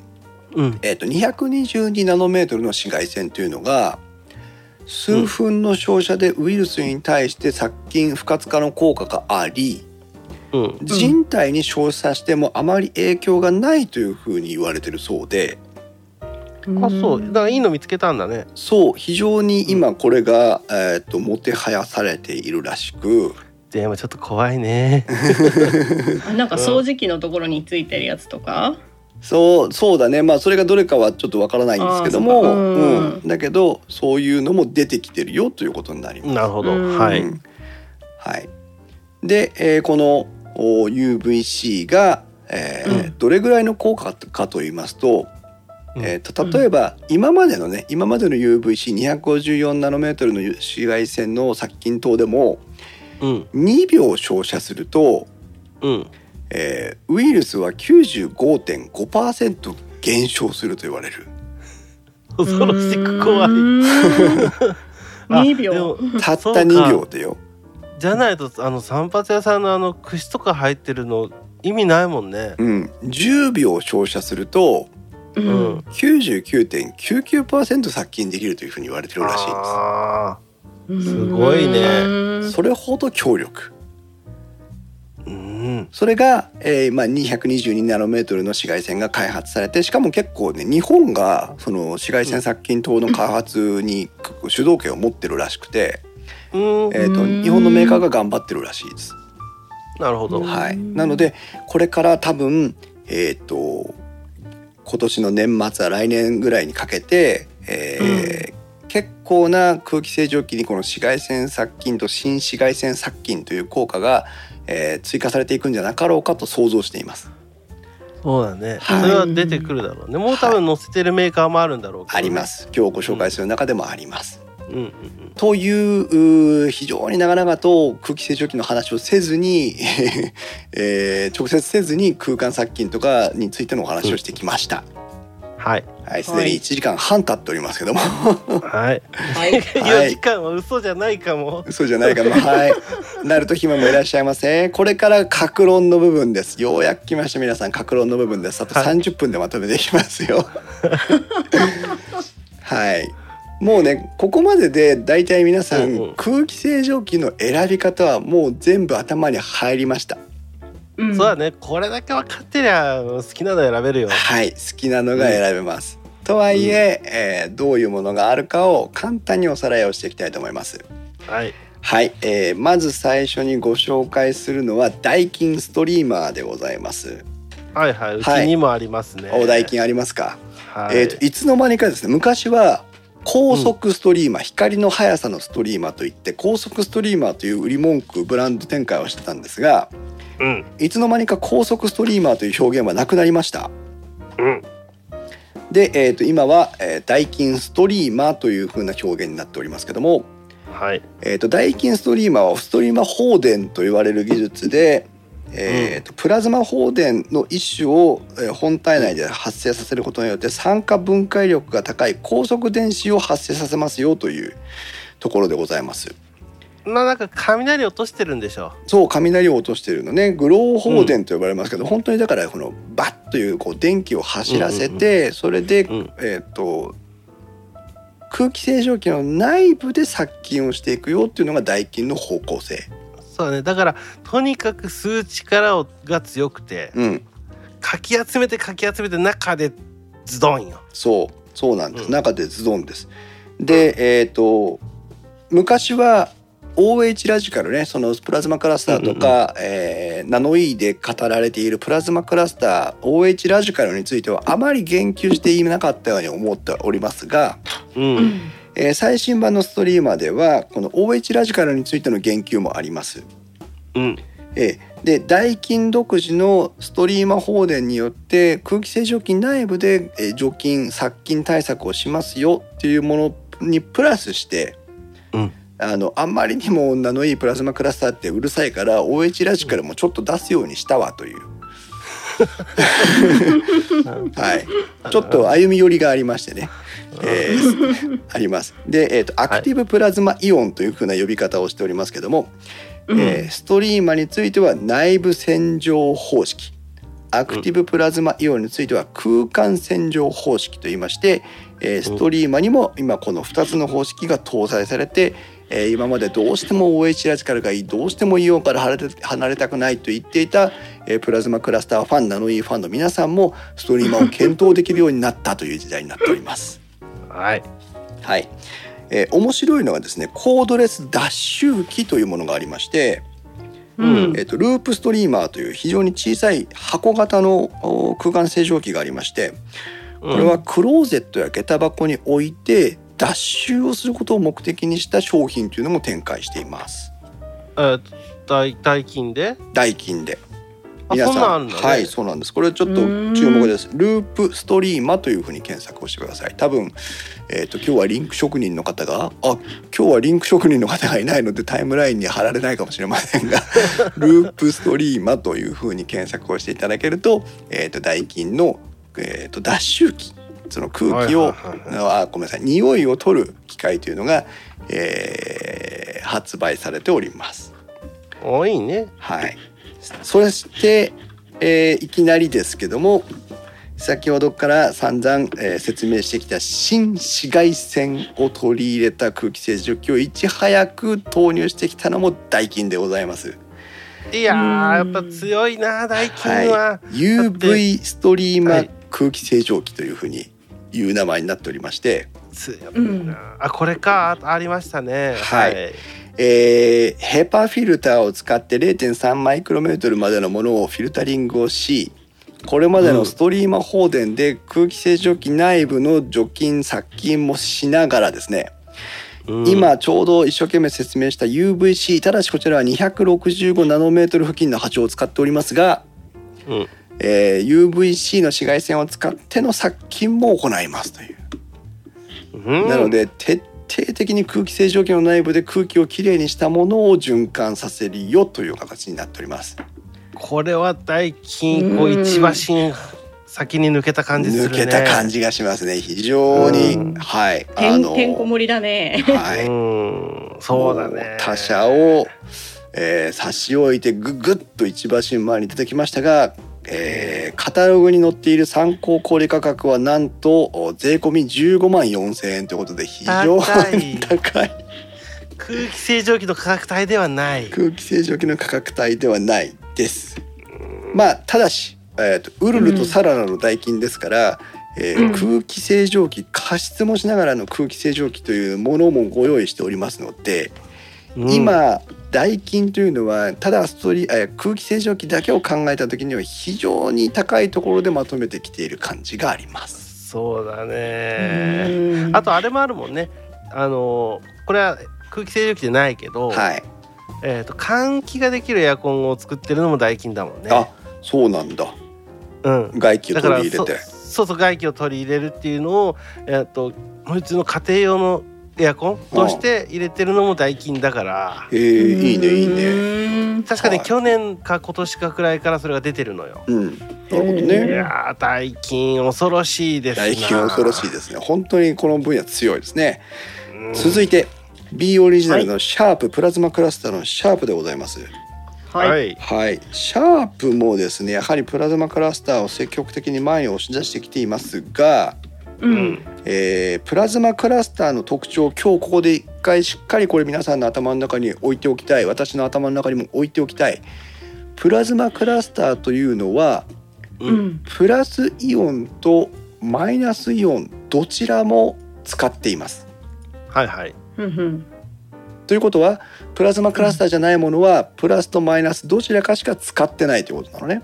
B: うん。
A: えー、と222ナノメートルの紫外線というのが数分の照射でウイルスに対して殺菌不活化の効果があり
B: うん。
A: 人体に照射してもあまり影響がないというふうに言われてるそうで
B: あ、そう。だからいいの見つけたんだね。
A: そう非常に今これが、えー、ともてはやされているらしく
B: でもちょっと怖いね。
C: あなんか掃除機のところについてるやつとか、
A: そうそうだねまあそれがどれかはちょっとわからないんですけども
C: あーそっかうん
A: うんだけどそういうのも出てきてるよということになります。
B: なるほど。
C: うん
B: はい。
A: うんはい、で、えーこのお UVC が、えー
C: うん
A: どれぐらいの効果かと言いますと,、
B: うん
A: えーと例えば今までのね今までの UVC254 ナノメートルの紫外線の殺菌灯でも
B: うん。
A: 2秒照射すると、
B: うん。
A: えーウイルスは95.5%減少すると言われる。
B: 恐ろしく怖い。
C: 二
B: あで
C: 秒
B: も。
A: たった
B: そうか
A: 2秒でよ。
B: じゃないとあの散髪屋さんのあの櫛とか入ってるの意味ないもんね。
A: うん、10秒照射すると
C: う。
B: うん
A: 99.99%殺菌できるというふうに言われてるらしいんです。
B: あ
C: うん
B: すごいね
C: うん
A: それほど強力
B: あ。うん。
A: それが、えーまあ、222ナノメートルの紫外線が開発されてしかも結構ね日本がその紫外線殺菌等の開発に主導権を持ってるらしくて、
B: うん。
A: えー、と
C: うん
A: 日本のメーカーが頑張ってるらしいです。
B: なるほど。
A: はい、
C: うん
A: なのでこれから多分えっ、と今年の年末は来年ぐらいにかけて、えー結構な空気清浄機にこの紫外線殺菌と新紫外線殺菌という効果が、えー追加されていくんじゃなかろうかと想像しています。
B: そうだね。そ
A: はい
B: れは出てくるだろうね。もう多分載せてるメーカーもあるんだろうけど。
A: ありま。す今日ご紹介する中でもあります。
B: うんうんうん。
A: といううー非常に長々と空気清浄機の話をせずに、 えー直接せずに空間殺菌とかについてのお話をしてきました。
B: はい。
A: はい、すでに1時間半経っておりますけ ども、
B: はい。
C: はい。
A: はい
B: 4時間は嘘じゃないかも。
A: そうじゃないかも、はい。なると暇もいらっしゃいませ。これから格論の部分です。ようやく来ました、皆さん、格論の部分です。あと
B: はい
A: 30分でまとめていきますよ。 はい。もうね、ここまでで、大体皆さ
B: うんうん
A: ん、空気清浄機の選び方はもう全部頭に入りました。
C: うん
B: そうだね。これだけ分かってりゃ好きなの選べるよ。
A: はい、好きなのが選べます。とはいええーどういうものがあるかを簡単におさらいをしていきたいと思います。
B: はい。
A: はい、えーまず最初にご紹介するのはダイキンストリーマーでございます。
B: はいはい。うち
A: はい
B: にもありますね。
A: おダイキンありますか。
B: はい。
A: えっ、といつの間にかですね。昔は高速ストリーマー、光の速さのストリーマーといって高速ストリーマーという売り文句ブランド展開をしてたんですが、
B: うん
A: いつの間にか高速ストリーマーという表現はなくなりました。
B: うん。
A: で、えっ、と今は、えーダイキンストリーマーという風な表現になっておりますけども、
B: はい。
A: えー、とダイキンストリーマーはストリーマ放電と言われる技術で、えーとプラズマ放電の一種を、えー本体内で発生させることによって酸化分解力が高い高速電子を発生させますよというところでございます。
B: まあなんか雷落としてるんでしょ
A: そう雷を落としてるのねグロー放電と呼ばれますけど、本当にだからこのバッというこう電気を走らせて、それで、
B: うん
A: えっと空気清浄機の内部で殺菌をしていくよっていうのがダイキンの方向性。
B: うそうだねだからとにかく吸う力をが強くて
A: うん、
B: かき集めてかき集めて中でズドンよ
A: そうそうなんです、
B: うん
A: 中でズドンです。で、えっと昔は OH ラジカルねそのプラズマクラスターとか、えーナノイーで語られているプラズマクラスター OH ラジカルについてはあまり言及していなかったように思っておりますが、
B: うん、
C: うん
A: えー最新版のストリーマーではこの OH ラジカルについての言及もあります。
B: うん
A: えーでダイキン独自のストリーマ放電によって空気清浄機内部で、えー除菌殺菌対策をしますよっていうものにプラスして、
B: うん
A: あのあんまりにもナノイープラズマクラスターってうるさいから OH ラジカルもちょっと出すようにしたわという、はい、ちょっと歩み寄りがありましてね、えーあります。で、えーとアクティブプラズマイオンというふうな呼び方をしておりますけども、
C: うん
A: えーストリーマについては内部洗浄方式アクティブプラズマイオンについては空間洗浄方式といいまして、えーストリーマにも今この2つの方式が搭載されて、えー今までどうしても OH ラジカルがいいどうしてもイオンから離れて離れたくないと言っていた、えープラズマクラスターファンナノイーファンの皆さんもストリーマを検討できるようになったという時代になっております。
B: はい
A: はいえー面白いのがですねコードレス脱臭機というものがありまして、
C: うん
A: えっとループストリーマーという非常に小さい箱型のお空間清浄機がありましてこれはクローゼットや下駄箱に置いて脱臭をすることを目的にした商品というのも展開しています
B: えー大大金で
A: ダイキンで
B: あそんなんあるんだね
A: はいそうなんですこれちょっと注目ですループストリーマというふうに検索をしてください多分えっ、と今日はリンク職人の方があ今日はリンク職人の方がいないのでタイムラインに貼られないかもしれません がループストリーマというふうに検索をしていただけるとえっ、とダイキンのえっ、と脱臭機その空気を、
B: はいはいはい
A: あごめんなさい匂いを取る機械というのが、えー発売されております。
B: 多いね
A: はい。そして、えーいきなりですけども、先ほどから散々、えー説明してきた新紫外線を取り入れた空気清浄機をいち早く投入してきたのもダイキンでございます。
B: いやー
C: うん
B: やっぱ強いな大金は、
A: い、UV ストリーマ
B: はい
A: ー空気清浄機というふうにいう名前になっておりまして、
B: 強いな、あこれかあありましたね
A: はいえーヘパフィルターを使って0.3マイクロメートルまでのものをフィルタリングをしこれまでのストリーマ放電で空気清浄機内部の除菌殺菌もしながらですね、
B: うん
A: 今ちょうど一生懸命説明した UVC ただしこちらは265ナノメートル付近の波長を使っておりますが、
B: うん
A: えー UVC の紫外線を使っての殺菌も行いますという。
B: うん
A: なので徹底的に空気清浄機の内部で空気をきれいにしたものを循環させるよという形になっております。
B: これは大金こう一馬身先に抜けた感じする
A: 抜
B: ね
A: けた感じがしますね。非常に、
B: うん
A: はい
C: てんてんこ盛りだね。
A: はい、
B: うんそうだね
A: 他者を、えー差し置いてぐぐっと一馬身前に出てきましたが、えーカタログに載っている参考小売価格はなんとお税込み15万4千円ということで非常に
B: 高
A: 高い
B: 空気清浄機の価格帯ではない
A: 空気清浄機の価格帯ではないです。まあただし、えー、とウルルとサララの代金ですから、えー
C: うん
A: 空気清浄機加湿もしながらの空気清浄機というものもご用意しておりますので、
B: うん
A: 今代金というのはただストリ、えー空気清浄機だけを考えた時には非常に高いところでまとめてきている感じがあります。
B: そうだね
C: うん
B: あとあれもあるもんねあのこれは空気清浄機じゃないけど、
A: はい、
B: えー、と換気ができるエアコンを作ってるのもダイキンだもんね
A: あそうなんだ
B: うん
A: 外気を
B: だか
A: 取
B: ら
A: り入れ
B: そ
A: て。
B: そうそう外気を取り入れるっていうのを、えっと普通の家庭用のエアコンとして入れてるのもダイキンだから
A: えー、いいねいいね。
C: ね。
B: 確かね、
A: はい
B: 去年か今年かくらいからそれが出てるのよ。
A: うん、なるほどね。
B: いやーダイキン恐ろしいですな
A: 大金恐ろしいですね本当にこの分野強いですね、
B: うん
A: 続いて B オリジナルのシャープ、プラズマクラスターのシャープでございます。
C: はい、
B: い
A: はい、シャープもですねやはりプラズマクラスターを積極的に前に押し出してきていますが、
C: うん、
A: えープラズマクラスターの特徴を今日ここで一回しっかりこれ皆さんの頭の中に置いておきたい私の頭の中にも置いておきたいプラズマクラスターというのは
C: う
B: うん
C: ん、
A: プラスイオンとマイナスイオンどちらも使っています。
B: はいはい
C: うん、うん、
A: ということはプラズマクラスターじゃないものはプラスとマイナスどちらかしか使ってないということなのね。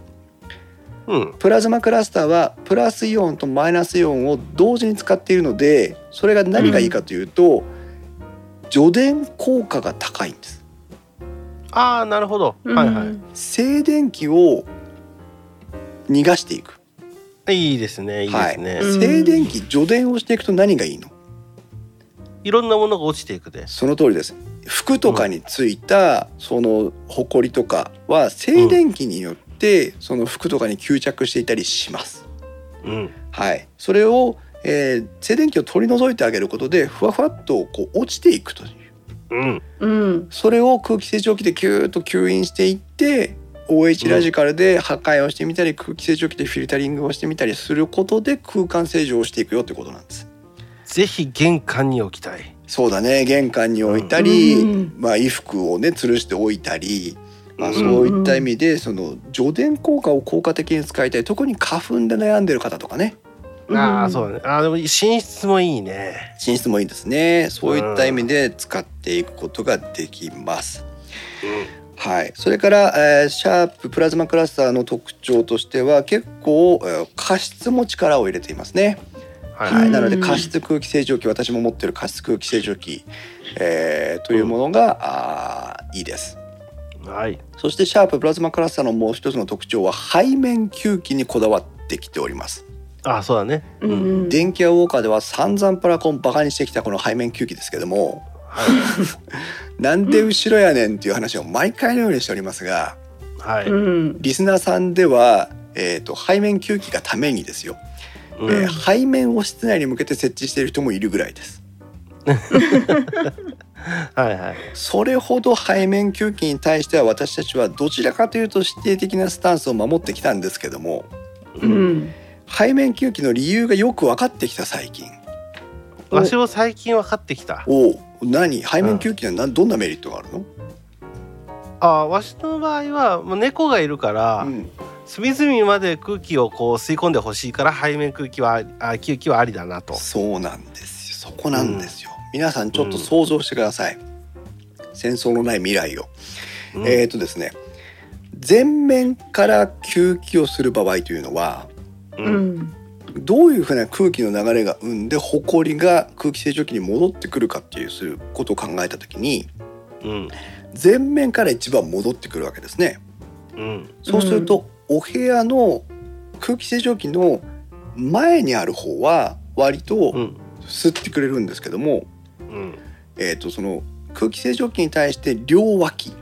B: うん
A: プラズマクラスターはプラスイオンとマイナスイオンを同時に使っているのでそれが何がいいかというと、除電効果が高いんです
B: ああなるほど
C: うん、
B: はいは
A: 静電気を逃がしていく
B: いいいですねいいですね、
A: はい
B: い
C: うん
A: 静電気除電をしていくと何がいいの
B: ろんなものが落ちていくで
A: その通りです服とかについたそのホコリとかは静電気によってその服とかに吸着していたりします
B: うん
A: はい、それを、えー静電気を取り除いてあげることでふわふわっとこう落ちていくという
B: うん
C: うん、
A: それを空気清浄機でキューッと吸引していって OH ラジカルで破壊をしてみたり、空気清浄機でフィルタリングをしてみたりすることで空間清浄をしていくよってことなんです。
B: ぜひ玄関に置きたい
A: そうだね玄関に置いたり、
C: うん
A: まあ、衣服をね吊るしておいたり、まあ、
B: うん
A: そういった意味でその除電効果を効果的に使いたい特に花粉で悩んでる方とかね
B: あ
C: う
B: あ
C: ん
B: そうだねあーでも寝室もいいね
A: 寝室もいいですねそういった意味で使っていくことができます、はい、それから、えーシャーププラズマクラスターの特徴としては結構、えー加湿も力を入れていますね、
B: はい
A: は、
B: はいい
A: なので加湿空気清浄機私も持ってる加湿空気清浄機、えーというものが、あーいいです
B: はい
A: そしてシャーププラズマクラスターのもう一つの特徴は背面吸気にこだわってきております
B: あーそうだね
C: うん、うん、
A: 電気屋ウォーカーでは散々プラコンバカにしてきたこの背面吸気ですけども
B: は
A: なんで後ろやねんっていう話を毎回のようにしておりますが
B: いはい
C: うん、
A: リスナーさんでは、えー、と背面吸気がためにですよ、
B: う
A: えー
B: ん
A: 背面を室内に向けて設置している人もいるぐらいです
B: はいはい
A: それほど背面吸気に対しては私たちはどちらかというと否定的なスタンスを守ってきたんですけども
C: う
B: うん
C: ん、
A: 背面吸気の理由がよく分かってきた最近
B: わしも最近分かってきた
A: おう何背面吸気には何どんなメリットがあるの、
B: あーわしの場合はもう猫がいるから、
A: うん
B: 隅々まで空気をこう吸い込んでほしいから背面空気はああ吸気はありだなと
A: そうなんですよそこなんですよ、皆さんちょっと想像してください、戦争のない未来を
B: うん
A: えー、とですね前面から吸気をする場合というのは
C: う
B: うん
C: ん、
A: どういうふうな空気の流れが生んでホコリが空気清浄機に戻ってくるかっていうすることを考えた時に
B: うん
A: 前面から一番戻ってくるわけですね。
B: うん
A: そうするとお部屋の空気清浄機の前にある方は割
B: う
A: と
B: ん
A: 吸ってくれるんですけども、
B: うん
A: えー、とその空気清浄機に対して両脇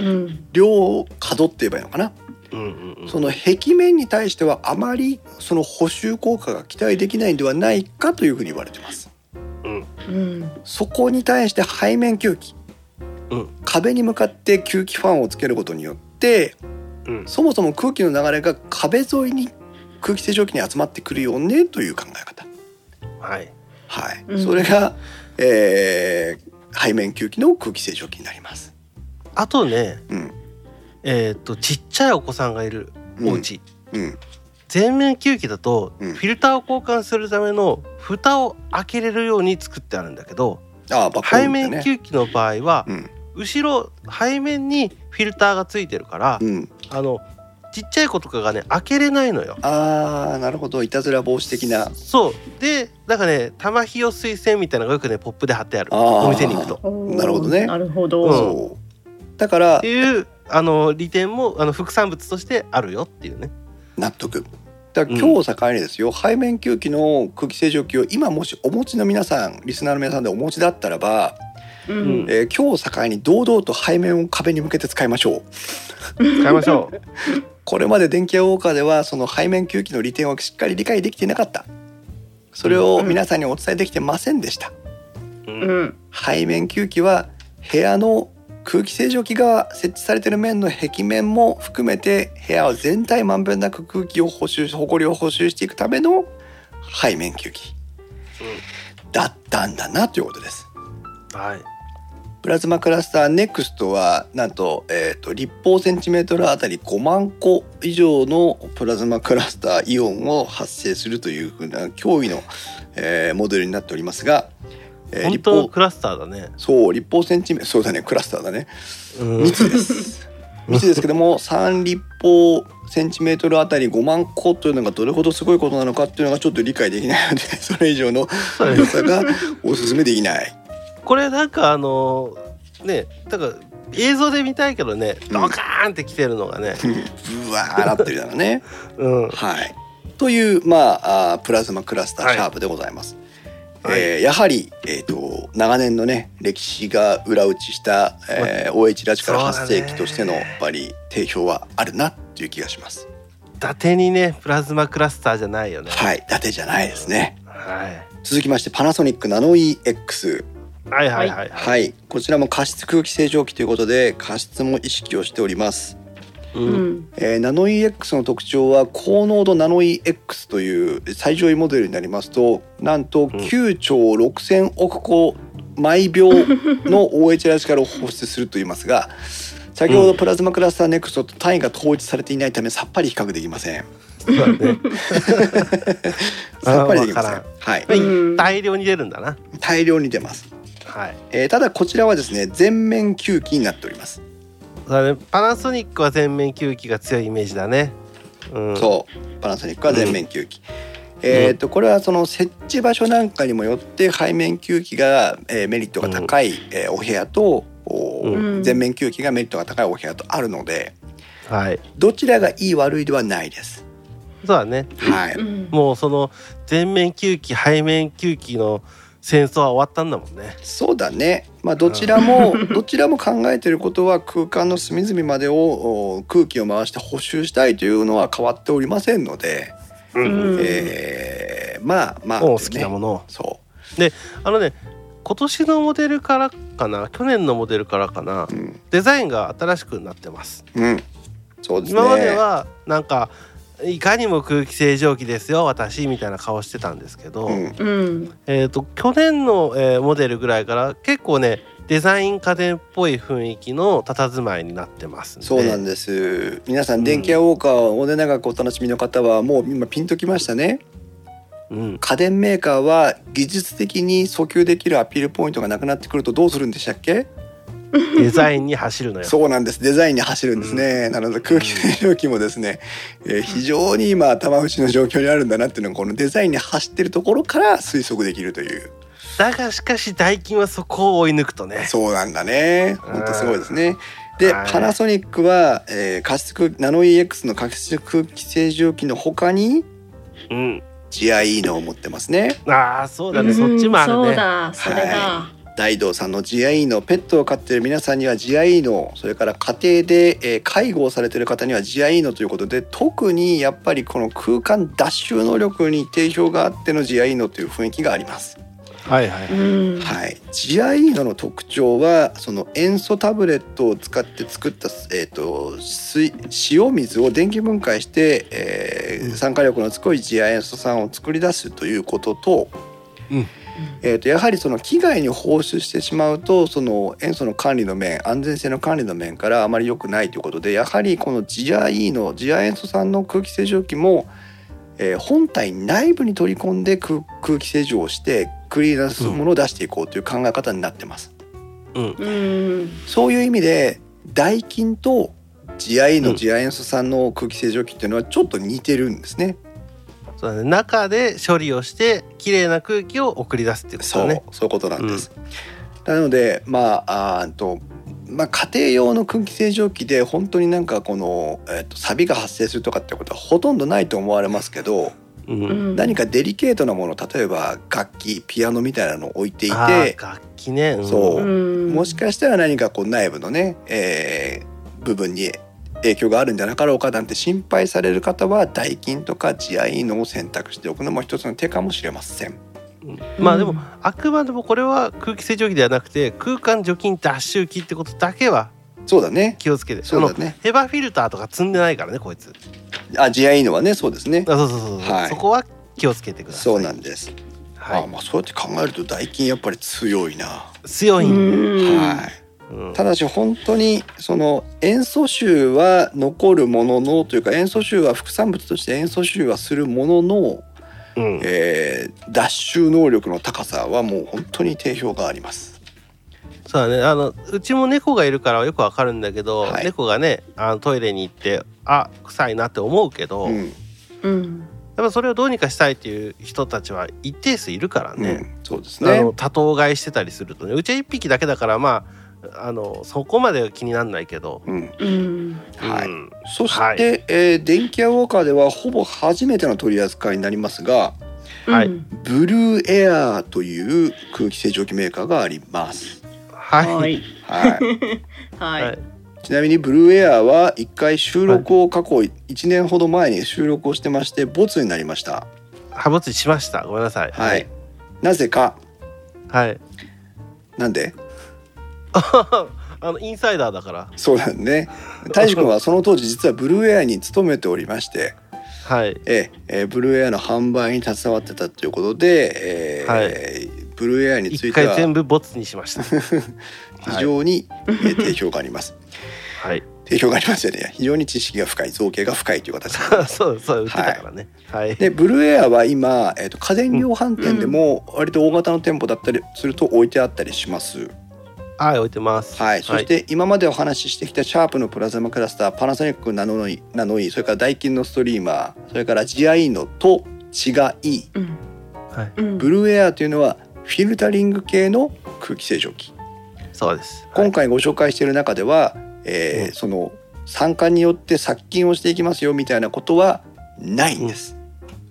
B: うん
C: うん、
A: 両角って言えばいいのかな
B: うんうん
A: その壁面に対してはあまりその補修効果が期待できないんではないかというふうに言われてます
C: うん、
A: そこに対して背面吸気、
B: うん
A: 壁に向かって吸気ファンをつけることによって
B: うん
A: そもそも空気の流れが壁沿いに空気清浄機に集まってくるよねという考え方
B: はい
A: はい、
C: うん
A: それが、えー背面吸気の空気清浄機になります
B: あとね
A: うん
B: えっ、とちっちゃいお子さんがいるお家、
A: うん
B: 全面吸気だと
A: う
B: フ
A: ん
B: ィルターを交換するための蓋を開けれるように作ってあるんだけど、
A: ああバッコン
B: 背
A: ってね
B: 面吸気の場合は
A: うん
B: 後ろ背面にフィルターがついてるから、
A: うん、
B: あのちっちゃい子とかがね開けれないのよ。
A: ああなるほどいたずら防止的な
B: そうでなんかね玉ひよ水栓みたいなのがよくねポップで貼ってある
A: あー
B: お店に行くと。
C: おー
A: なるほどね
C: なるほ
B: うん
C: ど、
A: そうだから
B: っていうあの利点もあの副産物としてあるよっていうね。
A: 納得だから今日を境にですよ、背面吸気の空気清浄機を今もしお持ちの皆さんリスナーの皆さんでお持ちだったらば、
C: うん、
A: えー今日を境に堂々と背面を壁に向けて使いましょう
B: 使いましょう。
A: これまで電気屋ウォーカーではその背面吸気の利点をしっかり理解できていなかったそれを皆さんにお伝えできてませんでした、
B: ううん
C: うん
A: 背面吸気は部屋の空気清浄機が設置されている面の壁面も含めて部屋を全体まんべんなく空気を補修埃を補修していくための背面吸気だったんだなということです。
B: はい
A: プラズマクラスター NEXT はなんと,、えー、と立方センチメートルあたり5万個以上のプラズマクラスターイオンを発生するというふうな脅威の、えーモデルになっておりますが、えー
B: 本
A: 立
B: 当の
A: 方
B: クラスターだね、
A: そう立方センチメそうだねクラスターだね
B: うん
A: 密 です。密ですけども3立方センチメートルあたり5万個というのがどれほどすごいことなのかっていうのがちょっと理解できないので それ以上の
B: そうだ
A: 良
B: ね
A: さがおすすめできない。
B: これなんかあのねだから映像で見たいけどね
A: ん
B: ドカーンって来てるのがね、
A: うわーなってるだろうね。
B: うん、
A: はい。というまああープラズマクラスター
B: はい
A: シャープでございます。
B: はい
A: えーやはり、えー、と長年のね歴史が裏打ちした、えー OH ラジカル8世紀としての
B: そう
A: や
B: だね
A: っぱり定評はあるなっていう気がします。
B: 伊達にねプラズマクラスターじゃないよね
A: はい、伊達じゃないですね。
B: はい
A: 続きましてパナソニックナノ EX
B: はいはいはいはい
A: はいこちらも加湿空気清浄機ということで加湿も意識をしております、
B: う
C: うんん
A: えーナノ EX の特徴は高濃度ナノ EX という最上位モデルになりますとなんと9兆6000億個毎秒の OH ラジカルを放出すると言いますが先ほどプラズマクラスターネクストと単位が統一されていないためさっぱり比較できません
B: そうだ ね
A: さっぱりできませ
B: あー
A: ん
B: わ
A: はい
C: うん
B: 大量に出るんだな
A: 大量に出ます、
B: はい
A: えーただこちらはですね全面吸気になっております
B: そうだねパナソニックは全面吸気が強いイメージだねうん
A: そうパナソニックは全面吸気、えー、とこれはその設置場所なんかにもよって背面吸気が、えーメリットが高い、えーお部屋と、お
C: うん、
A: 全面吸気がメリットが高いお部屋とあるので
B: はい
A: どちらがいい悪いではないです。
B: そうだね
A: はいう
C: ん
B: もうその全面吸気背面吸気の戦争は終わったんだもんね
A: そうだね、まあ、どちらもどちらも考えてることは空間の隅々までをお空気を回して補修したいというのは変わっておりませんので、
B: うん
A: えーまあまあ、
B: もう好きなも
A: ね
B: のを
A: そ
B: あのね今年のモデルからかな去年のモデルからかな
A: う、うん
B: デザインが新しくなってます
A: うん、そうですね。
B: 今まではなんかいかにも空気清浄機ですよ私みたいな顔してたんですけど、
A: うん
C: うん
B: えー、と去年の、えーモデルぐらいから結構ねデザイン家電っぽい雰囲気の佇まいになってますんで
A: そうなんです。皆さ
B: うんん
A: 電気屋ウォーカーをおで長くお楽しみの方はもう今ピンときましたね。
B: うん
A: 家電メーカーは技術的に訴求できるアピールポイントがなくなってくるとどうするんでしたっけ？
B: デザインに走るのよ。
A: そうなんです。デザインに走るんですね。なので空気清浄機もですね、えー非常に今頭打ちの状況にあるんだなっていうのがこのデザインに走ってるところから推測できるという。
B: だがしかしダイキンはそこを追い抜くとね。
A: そうなんだね。本当すごいですね。で、
B: はい
A: パナソニックは、えー、加湿空ナノ EX の加湿空気清浄機の他に
B: うん、
A: GIE のを持ってますね
B: ああそうだね、
C: うん
B: そっちもある
C: そう
B: ね。
C: だそれだ
A: 大道さんの GIE のペットを飼っている皆さんには GIE のそれから家庭で、えー介護をされている方には GIE のということで特にやっぱりこの空間脱臭能力に定評があっての GIE のという雰囲気があります、
B: はいはい。
C: うん
A: はい、GIE のの特徴はその塩素タブレットを使って作った、えー、と水塩水を電気分解して、えー
B: うん
A: 酸化力の強い次亜塩素酸を作り出すということと、えー、とやはりその機外に放出してしまうとその塩素の管理の面安全性の管理の面からあまり良くないということでやはりこの GRE の次亜塩素酸の空気清浄機も、えー本体内部に取り込んで空空気清浄をしてクリーナーするものを出していこうという考え方になってます。
B: うん
C: うん
A: そういう意味でダイキンと GRE の次亜塩素酸の空気清浄機っていうのはちょっと似てるんですね。
B: そうだね、中で処理をして綺麗な空気を送り出すっていうこと
A: そ
B: だ
A: う、
B: ね。
A: そういうことなんです。なので、まあ、あーんと、まあ、家庭用の空気清浄機で、本当になんか、この、えっ、と、錆が発生するとかってことは、ほとんどないと思われますけど。
B: う、
C: うんん
A: 何かデリケートなもの、例えば、楽器、ピアノみたいなのを置いてい
B: あ
A: て
B: ー。楽器ね。うん
A: そう
C: うん
A: もしかしたら、何か、こう、内部のね、えー部分に。影響があるんじゃなかろうかなんて心配される方はダイキンとか GIE のを選択しておくのも一つの手かもしれません。
B: うんまあでも、
C: うん
B: あくまでもこれは空気清浄機ではなくて空間除菌脱臭機ってことだけは
A: そうだね
B: 気をつけて
A: そう
B: あ
A: だ
B: の
A: ね
B: ヘバーフィルターとか積んでないからねこいつ
A: あ GI のはねそうですね
B: あそうそうそうそう、
A: はい
B: そこは気をつけてください
A: そうなんです、
B: は
A: あ
B: い、
A: まあそうやって考えると代金やっぱり強いな、
B: 強いんで、
A: はい
B: うん
A: ただし本当にその塩素臭は残るもののというか塩素臭は副産物として塩素臭はするものの、
B: うん
A: えー脱臭能力の高さはもう本当に定評があります。
B: そうだねあのうちも猫がいるからよくわかるんだけど、
A: はい
B: 猫がねあのトイレに行ってあ臭いなって思うけど、
A: う
B: やっ
A: ん
C: うん
B: ぱそれをどうにかしたいっていう人たちは一定数いるから
A: う
B: ね、
A: ん、そうです
B: あ
A: ね
B: の。多頭飼いしてたりするとねうちは1匹だけだからまああのそこまでは気にならないけど、
A: うん、
C: うん
A: はい
B: うん
A: そして、
B: はい
A: えー電気屋ウォーカーではほぼ初めての取り扱いになりますが
B: はい
C: うん
A: ブルーエアーという空気清浄機メーカーがあります。
B: はい、
C: は
B: はい
C: い
A: はい
C: はい、
B: はい
A: ちなみにブルーエアーは一回収録を過去1年ほど前に収録をしてましてボツになりました
B: 破没しましたごめんなさい
A: はいなぜか
B: はい
A: なんで
B: あのインサイダーだから
A: そうなんね大志くんはその当時実はブルーエアーに勤めておりまして、
B: はい
A: えええーブルーエアーの販売に携わってたということで、えーブルーエアーにつ
B: 一
A: いて
B: 回
A: は
B: 全部ボツにしました
A: 非常に、えー定評があります
B: はい
A: 定評がありますよね非常に知識が深い造形が深いという形で
B: そうそう売ってたからねはい、
A: でブルーエアは今、えー、と家電量販店でも割と大型の店舗だったりすると置いてあったりします、
B: はい置いてます
A: はい、そして今までお話ししてきたシャープのプラズマクラスターパナソニックナノイナノイそれからダイキンのストリーマーそれからジアイーノと違い
C: うん
B: はい
C: うん
A: ブルーエアというのはフィルタリング系の空気清浄機
B: そうです
A: 今回ご紹介している中では、えー
B: うん
A: その酸化によって殺菌をしていきますよみたいなことはないんです、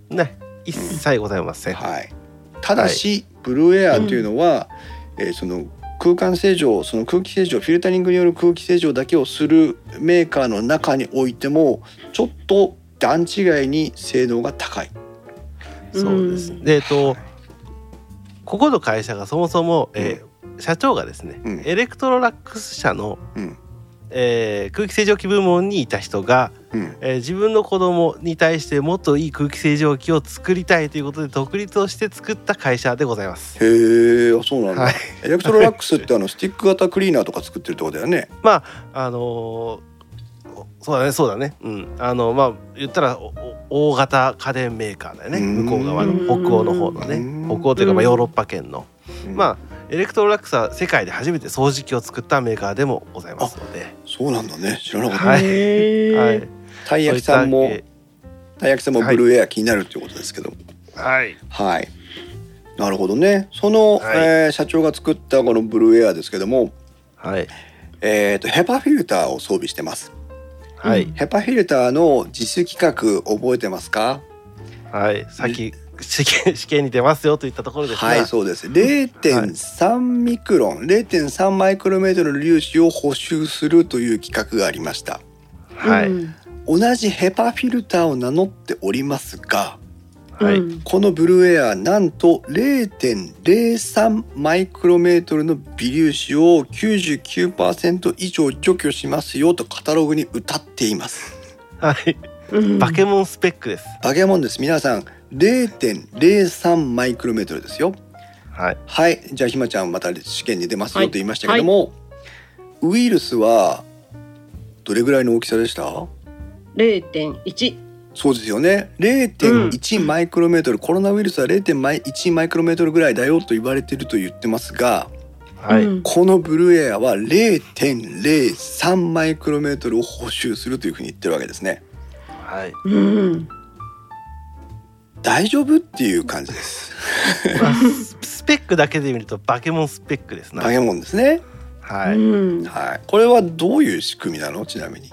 B: ね一切ございません、
A: はい、ただし、ブルーエアーというのは、えーその空間清浄その空気清浄フィルタリングによる空気清浄だけをするメーカーの中においてもちょっと段違いに性能が高い。
B: そうです
C: うん
B: でえっとここの会社がそもそも、えー社長がですね、
A: うん
B: エレクトロラックス社の、
A: うん
B: えー空気清浄機部門にいた人が、
A: うん
B: えー自分の子供に対してもっといい空気清浄機を作りたいということで独立をして作った会社でございます。
A: へえ、あそうなんだ。
B: はい、
A: エレクトロラックスってあのスティック型クリーナーとか作ってるとこだよね。
B: あのーそうだねそうだねうんあのまあ言ったらおお大型家電メーカーだよね
A: うん
B: 向こう側の北欧の方の
A: うん
B: ね北欧というかまあ
C: うん
B: ヨーロッパ圏の
A: うん
B: まあエレクトロラックスは世界で初めて掃除機を作ったメーカーでもございますので、
A: そうなんだね。知らなかった。
B: はい
C: へー
B: はい、
A: たい焼きさんも
B: そういった
A: たい焼きさんもブルーエア気になるっていうことですけど。
B: えはい、
A: はい。なるほどね。その、
B: はい
A: えー社長が作ったこのブルーエアですけども、
B: はい、
A: えー、とヘパフィルターを装備してます
B: は
C: う
B: い、
A: ヘパフィルターの実施企画覚えてますか
B: はい、さっき試験 試験に出ますよといったところですが、
A: はいそうです0.3ミクロン、0.3マイクロメートルの粒子を補修するという企画がありました
B: はい、
C: うん
A: 同じヘパフィルターを名乗っておりますが
B: はい、
C: うん
A: このブルーエアなんと0.03マイクロメートルの微粒子を99%以上除去しますよとカタログに歌っています
B: はい、
C: うん
B: バケモンスペックです。
A: バケモンです。皆さん、0.03マイクロメートルですよ。
B: はい、
A: はい、じゃあひまちゃんまた試験に出ますよ
C: はい
A: と言いましたけども、ウイルスはどれぐらいの大きさでした？
C: 0.1
A: そうですよね。0.1マイクロメートル、コロナウイルスは0.1マイクロメートルぐらいだよと言われてると言ってますが、
B: はい、
C: うん
A: このブルーエアは0.03マイクロメートルを補修するというふうに言ってるわけですね。
B: はい、
C: うん
A: 大丈夫っていう感じです。
B: まあススペックだけで見るとバケモンスペックですな。
A: バ
B: は
A: ケモンですね。
B: い、
C: うん
A: はい。これはどういう仕組みなの？ちなみに。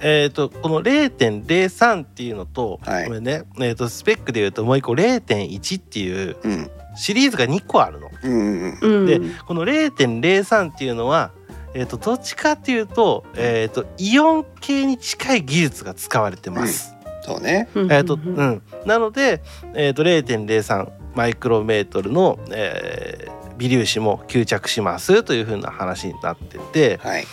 B: えっ、とこの0.03っていうのと、
A: はい
B: これね、えっ、とスペックで言うともう一個0.1っていう
A: うん。
B: シリーズが2個あるの。
A: うんうん
C: うん
B: でこの0.03っていうのは、えー、とどっちかっていうと,、えー、とイオン系に近い技術が使われてます。
A: そうね。
C: うん
B: えーとう
C: うん
B: ん、なので、えー、と0.03マイクロメートルの、えー微粒子も吸着しますというふうな話になってて
A: はい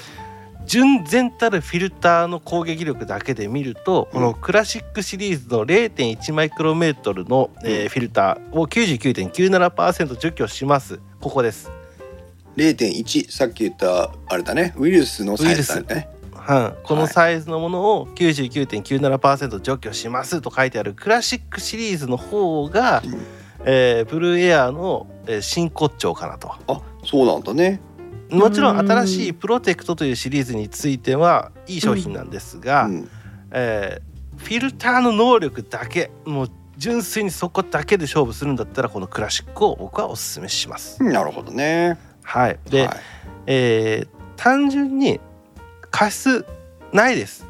B: 純然たるフィルターの攻撃力だけで見ると、
A: うん
B: このクラシックシリーズの0.1マイクロメートルの、えーフィルターを99.97%除去しますここです。
A: 0.1さっき言ったあれだねウイルスのサイズだね
B: はい、こ
A: は
B: の
A: い
B: サイズのものを99.97%除去しますと書いてあるクラシックシリーズの方が、
A: うん
B: えーブルーエアーの、えー真骨頂かなと
A: あそうなんだね
B: もちろん
C: うん
B: 新しいプロテクトというシリーズについてはいい商品なんですが、
A: うん
B: えーフィルターの能力だけもう純粋にそこだけで勝負するんだったらこのクラシックを僕はおすすめします。
A: うんなるほどね
B: はい、で、
A: はい
B: えー単純に加湿ないです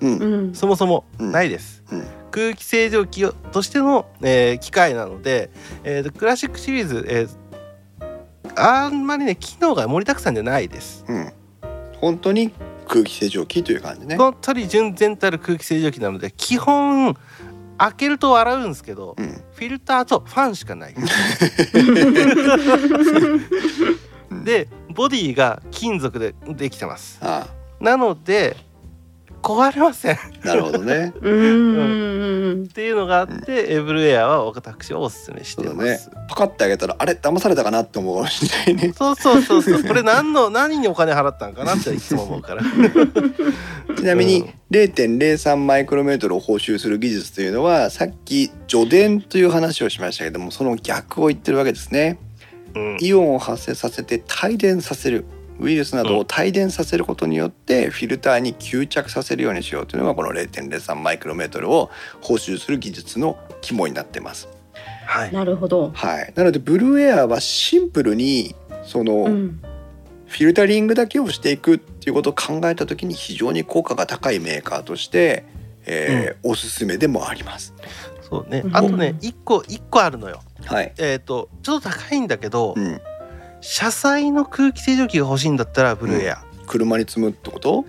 A: うん
C: うん
B: そもそも
A: うん
B: ないです。
A: うん
B: 空気清浄機をとしての、えー機械なので、えーとクラシックシリーズ、えーあんまりね機能が盛りだくさんじゃないです。
A: うん本当に空気清浄機という感じね
B: 本当に純然たる空気清浄機なので基本開けると笑うんですけど、
A: うん
B: フィルターとファンしかないです。
A: うん
B: でボディが金属でできてます。
A: あ
B: なので壊れませんっ
A: あなるほどね
C: うん
B: ていうのがあって、エブルエアは私はおすすめしてます。
A: パカってあげたらあれ騙されたかなって思うかもしれ ないね
B: そうそうそうそう。これ何の何にお金払ったんかなっていつも思うから。
A: ちなみ
B: う
A: に
B: ん
A: 0.03マイクロメートルを報酬する技術というのはさっき除電という話をしましたけどもその逆を言ってるわけですね
B: うん
A: イオンを発生させて帯電させるウイルスなどを帯電させることによってフィルターに吸着させるようにしようというのがこの0.03マイクロメートルを報酬する技術の肝になってます。
B: はい。
C: なるほど。
A: はい、なのでブルーエアはシンプルにその、
C: うん
A: フィルタリングだけをしていくっていうことを考えた時に非常に効果が高いメーカーとして、えーおすすめでもあります。
B: そうね
C: う。ん
B: あとね、一個一個あるのよ。
A: はい、
B: えっ、とちょっと高いんだけど、
A: うん、
B: 車載の空気清浄機が欲しいんだったらブルーエア。
A: 車に積むってこと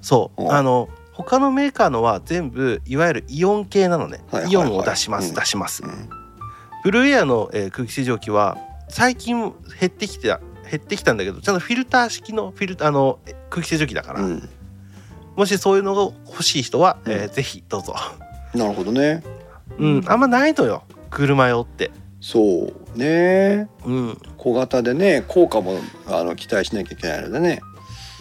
B: そう。
A: うん
B: あの他のメーカーのは全部いわゆるイオン系なのね。
A: はいはいはい
B: イオンを出しま
A: う
B: す
A: ん
B: 出します
A: う。ん
B: ブルーエアの、えー空気清浄機は最近減ってきて減ってきたんだけど、ちゃんとフィルター式のフィルターあのえ空気清浄機だから。
A: うん、
B: もしそういうのが欲しい人は、
A: うん
B: えーぜひどうぞ。
A: なるほどね
B: うん、あんまないのよ車用って。
A: そうね
B: うん、
A: 小型でね効果もあの期待しなきゃいけないのでね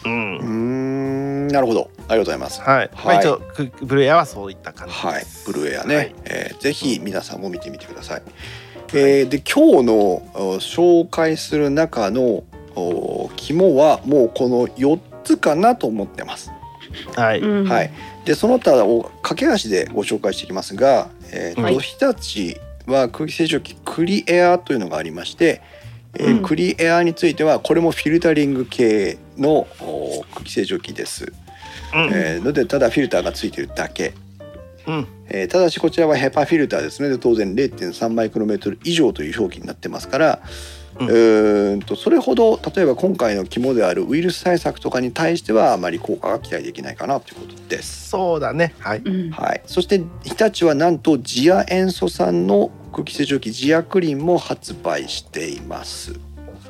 B: うん
A: うーんなるほどありがとうございますは
B: はい、ま
A: は
B: あ、
A: い
B: 一応クブルーエアはそういった感じで
A: い
B: す。
A: ブルーエアね、
B: はい
A: えーぜひ皆さんも見てみてください、えーで今日のお紹介する中のお肝はもうこの4つかなと思ってます
B: はい、
C: うん
A: はい。でその他を駆け足でご紹介していきますが、えー
B: はい
A: と日立は空気清浄機クリエアというのがありまして、えー
C: うん
A: クリエアについてはこれもフィルタリング系のお空気清浄機です、
B: うん
A: えーのでただフィルターがついてるだけ、
B: うん
A: えーただしこちらはヘパフィルターですので当然0.3マイクロメートル以上という表記になってますから、う
B: うん
A: ーんとそれほど例えば今回の肝であるウイルス対策とかに対してはあまり効果が期待できないかなということです。
B: そうだね。はい。
C: うん
A: はい、そして日立はなんとジア塩素酸の空気清浄機ジアクリンも発売しています。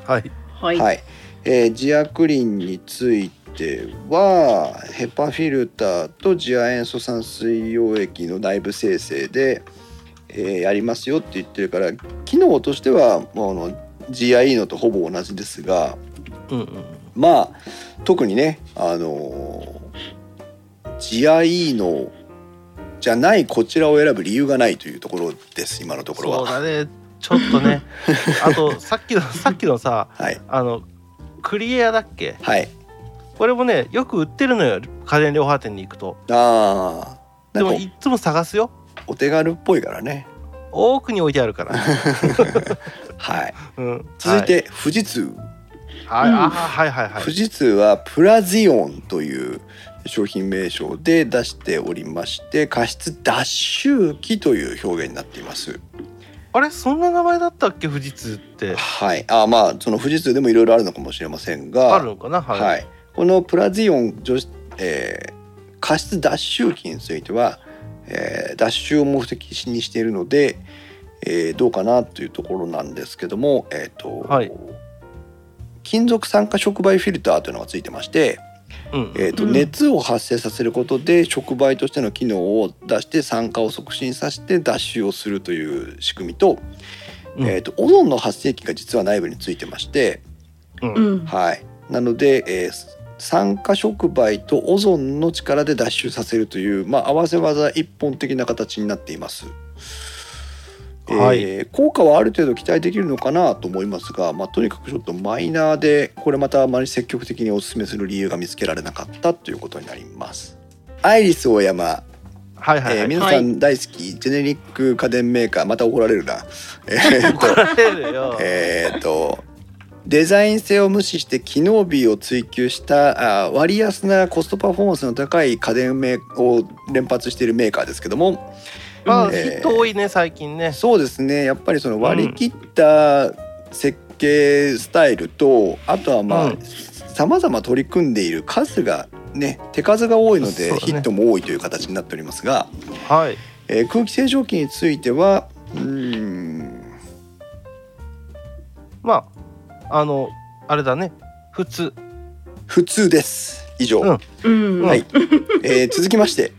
B: はい。
C: はい。
A: はいえージアクリンについてはヘパフィルターとジア塩素酸水溶液の内部生成で、えーやりますよって言ってるから機能としてはもうあの GIE のとほぼ同じですが
B: うんうん。
A: まあ特にねあのージアイーノじゃないこちらを選ぶ理由がないというところです今のところ
B: そう
A: は。
B: だね。ちょっ とね。あとさっきのさっきのさ
A: はい、
B: あのクリエアだっけ？
A: はい、
B: これもねよく売ってるのよ家電量販店に行くと。
A: あー
B: で
A: な
B: も
A: んか
B: いっつも探すよ。
A: お手軽っぽいからね。
B: 多くに置いてあるから。
A: はい、
B: うん。
A: 続いて、富士通、
B: はい。はい。
C: うん
B: あーはいはいはい
A: 富。士通はプラジオンという商品名称で出しておりまして加湿脱臭機という表現になっています。
B: あれそんな名前だったっけ富士通って。
A: はい、あーまあその富士通でもいろいろあるのかもしれませんが。
B: あるのかな。はい。
A: はい、このプラジオン除湿、えー加湿脱臭機については、えー脱臭を目的にしているので、えーどうかなというところなんですけども、えーと
B: はい
A: 金属酸化触媒フィルターというのがついてまして、
B: うん
A: えーと
C: うん
A: 熱を発生させることで触媒としての機能を出して酸化を促進させて脱臭をするという仕組みと,、
B: うん
A: えーとオゾンの発生器が実は内部についてまして、
B: うん
C: うん
A: はい、なので、えー酸化触媒とオゾンの力で脱臭させるという、まあ、合わせ技一本的な形になっています。
B: はい
A: えー効果はある程度期待できるのかなと思いますが、まあ、とにかくちょっとマイナーでこれまたあまり積極的にお勧めする理由が見つけられなかったということになります。アイリスオーヤマ
B: はいはい
A: えー
B: はい。
A: 皆さん大好き、ジェネリック家電メーカーまた怒られるな。えーっと
B: 怒られるよ。
A: えー、とデザイン性を無視して機能美を追求したあー割安なコストパフォーマンスの高い家電メーを連発しているメーカーですけども
B: まあ、
A: えー
B: 人多いね最近ね。
A: そうですねやっぱりその割り切った設計スタイルと、あとはま
B: う
A: あ
B: ん
A: さまざま取り組んでいる数がね手数が多いの
B: そう
A: で
B: だね
A: ヒットも多いという形になっておりますが、
B: はい。
A: えー空気清浄機についてはうーん
B: まああのあれだね普通。
A: 普通です以上、
B: うん
C: うん
A: はいえー続きまして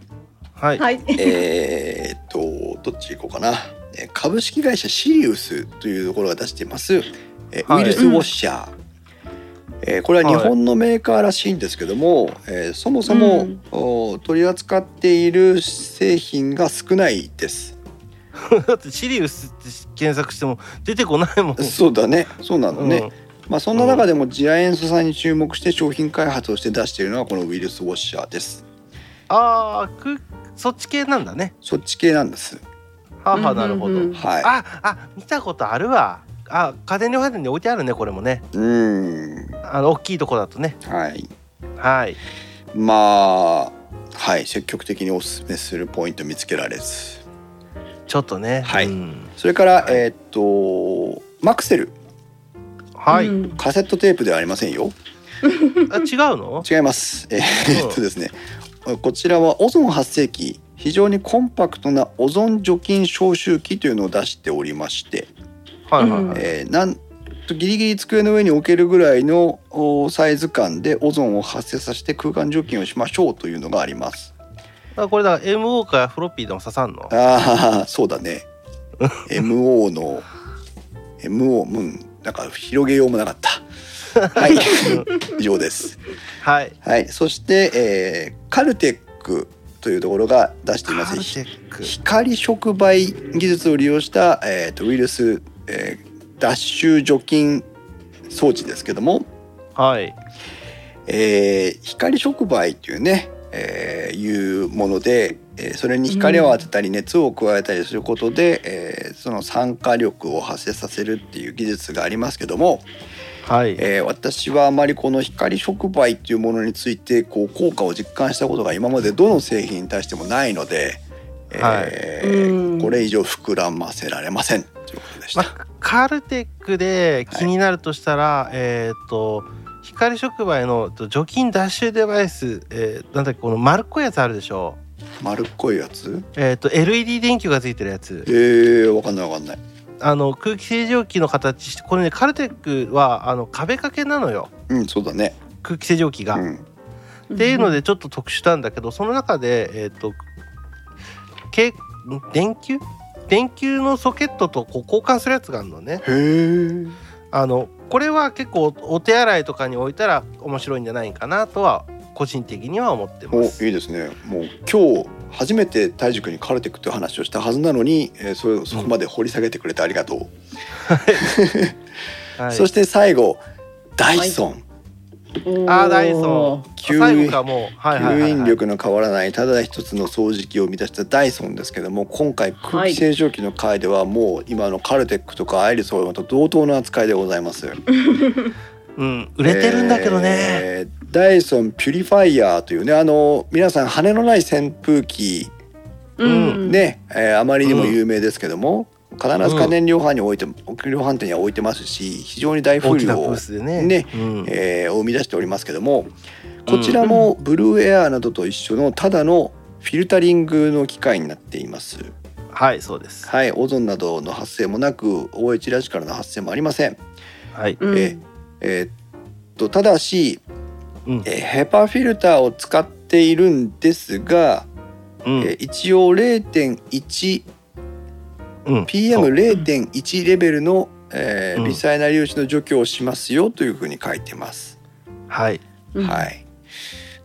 B: はい。
C: はい
A: えーっとどっち行こうかなえー株式会社シリウスというところが出しています、えー
B: はい
A: ウイルスウォッシャー、えーこれは日本のメーカーらしいんですけども、えーそもそも、
C: うん
A: お取り扱っている製品が少ないです。
B: だってシリウスって検索しても出てこないもん。
A: そうだね、そうなのね。
B: うん
A: まあそんな中でも次亜塩素酸に注目して商品開発をして出しているのがこのウイルスウォッシャーです。
B: ああくそっち系なんだね。
A: そっち系なんです。
B: はあ、はあ、なるほ
C: うんう
B: ど
C: ん。。
A: はい。
B: ああ見たことあるわ。あ家電量販店に置いてあるねこれもね。
A: うーん。
B: あの大きいとこだとね。
A: はい。
B: はい。
A: まあはい積極的にお勧めするポイント見つけられず
B: ちょっとね。
A: はい
B: うん
A: それから、
B: い
A: えーっとマクセル
B: はいう
C: ん
A: カセットテープではありませんよ
B: あ違うの？
A: 違いますえーっとですねこちらはオゾン発生器非常にコンパクトなオゾン除菌消臭器というのを出しておりまして、
B: はいはいはい。
A: えーなんとギリギリ机の上に置けるぐらいのおサイズ感でオゾンを発生させて空間除菌をしましょうというのがあります
B: あこれだから MO かフロッピーでも刺さんの。
A: ああそうだね MO の MO うんなんか広げようもなかったはい以上です
B: はい。
A: はいそして、えーカルテックというところが出していま
B: カル
A: す
B: テック
A: 光触媒技術を利用した、えー、とウイルス、えー脱臭除菌装置ですけども、
B: はい。
A: えー光触媒というね、えーいうもので、えーそれに光を当てたり熱を加えたりすることで、えーその酸化力を発生させるっていう技術がありますけども、
B: はい。
A: えー私はあまりこの光触媒というものについてこう効果を実感したことが今までどの製品に対してもないので、えー
C: うん
A: これ以上膨らませられませんということでした。
B: まあ、カルテックで気になるとしたら、えっ、と光触媒のえっと除菌脱臭デバイス、えー、なんだっけこの丸っこいやつあるでしょ
A: 丸っこいやつ
B: えっ、と LED 電球がついてるやつ
A: えー、わかんないわかんない。
B: あの空気清浄機の形してこれねカルテックはあの壁掛けなのよ
A: うんそうだね。
B: 空気清浄機が、
A: うん
B: っていうのでちょっと特殊なんだけどその中でえっ、とけ電球電球のソケットとこう交換するやつがあるのね
A: へー
B: あのこれは結構お手洗いとかに置いたら面白いんじゃないかなとは個人的には思って
A: お
B: ま
A: い
B: す。
A: いですねもう今日初めて泰くんにカルテックという話をしたはずなのに、えーそれそこまで掘り下げてくれてありがとう、
B: はい、
A: そして最後ダイソン、
C: おー
B: あーダイソ
A: 吸引
B: 最後かもう、はいはいはいはい、
A: 吸引力の変わらないただ一つの掃除機を生み出したダイソンですけども今回空気清浄機の回ではもう今のカルテックとかアイリスオーヤマと同等の扱いでございます
B: うん、売れてるんだけどね。
A: えーダイソンピュリファイヤーというねあの皆さん羽のない扇風機
C: うん
A: ね、えーあまりにも有名ですけども、必ず家電量販に置いて、量販店には置いてますし非常に大
B: 大
A: 風
B: きな
A: 量
B: ブ
A: を
B: ー、スでね。
A: ね
B: うん
A: えーを生み出しておりますけどもこちらもブルーエアーなどと一緒のただのフィルタリングの機械になっています。
B: はいそうです
A: はい、オゾンなどの発生もなく OH ラジカルの発生もありません。
B: はい、
C: うん
A: ええーっとただし、
B: うん
A: えーヘパーフィルターを使っているんですが、
B: うん
A: えー一応 0.1PM0.1
B: うん
A: レベルの、えー
B: うん
A: 微細な粒子の除去をしますよというふうに書いてます。
B: はい
C: うん
A: はい、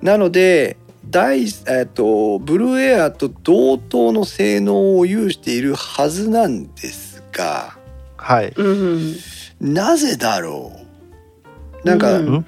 A: なので第えーっとブルーエアと同等の性能を有しているはずなんですが。
B: はい
C: うん
A: なぜだろうなんか、う、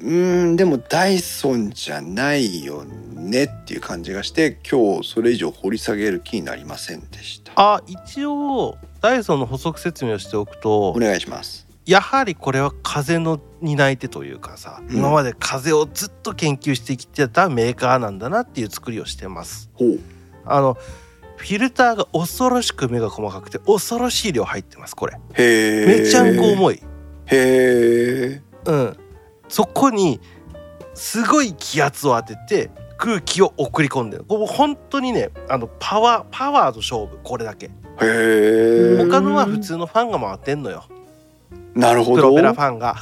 C: うん
B: ん
A: んでもダイソンじゃないよねっていう感じがして今日それ以上掘り下げる気になりませんでした
B: あ一応ダイソンの補足説明をしておくと
A: お願いします
B: やはりこれは風の担い手というかさ、
A: うん
B: 今まで風をずっと研究してきてたメーカーなんだなっていう作りをしてます
A: ほう
B: あのフィルターが恐ろしく目が細かくて恐ろしい量入ってますこれ
A: へえ
B: めちゃんこ重い、
A: へえ
B: うんそこにすごい気圧を当てて空気を送り込んでるこれもう本当にねあのパワーパワーと勝負これだけ
A: へえ
B: 他のは普通のファンが回ってんのよ
A: なるほ
B: プ
A: ど
B: ロペ
A: な
B: ラファンが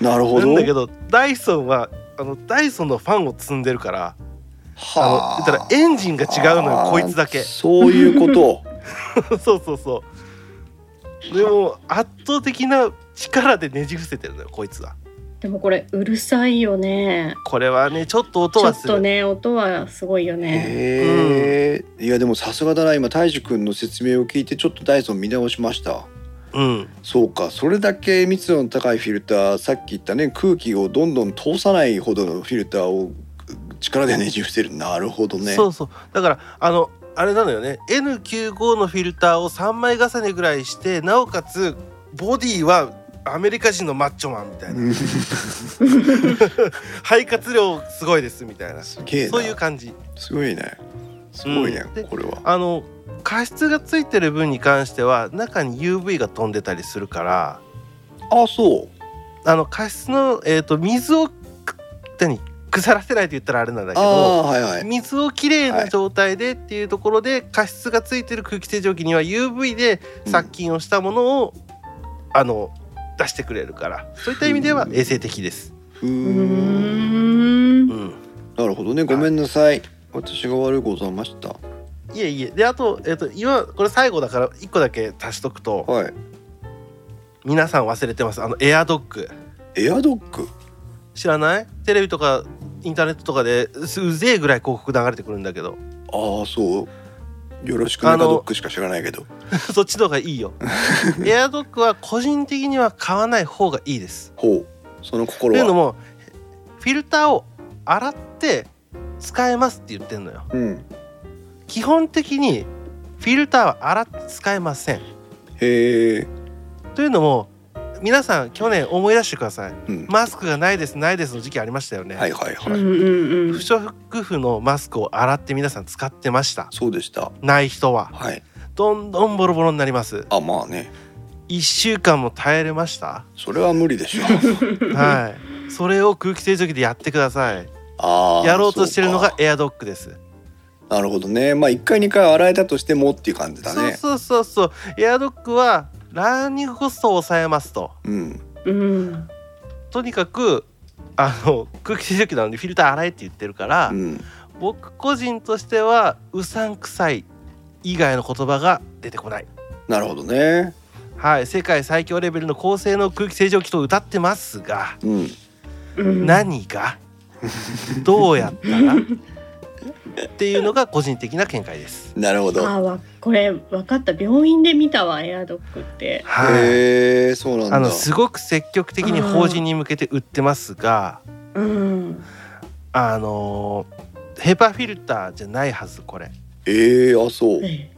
A: るほ
B: なん
A: ど
B: だけどダイソンはあのダイソンのファンを積んでるからあ
A: は
B: の言ったらエンジンが違うのよ
A: あー
B: こいつだけ
A: そういうこと
B: そうそうそうでも圧倒的な力でねじ伏せてるのよこいつは
C: でもこれうるさいよね
B: これはねちょっと音
C: ちょ
B: は
C: っ
B: する
C: とね音はすごいよね
A: へえ、いやでもさすがだな今大樹くんの説明を聞いてちょっとダイソン見直しました
B: うん
A: そうかそれだけ密度の高いフィルターさっき言ったね空気をどんどん通さないほどのフィルターを力でねじ伏せるなるほどね
B: そうそうだからあのあれなのよね N95 のフィルターを3枚重ねぐらいしてなおかつボディはアメリカ人のマッチョマンみたいな
A: うん
B: 肺活量すごいですみたいな
A: すげえな
B: そういう感じ
A: すごいねすごいね、
B: うんで
A: これは
B: あの加湿がついてる分に関しては中に UV が飛んでたりするから
A: あそう
B: あの加湿の、えー、と水をく何腐らせないと言ったらあれなんだけ
A: あ
B: ど
A: あはいはい
B: 水をきれいな状態でっていうところで加湿がついてる空気清浄機には UV で殺菌をしたものを、あの出してくれるからそういった意味では
A: うん
B: 衛生的です。
A: ふ
C: う
A: ーん
C: ーん
B: うん
A: なるほどねごめんなさい私が悪いございました
B: いえいえであと,、えー、と今これ最後だから1個だけ足しとくと、
A: はい
B: 皆さん忘れてますあのエアドッグ。
A: エアドッグ
B: 知らないテレビとかインターネットとかですうぜえぐらい広告流れてくるんだけど
A: ああそうよろしくねエ
B: あ
A: ア
B: の
A: ドッグしか知らないけど
B: そっちの方がい いよエアドッグは個人的には買わない方がいいです
A: ほうその
B: と
A: 心
B: いうの
A: は
B: もフィルターを洗って使えますって言ってんのよ
A: うん
B: 基本的にフィルターは洗って使えません
A: へえ
B: というのも皆さん去年思い出してください
A: うん、
B: マスクがないですないですの時期ありましたよね、
A: はいはいは
C: う
A: い、
C: んうんうん
B: 不織布のマスクを洗って皆さん使ってました
A: そうでした
B: ない人は
A: はい
B: どんどんボロボロになります
A: あまあね
B: 1週間も耐えれました、
A: それは無理でしょう。
B: はいそれを空気清浄機でやってください
A: あー
B: やろうとしてるの
A: そ
B: が
A: うか
B: エアドッグです
A: なるほどね。まあ一回二回洗えたとしてもっていう感じだ
B: そう
A: ね。
B: そうそうそうエアドッグはランニングコストを抑えますと
A: うん。
C: うん
B: とにかくあの空気清浄機なのでフィルター洗えって言ってるから、
A: うん。
B: 僕個人としてはうさんくさい以外の言葉が出てこない
A: なるほどね。
B: はい世界最強レベルの高性能空気清浄機と歌ってますが
A: うん。
C: うん
B: 何がどうやったらっていうのが個人的な見解です。
A: なるほど。
C: あわこれ分かった病院で見たわエアドッグって
B: はい。
A: へえ、そうなんだ。
B: あのすごく積極的に法人に向けて売ってますが、
C: うん
B: あのーヘパーフィルターじゃないはずこれ。
A: ええあそう。
C: え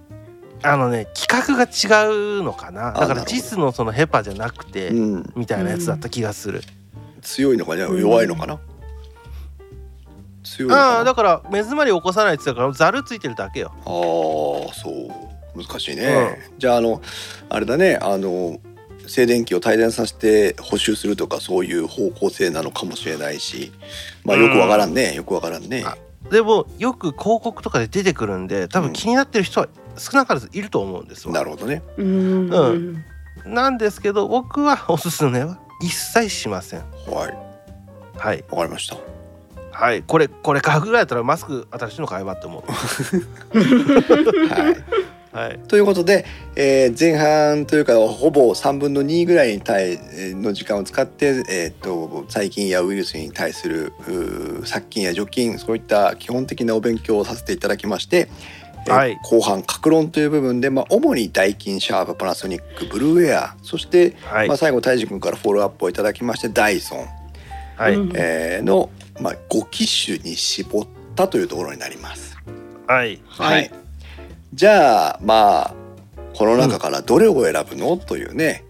B: あのね規格が違うのか
A: な
B: な。だか
A: る
B: ら
A: ほど
B: 実のそのヘパーじゃなくて、
A: うん。
B: みたいなやつだった気がする。
A: 強いのかね。弱いのかな。強いの
B: あ
A: か
B: あ
A: な。
B: だから目詰まり起こさないって言ってたからざるついてるだけよ。
A: ああー、そう。難しいね。じゃああのあれだね。あの。静電気を帯電させて補修するとかそういう方向性なのかもしれないし、まあよくわからんね、よくわからんね。
B: あでもよく広告とかで出てくるんで多分気になってる人は少なからずいると思うんですわ
A: なるほどね
C: うん
B: う
C: うん
B: なんですけど僕はおすすめは一切しません
A: はい
B: はい
A: わかりま した
B: はいこれこれ買うぐらいだったらマスク新しいの買えばって思
A: はい
B: うはい
A: ということで、えー前半というかほぼ3分の2ぐらいに対えーの時間を使って、えーっと細菌やウイルスに対するうー殺菌や除菌そういった基本的なお勉強をさせていただきまして、えー
B: はい
A: 後半格論という部分で、まあ、主にダイキンシャープパナソニックブルーウェアそして、
B: はい
A: まあ、最後泰治君からフォローアップをいただきましてダイソン、
B: はい、
C: うん
A: えーの、まあ、5機種に絞ったというところになります。
B: はい
A: は
C: はい
A: い。じゃあまあこの中からどれを選ぶの、というね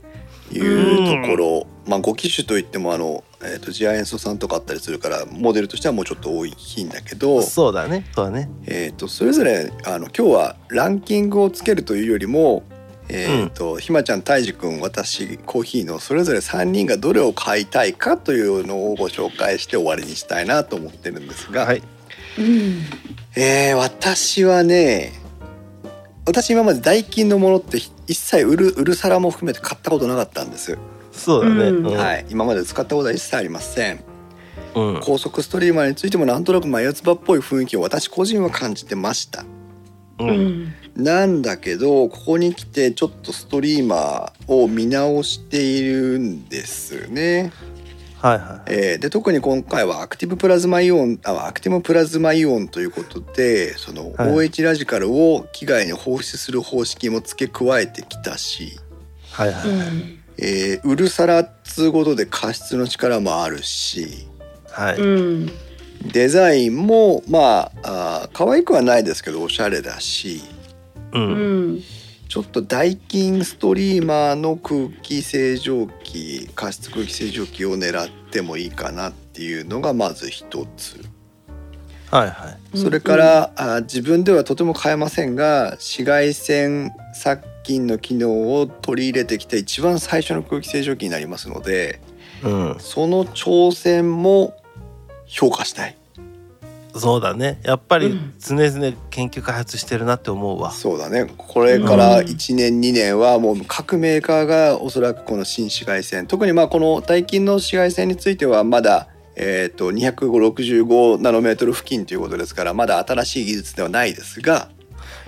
A: いうところ、まあ5機種といってもあの、えー、とジアエンソさんとかあったりするからモデルとしてはもうちょっと多いんだけど、
B: そうだねそうだね
A: えー、とそれぞれあの今日はランキングをつけるというよりも。えーとひまちゃんたいじくん私コーヒーのそれぞれ3人がどれを買いたいかというのをご紹介して終わりにしたいなと思ってるんですが、
B: はい
C: うん
A: えー、私はね私今までダイキンのものって一切売る売る皿も含めて買ったことなかったんです、
B: そうだね、
C: うん
B: うん
A: はい今まで使ったことは一切ありません
B: うん
A: 高速ストリーマーについてもなんとなくまあ四つ葉っぽい雰囲気を私個人は感じてました
B: う
C: うんん
A: なんだけどここに来てちょっとストリーマーを見直しているんですね
B: はいはい
A: えーで特に今回はアクティブプラズマイオンあアクティブプラズマイオンということでその
B: はい
A: OH ラジカルを機外に放出する方式も付け加えてきたし、
B: はいはい
A: えー、ウルサラっつうことで加湿の力もあるし
B: はい、
C: うん
A: デザインもまああー可愛くはないですけどおしゃれだし
B: うん
C: う、ん
A: ちょっとダイキンストリーマーの空気清浄機加湿空気清浄機を狙ってもいいかなっていうのがまず一つ。
B: はいはい
A: それから、あー自分ではとても買えませんが紫外線殺菌の機能を取り入れてきた一番最初の空気清浄機になりますので
B: うん
A: その挑戦も評価したい
B: そうだねやっぱ
C: う
B: り
C: ん
B: 常々研究開発してるなって思うわ、
A: そうだねこれから
C: うん
A: 1年2年はもう各メーカーがおそらくこの新紫外線特にまあこのダイキンの紫外線についてはまだえー、と265ナノメートル付近ということですからまだ新しい技術ではないですが、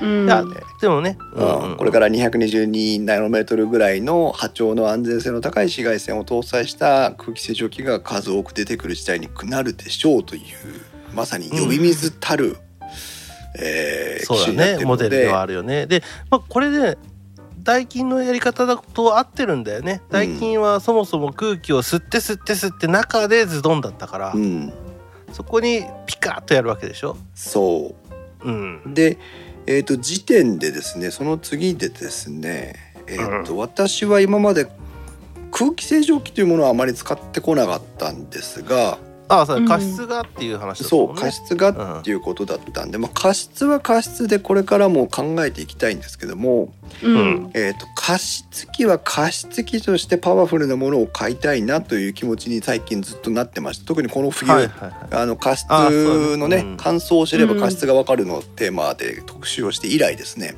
C: うん
B: いやでもね、
A: うんこれからら222ナノメートルぐらいの波長の安全性の高い紫外線を搭載した空気清浄機が数多く出てくる事態になるでしょうというまさに呼び水たる、えー
B: そう
A: 機種になっ
B: だ
A: て
B: ね
A: る
B: モ
A: の
B: デルではあるよねで、まあ、これでダイキンのやり方だと合ってるんだよねダイキンはそもそも空気を吸って吸って吸って中でズドンだったから、
A: うん、
B: そこにピカッとやるわけでしょ
A: そ
B: うん
A: うで、えー、と時点でですねその次でですね、えーと私は今まで空気清浄機というものはあまり使ってこなかったんですが、
B: ああそうれ
C: ん
B: 加湿がっていう話だった
A: そ
B: も
A: うん加
B: ね、
A: 湿が
B: う
A: っていうことだったんで、まあ、過失は過失でこれからも考えていきたいんですけども、
C: うん
A: えー、と加湿器は加湿器としてパワフルなものを買いたいなという気持ちに最近ずっとなってました特にこの冬、
B: はいはいはい
A: あの加湿
B: あそう
A: のね
B: ねうん
A: 乾燥を知れば加湿がわかるのをテーマで特集をして以来ですね、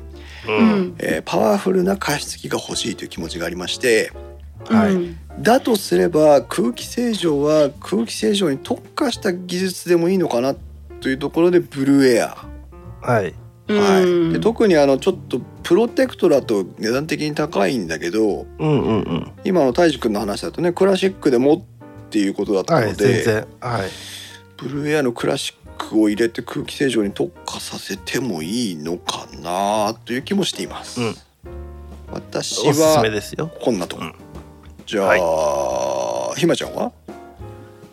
C: う
B: うん
C: ん
A: えーパワフルな加湿器が欲しいという気持ちがありまして
B: はい
C: うん
A: だとすれば空気清浄は空気清浄に特化した技術でもいいのかなというところでブルーエア
B: はい
A: はい、
C: う
A: で
C: ん
A: 特にあのちょっとプロテクトだと値段的に高いんだけど
B: うんうんうん
A: 今の泰治君の話だとねクラシックでもっていうことだった
B: は
A: の
B: い
A: で、
B: 全然はい
A: ブルーエアのクラシックを入れて空気清浄に特化させてもいいのかなという気もしています。
B: うん
A: 私
B: おすす
A: は
B: めですよ
A: こんなとこ、
B: うん
A: じゃあ、ひまちゃんは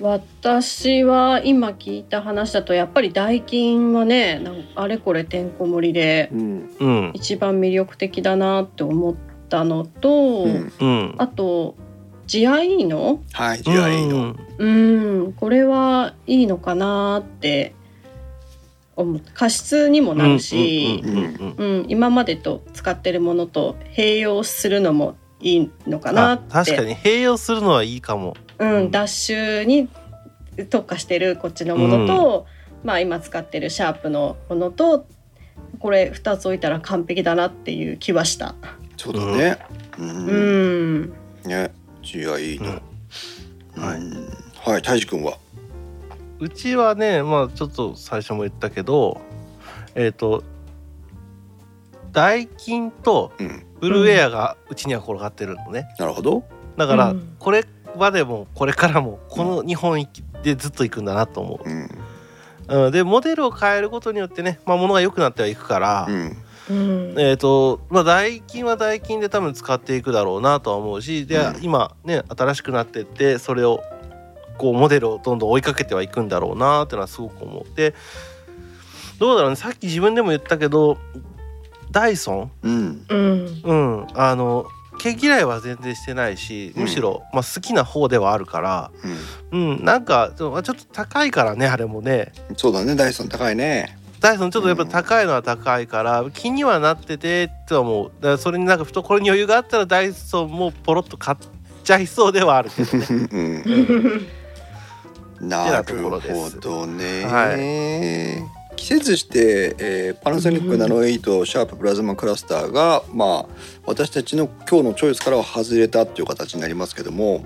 C: 私は今聞いた話だとやっぱりダイキンはねなんあれこれてんこ盛りで
A: うん、
B: うん
C: 一番魅力的だなって思ったのと、
A: うん、
B: うん
C: あと GIE の
A: はいじゃあいいの、
B: うん
C: うんこれはいいのかなって思った加湿にもなるし、
B: うんうんうんうん
C: うん今までと使ってるものと併用するのもいいのかな
B: あ
C: って
B: 確かに併用するのはいいかも
C: うん、ダッシュに特化してるこっちのものと、まあ今使ってるシャープのものとこれ2つ置いたら完璧だなっていう気はした。
A: そうだね。う。
C: うんん。
A: ね。字がいいと。
B: うん
A: は
B: はいい。
A: はい。たいじくんは。
B: うちはねまあちょっと最初も言ったけどえっ、とダイキンと
A: うん。
B: ブルーエアがうちには転がってるのね、
A: なるほど。
B: だから
C: うん
B: これまでもこれからもこの2本でずっと行くんだなと思
A: うん。
B: う、うん、でモデルを変えることによってね、まあ、物が良くなってはいくから、
A: うん。
C: うん。
B: えーとまあ、代金は代金で多分使っていくだろうなとは思うしで、
A: うん
B: 今ね新しくなってってそれをこうモデルをどんどん追いかけてはいくんだろうなっていうのはすごく思うでどうだろうねさっき自分でも言ったけどダイソン
A: うん。
C: うん。
B: うんあの毛嫌いは全然してないしむしろ、まあ、好きな方ではあるからうんなんかちょっと高いからねあれもね
A: うん。そうだね。ダイソン高いね。
B: ダイソンちょっとやっぱ高いのは高いから気にはなっててとは思うだからそれになんか懐に余裕があったらダイソンもポロッと買っちゃいそうではあるけどね
A: うん。なるほどね。
B: は
A: 季節して、えーパナソニックナノエイトシャーププラズマクラスターが、まあ、私たちの今日のチョイスからは外れたっていう形になりますけども、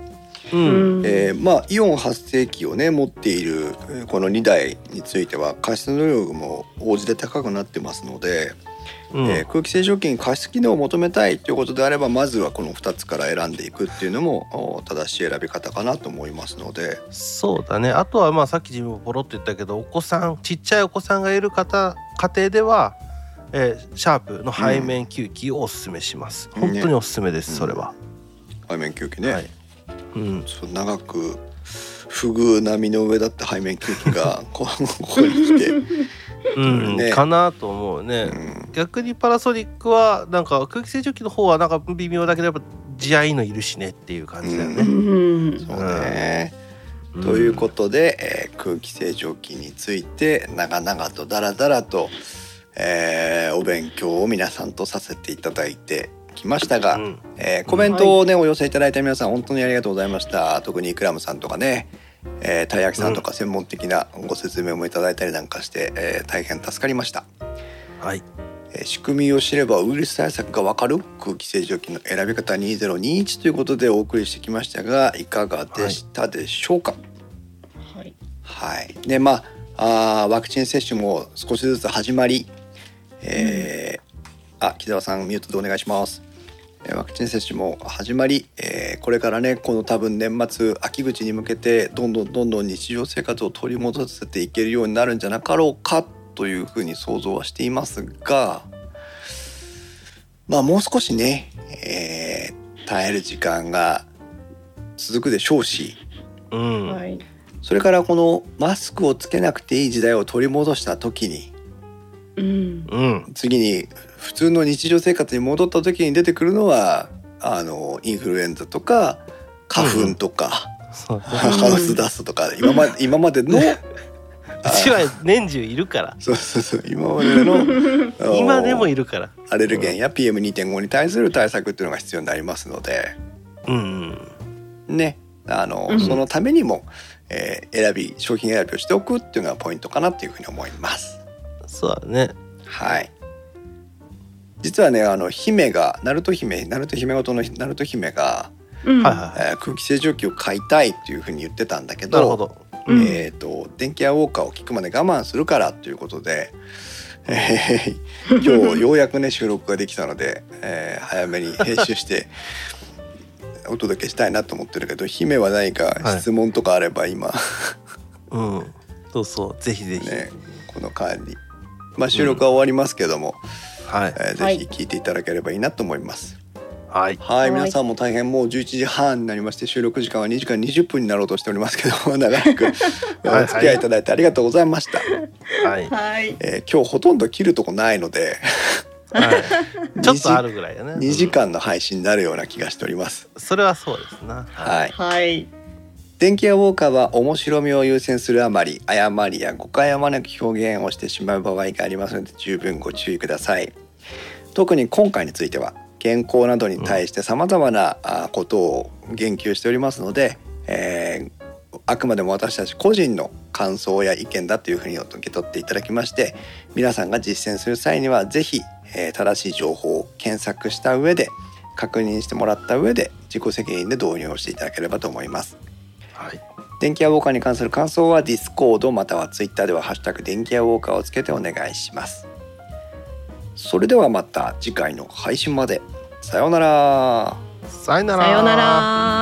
B: う
C: うんん。
A: えーまあ、イオン発生機をね持っているえーこの2台については加湿能力も応じて高くなってますので、
B: うん
A: えー空気清浄機に加湿機能を求めたいということであればまずはこの2つから選んでいくっていうのもお正しい選び方かなと思いますので。
B: そうだねあとはまあさっき自分もポロッと言ったけどお子さんちっちゃいお子さんがいる方家庭では、えーシャープの背面吸気をおすすめします、
A: うん
B: 本当におすすめです、
A: ね
B: それは、
A: 背面吸気ね、
B: はいうん、
A: そう長く不遇波の上だった背面吸気 がこ うここに来て、
B: うん
A: ね
B: かなと思うね、
A: うん
B: 逆にパナソニックはなんか空気清浄機の方はなんか微妙だけどやっぱ地合いのいるしねっていう感じだよ
C: う
B: ね。
C: ん。
A: そうね、
B: ん
A: ということで、えー空気清浄機について長々とダラダラと、えーお勉強を皆さんとさせていただいてきましたが、
B: うん
A: えーコメントをね、お寄せいただいた皆さん本当にありがとうございました特にイクラムさんとかねえーたい焼きさんとか専門的なご説明もいただいたりなんかして、えー大変助かりました
B: はい
A: えー仕組みを知ればウイルス対策がわかる空気清浄機の選び方2021ということでお送りしてきましたがいかがでしたでしょうか、
C: はい。
A: はい、でまああーワクチン接種も少しずつ始まり、えーあ木澤さんミュートでお願いします。えーワクチン接種も始まり、えーこれからねこの多分年末秋口に向けてどんどんどんどん日常生活を取り戻せていけるようになるんじゃなかろうかというふうに想像はしていますがまあもう少しね、えー耐える時間が続くでしょうし、
B: うん
C: はい。
A: それからこのマスクをつけなくていい時代を取り戻した時に
C: うん。
B: うん
A: 次に普通の日常生活に戻った時に出てくるのはあのインフルエンザとか花粉とか、
B: そうね
A: ハウスダストとか今まで今まで の
B: うちは年中いるから
A: そうそうそう今までのあの
B: 今でもいるから
A: アレルゲンや PM2.5 に対する対策っていうのが必要になりますので
B: うん
A: ねあの、
C: うん
A: そのためにも、えー選び商品選びをしておくっていうのがポイントかなっていうふうに思います。
B: そうだね
A: はい。実はね、あの姫が、ナルト姫、ナルト姫ごとのナルト姫が、
C: うん。
B: はいはいは
A: えー空気清浄機を買いたいっていうふうに言ってたんだけ
B: い
A: ど、
B: なるほど
C: うん
A: えっ、と電気屋ウォーカーを聞くまで我慢するからということで、えー今日ようやくね収録ができたので、えー早めに編集して。お届けしたいなと思ってるけど姫は何か質問とかあれば今、
B: うんそうそうぜひぜひ
A: ねこの間に、まあ、収録は終わりますけども、
B: はい
A: えー
C: はい
A: ぜひ聞いていただければいいなと思います。
B: はい
A: はい、
C: はい
A: 皆さんも大変もう11時半になりまして収録時間は2時間20分になろうとしておりますけど 長らく
B: はい
A: お付き合いいただいてありがとうございました、
B: はい
C: はい。
A: えー今日ほとんど切るとこないので
B: はいちょっとあるぐらいだね
A: 2時
B: うん
A: 間の配信になるような気がしております
B: それはそうですなはい
A: はい。
C: はい。
A: 電気屋ウォーカーは面白みを優先するあまり誤りや誤解を招く表現をしてしまう場合がありますので十分ご注意ください特に今回については健康などに対してさまざまなあことを言及しておりますので、えーあくまでも私たち個人の感想や意見だというふうに受け取っていただきまして皆さんが実践する際には是非、えー正しい情報を検索した上で確認してもらった上で自己責任で導入をしていただければと思います。
B: はい、
A: 電気屋ウォーカーに関する感想は Discord または Twitter では「ハッシュタグ電気屋ウォーカー」をつけてお願いします。それではまた次回の配信まで。さようなら。
B: さよなら
C: さようなら。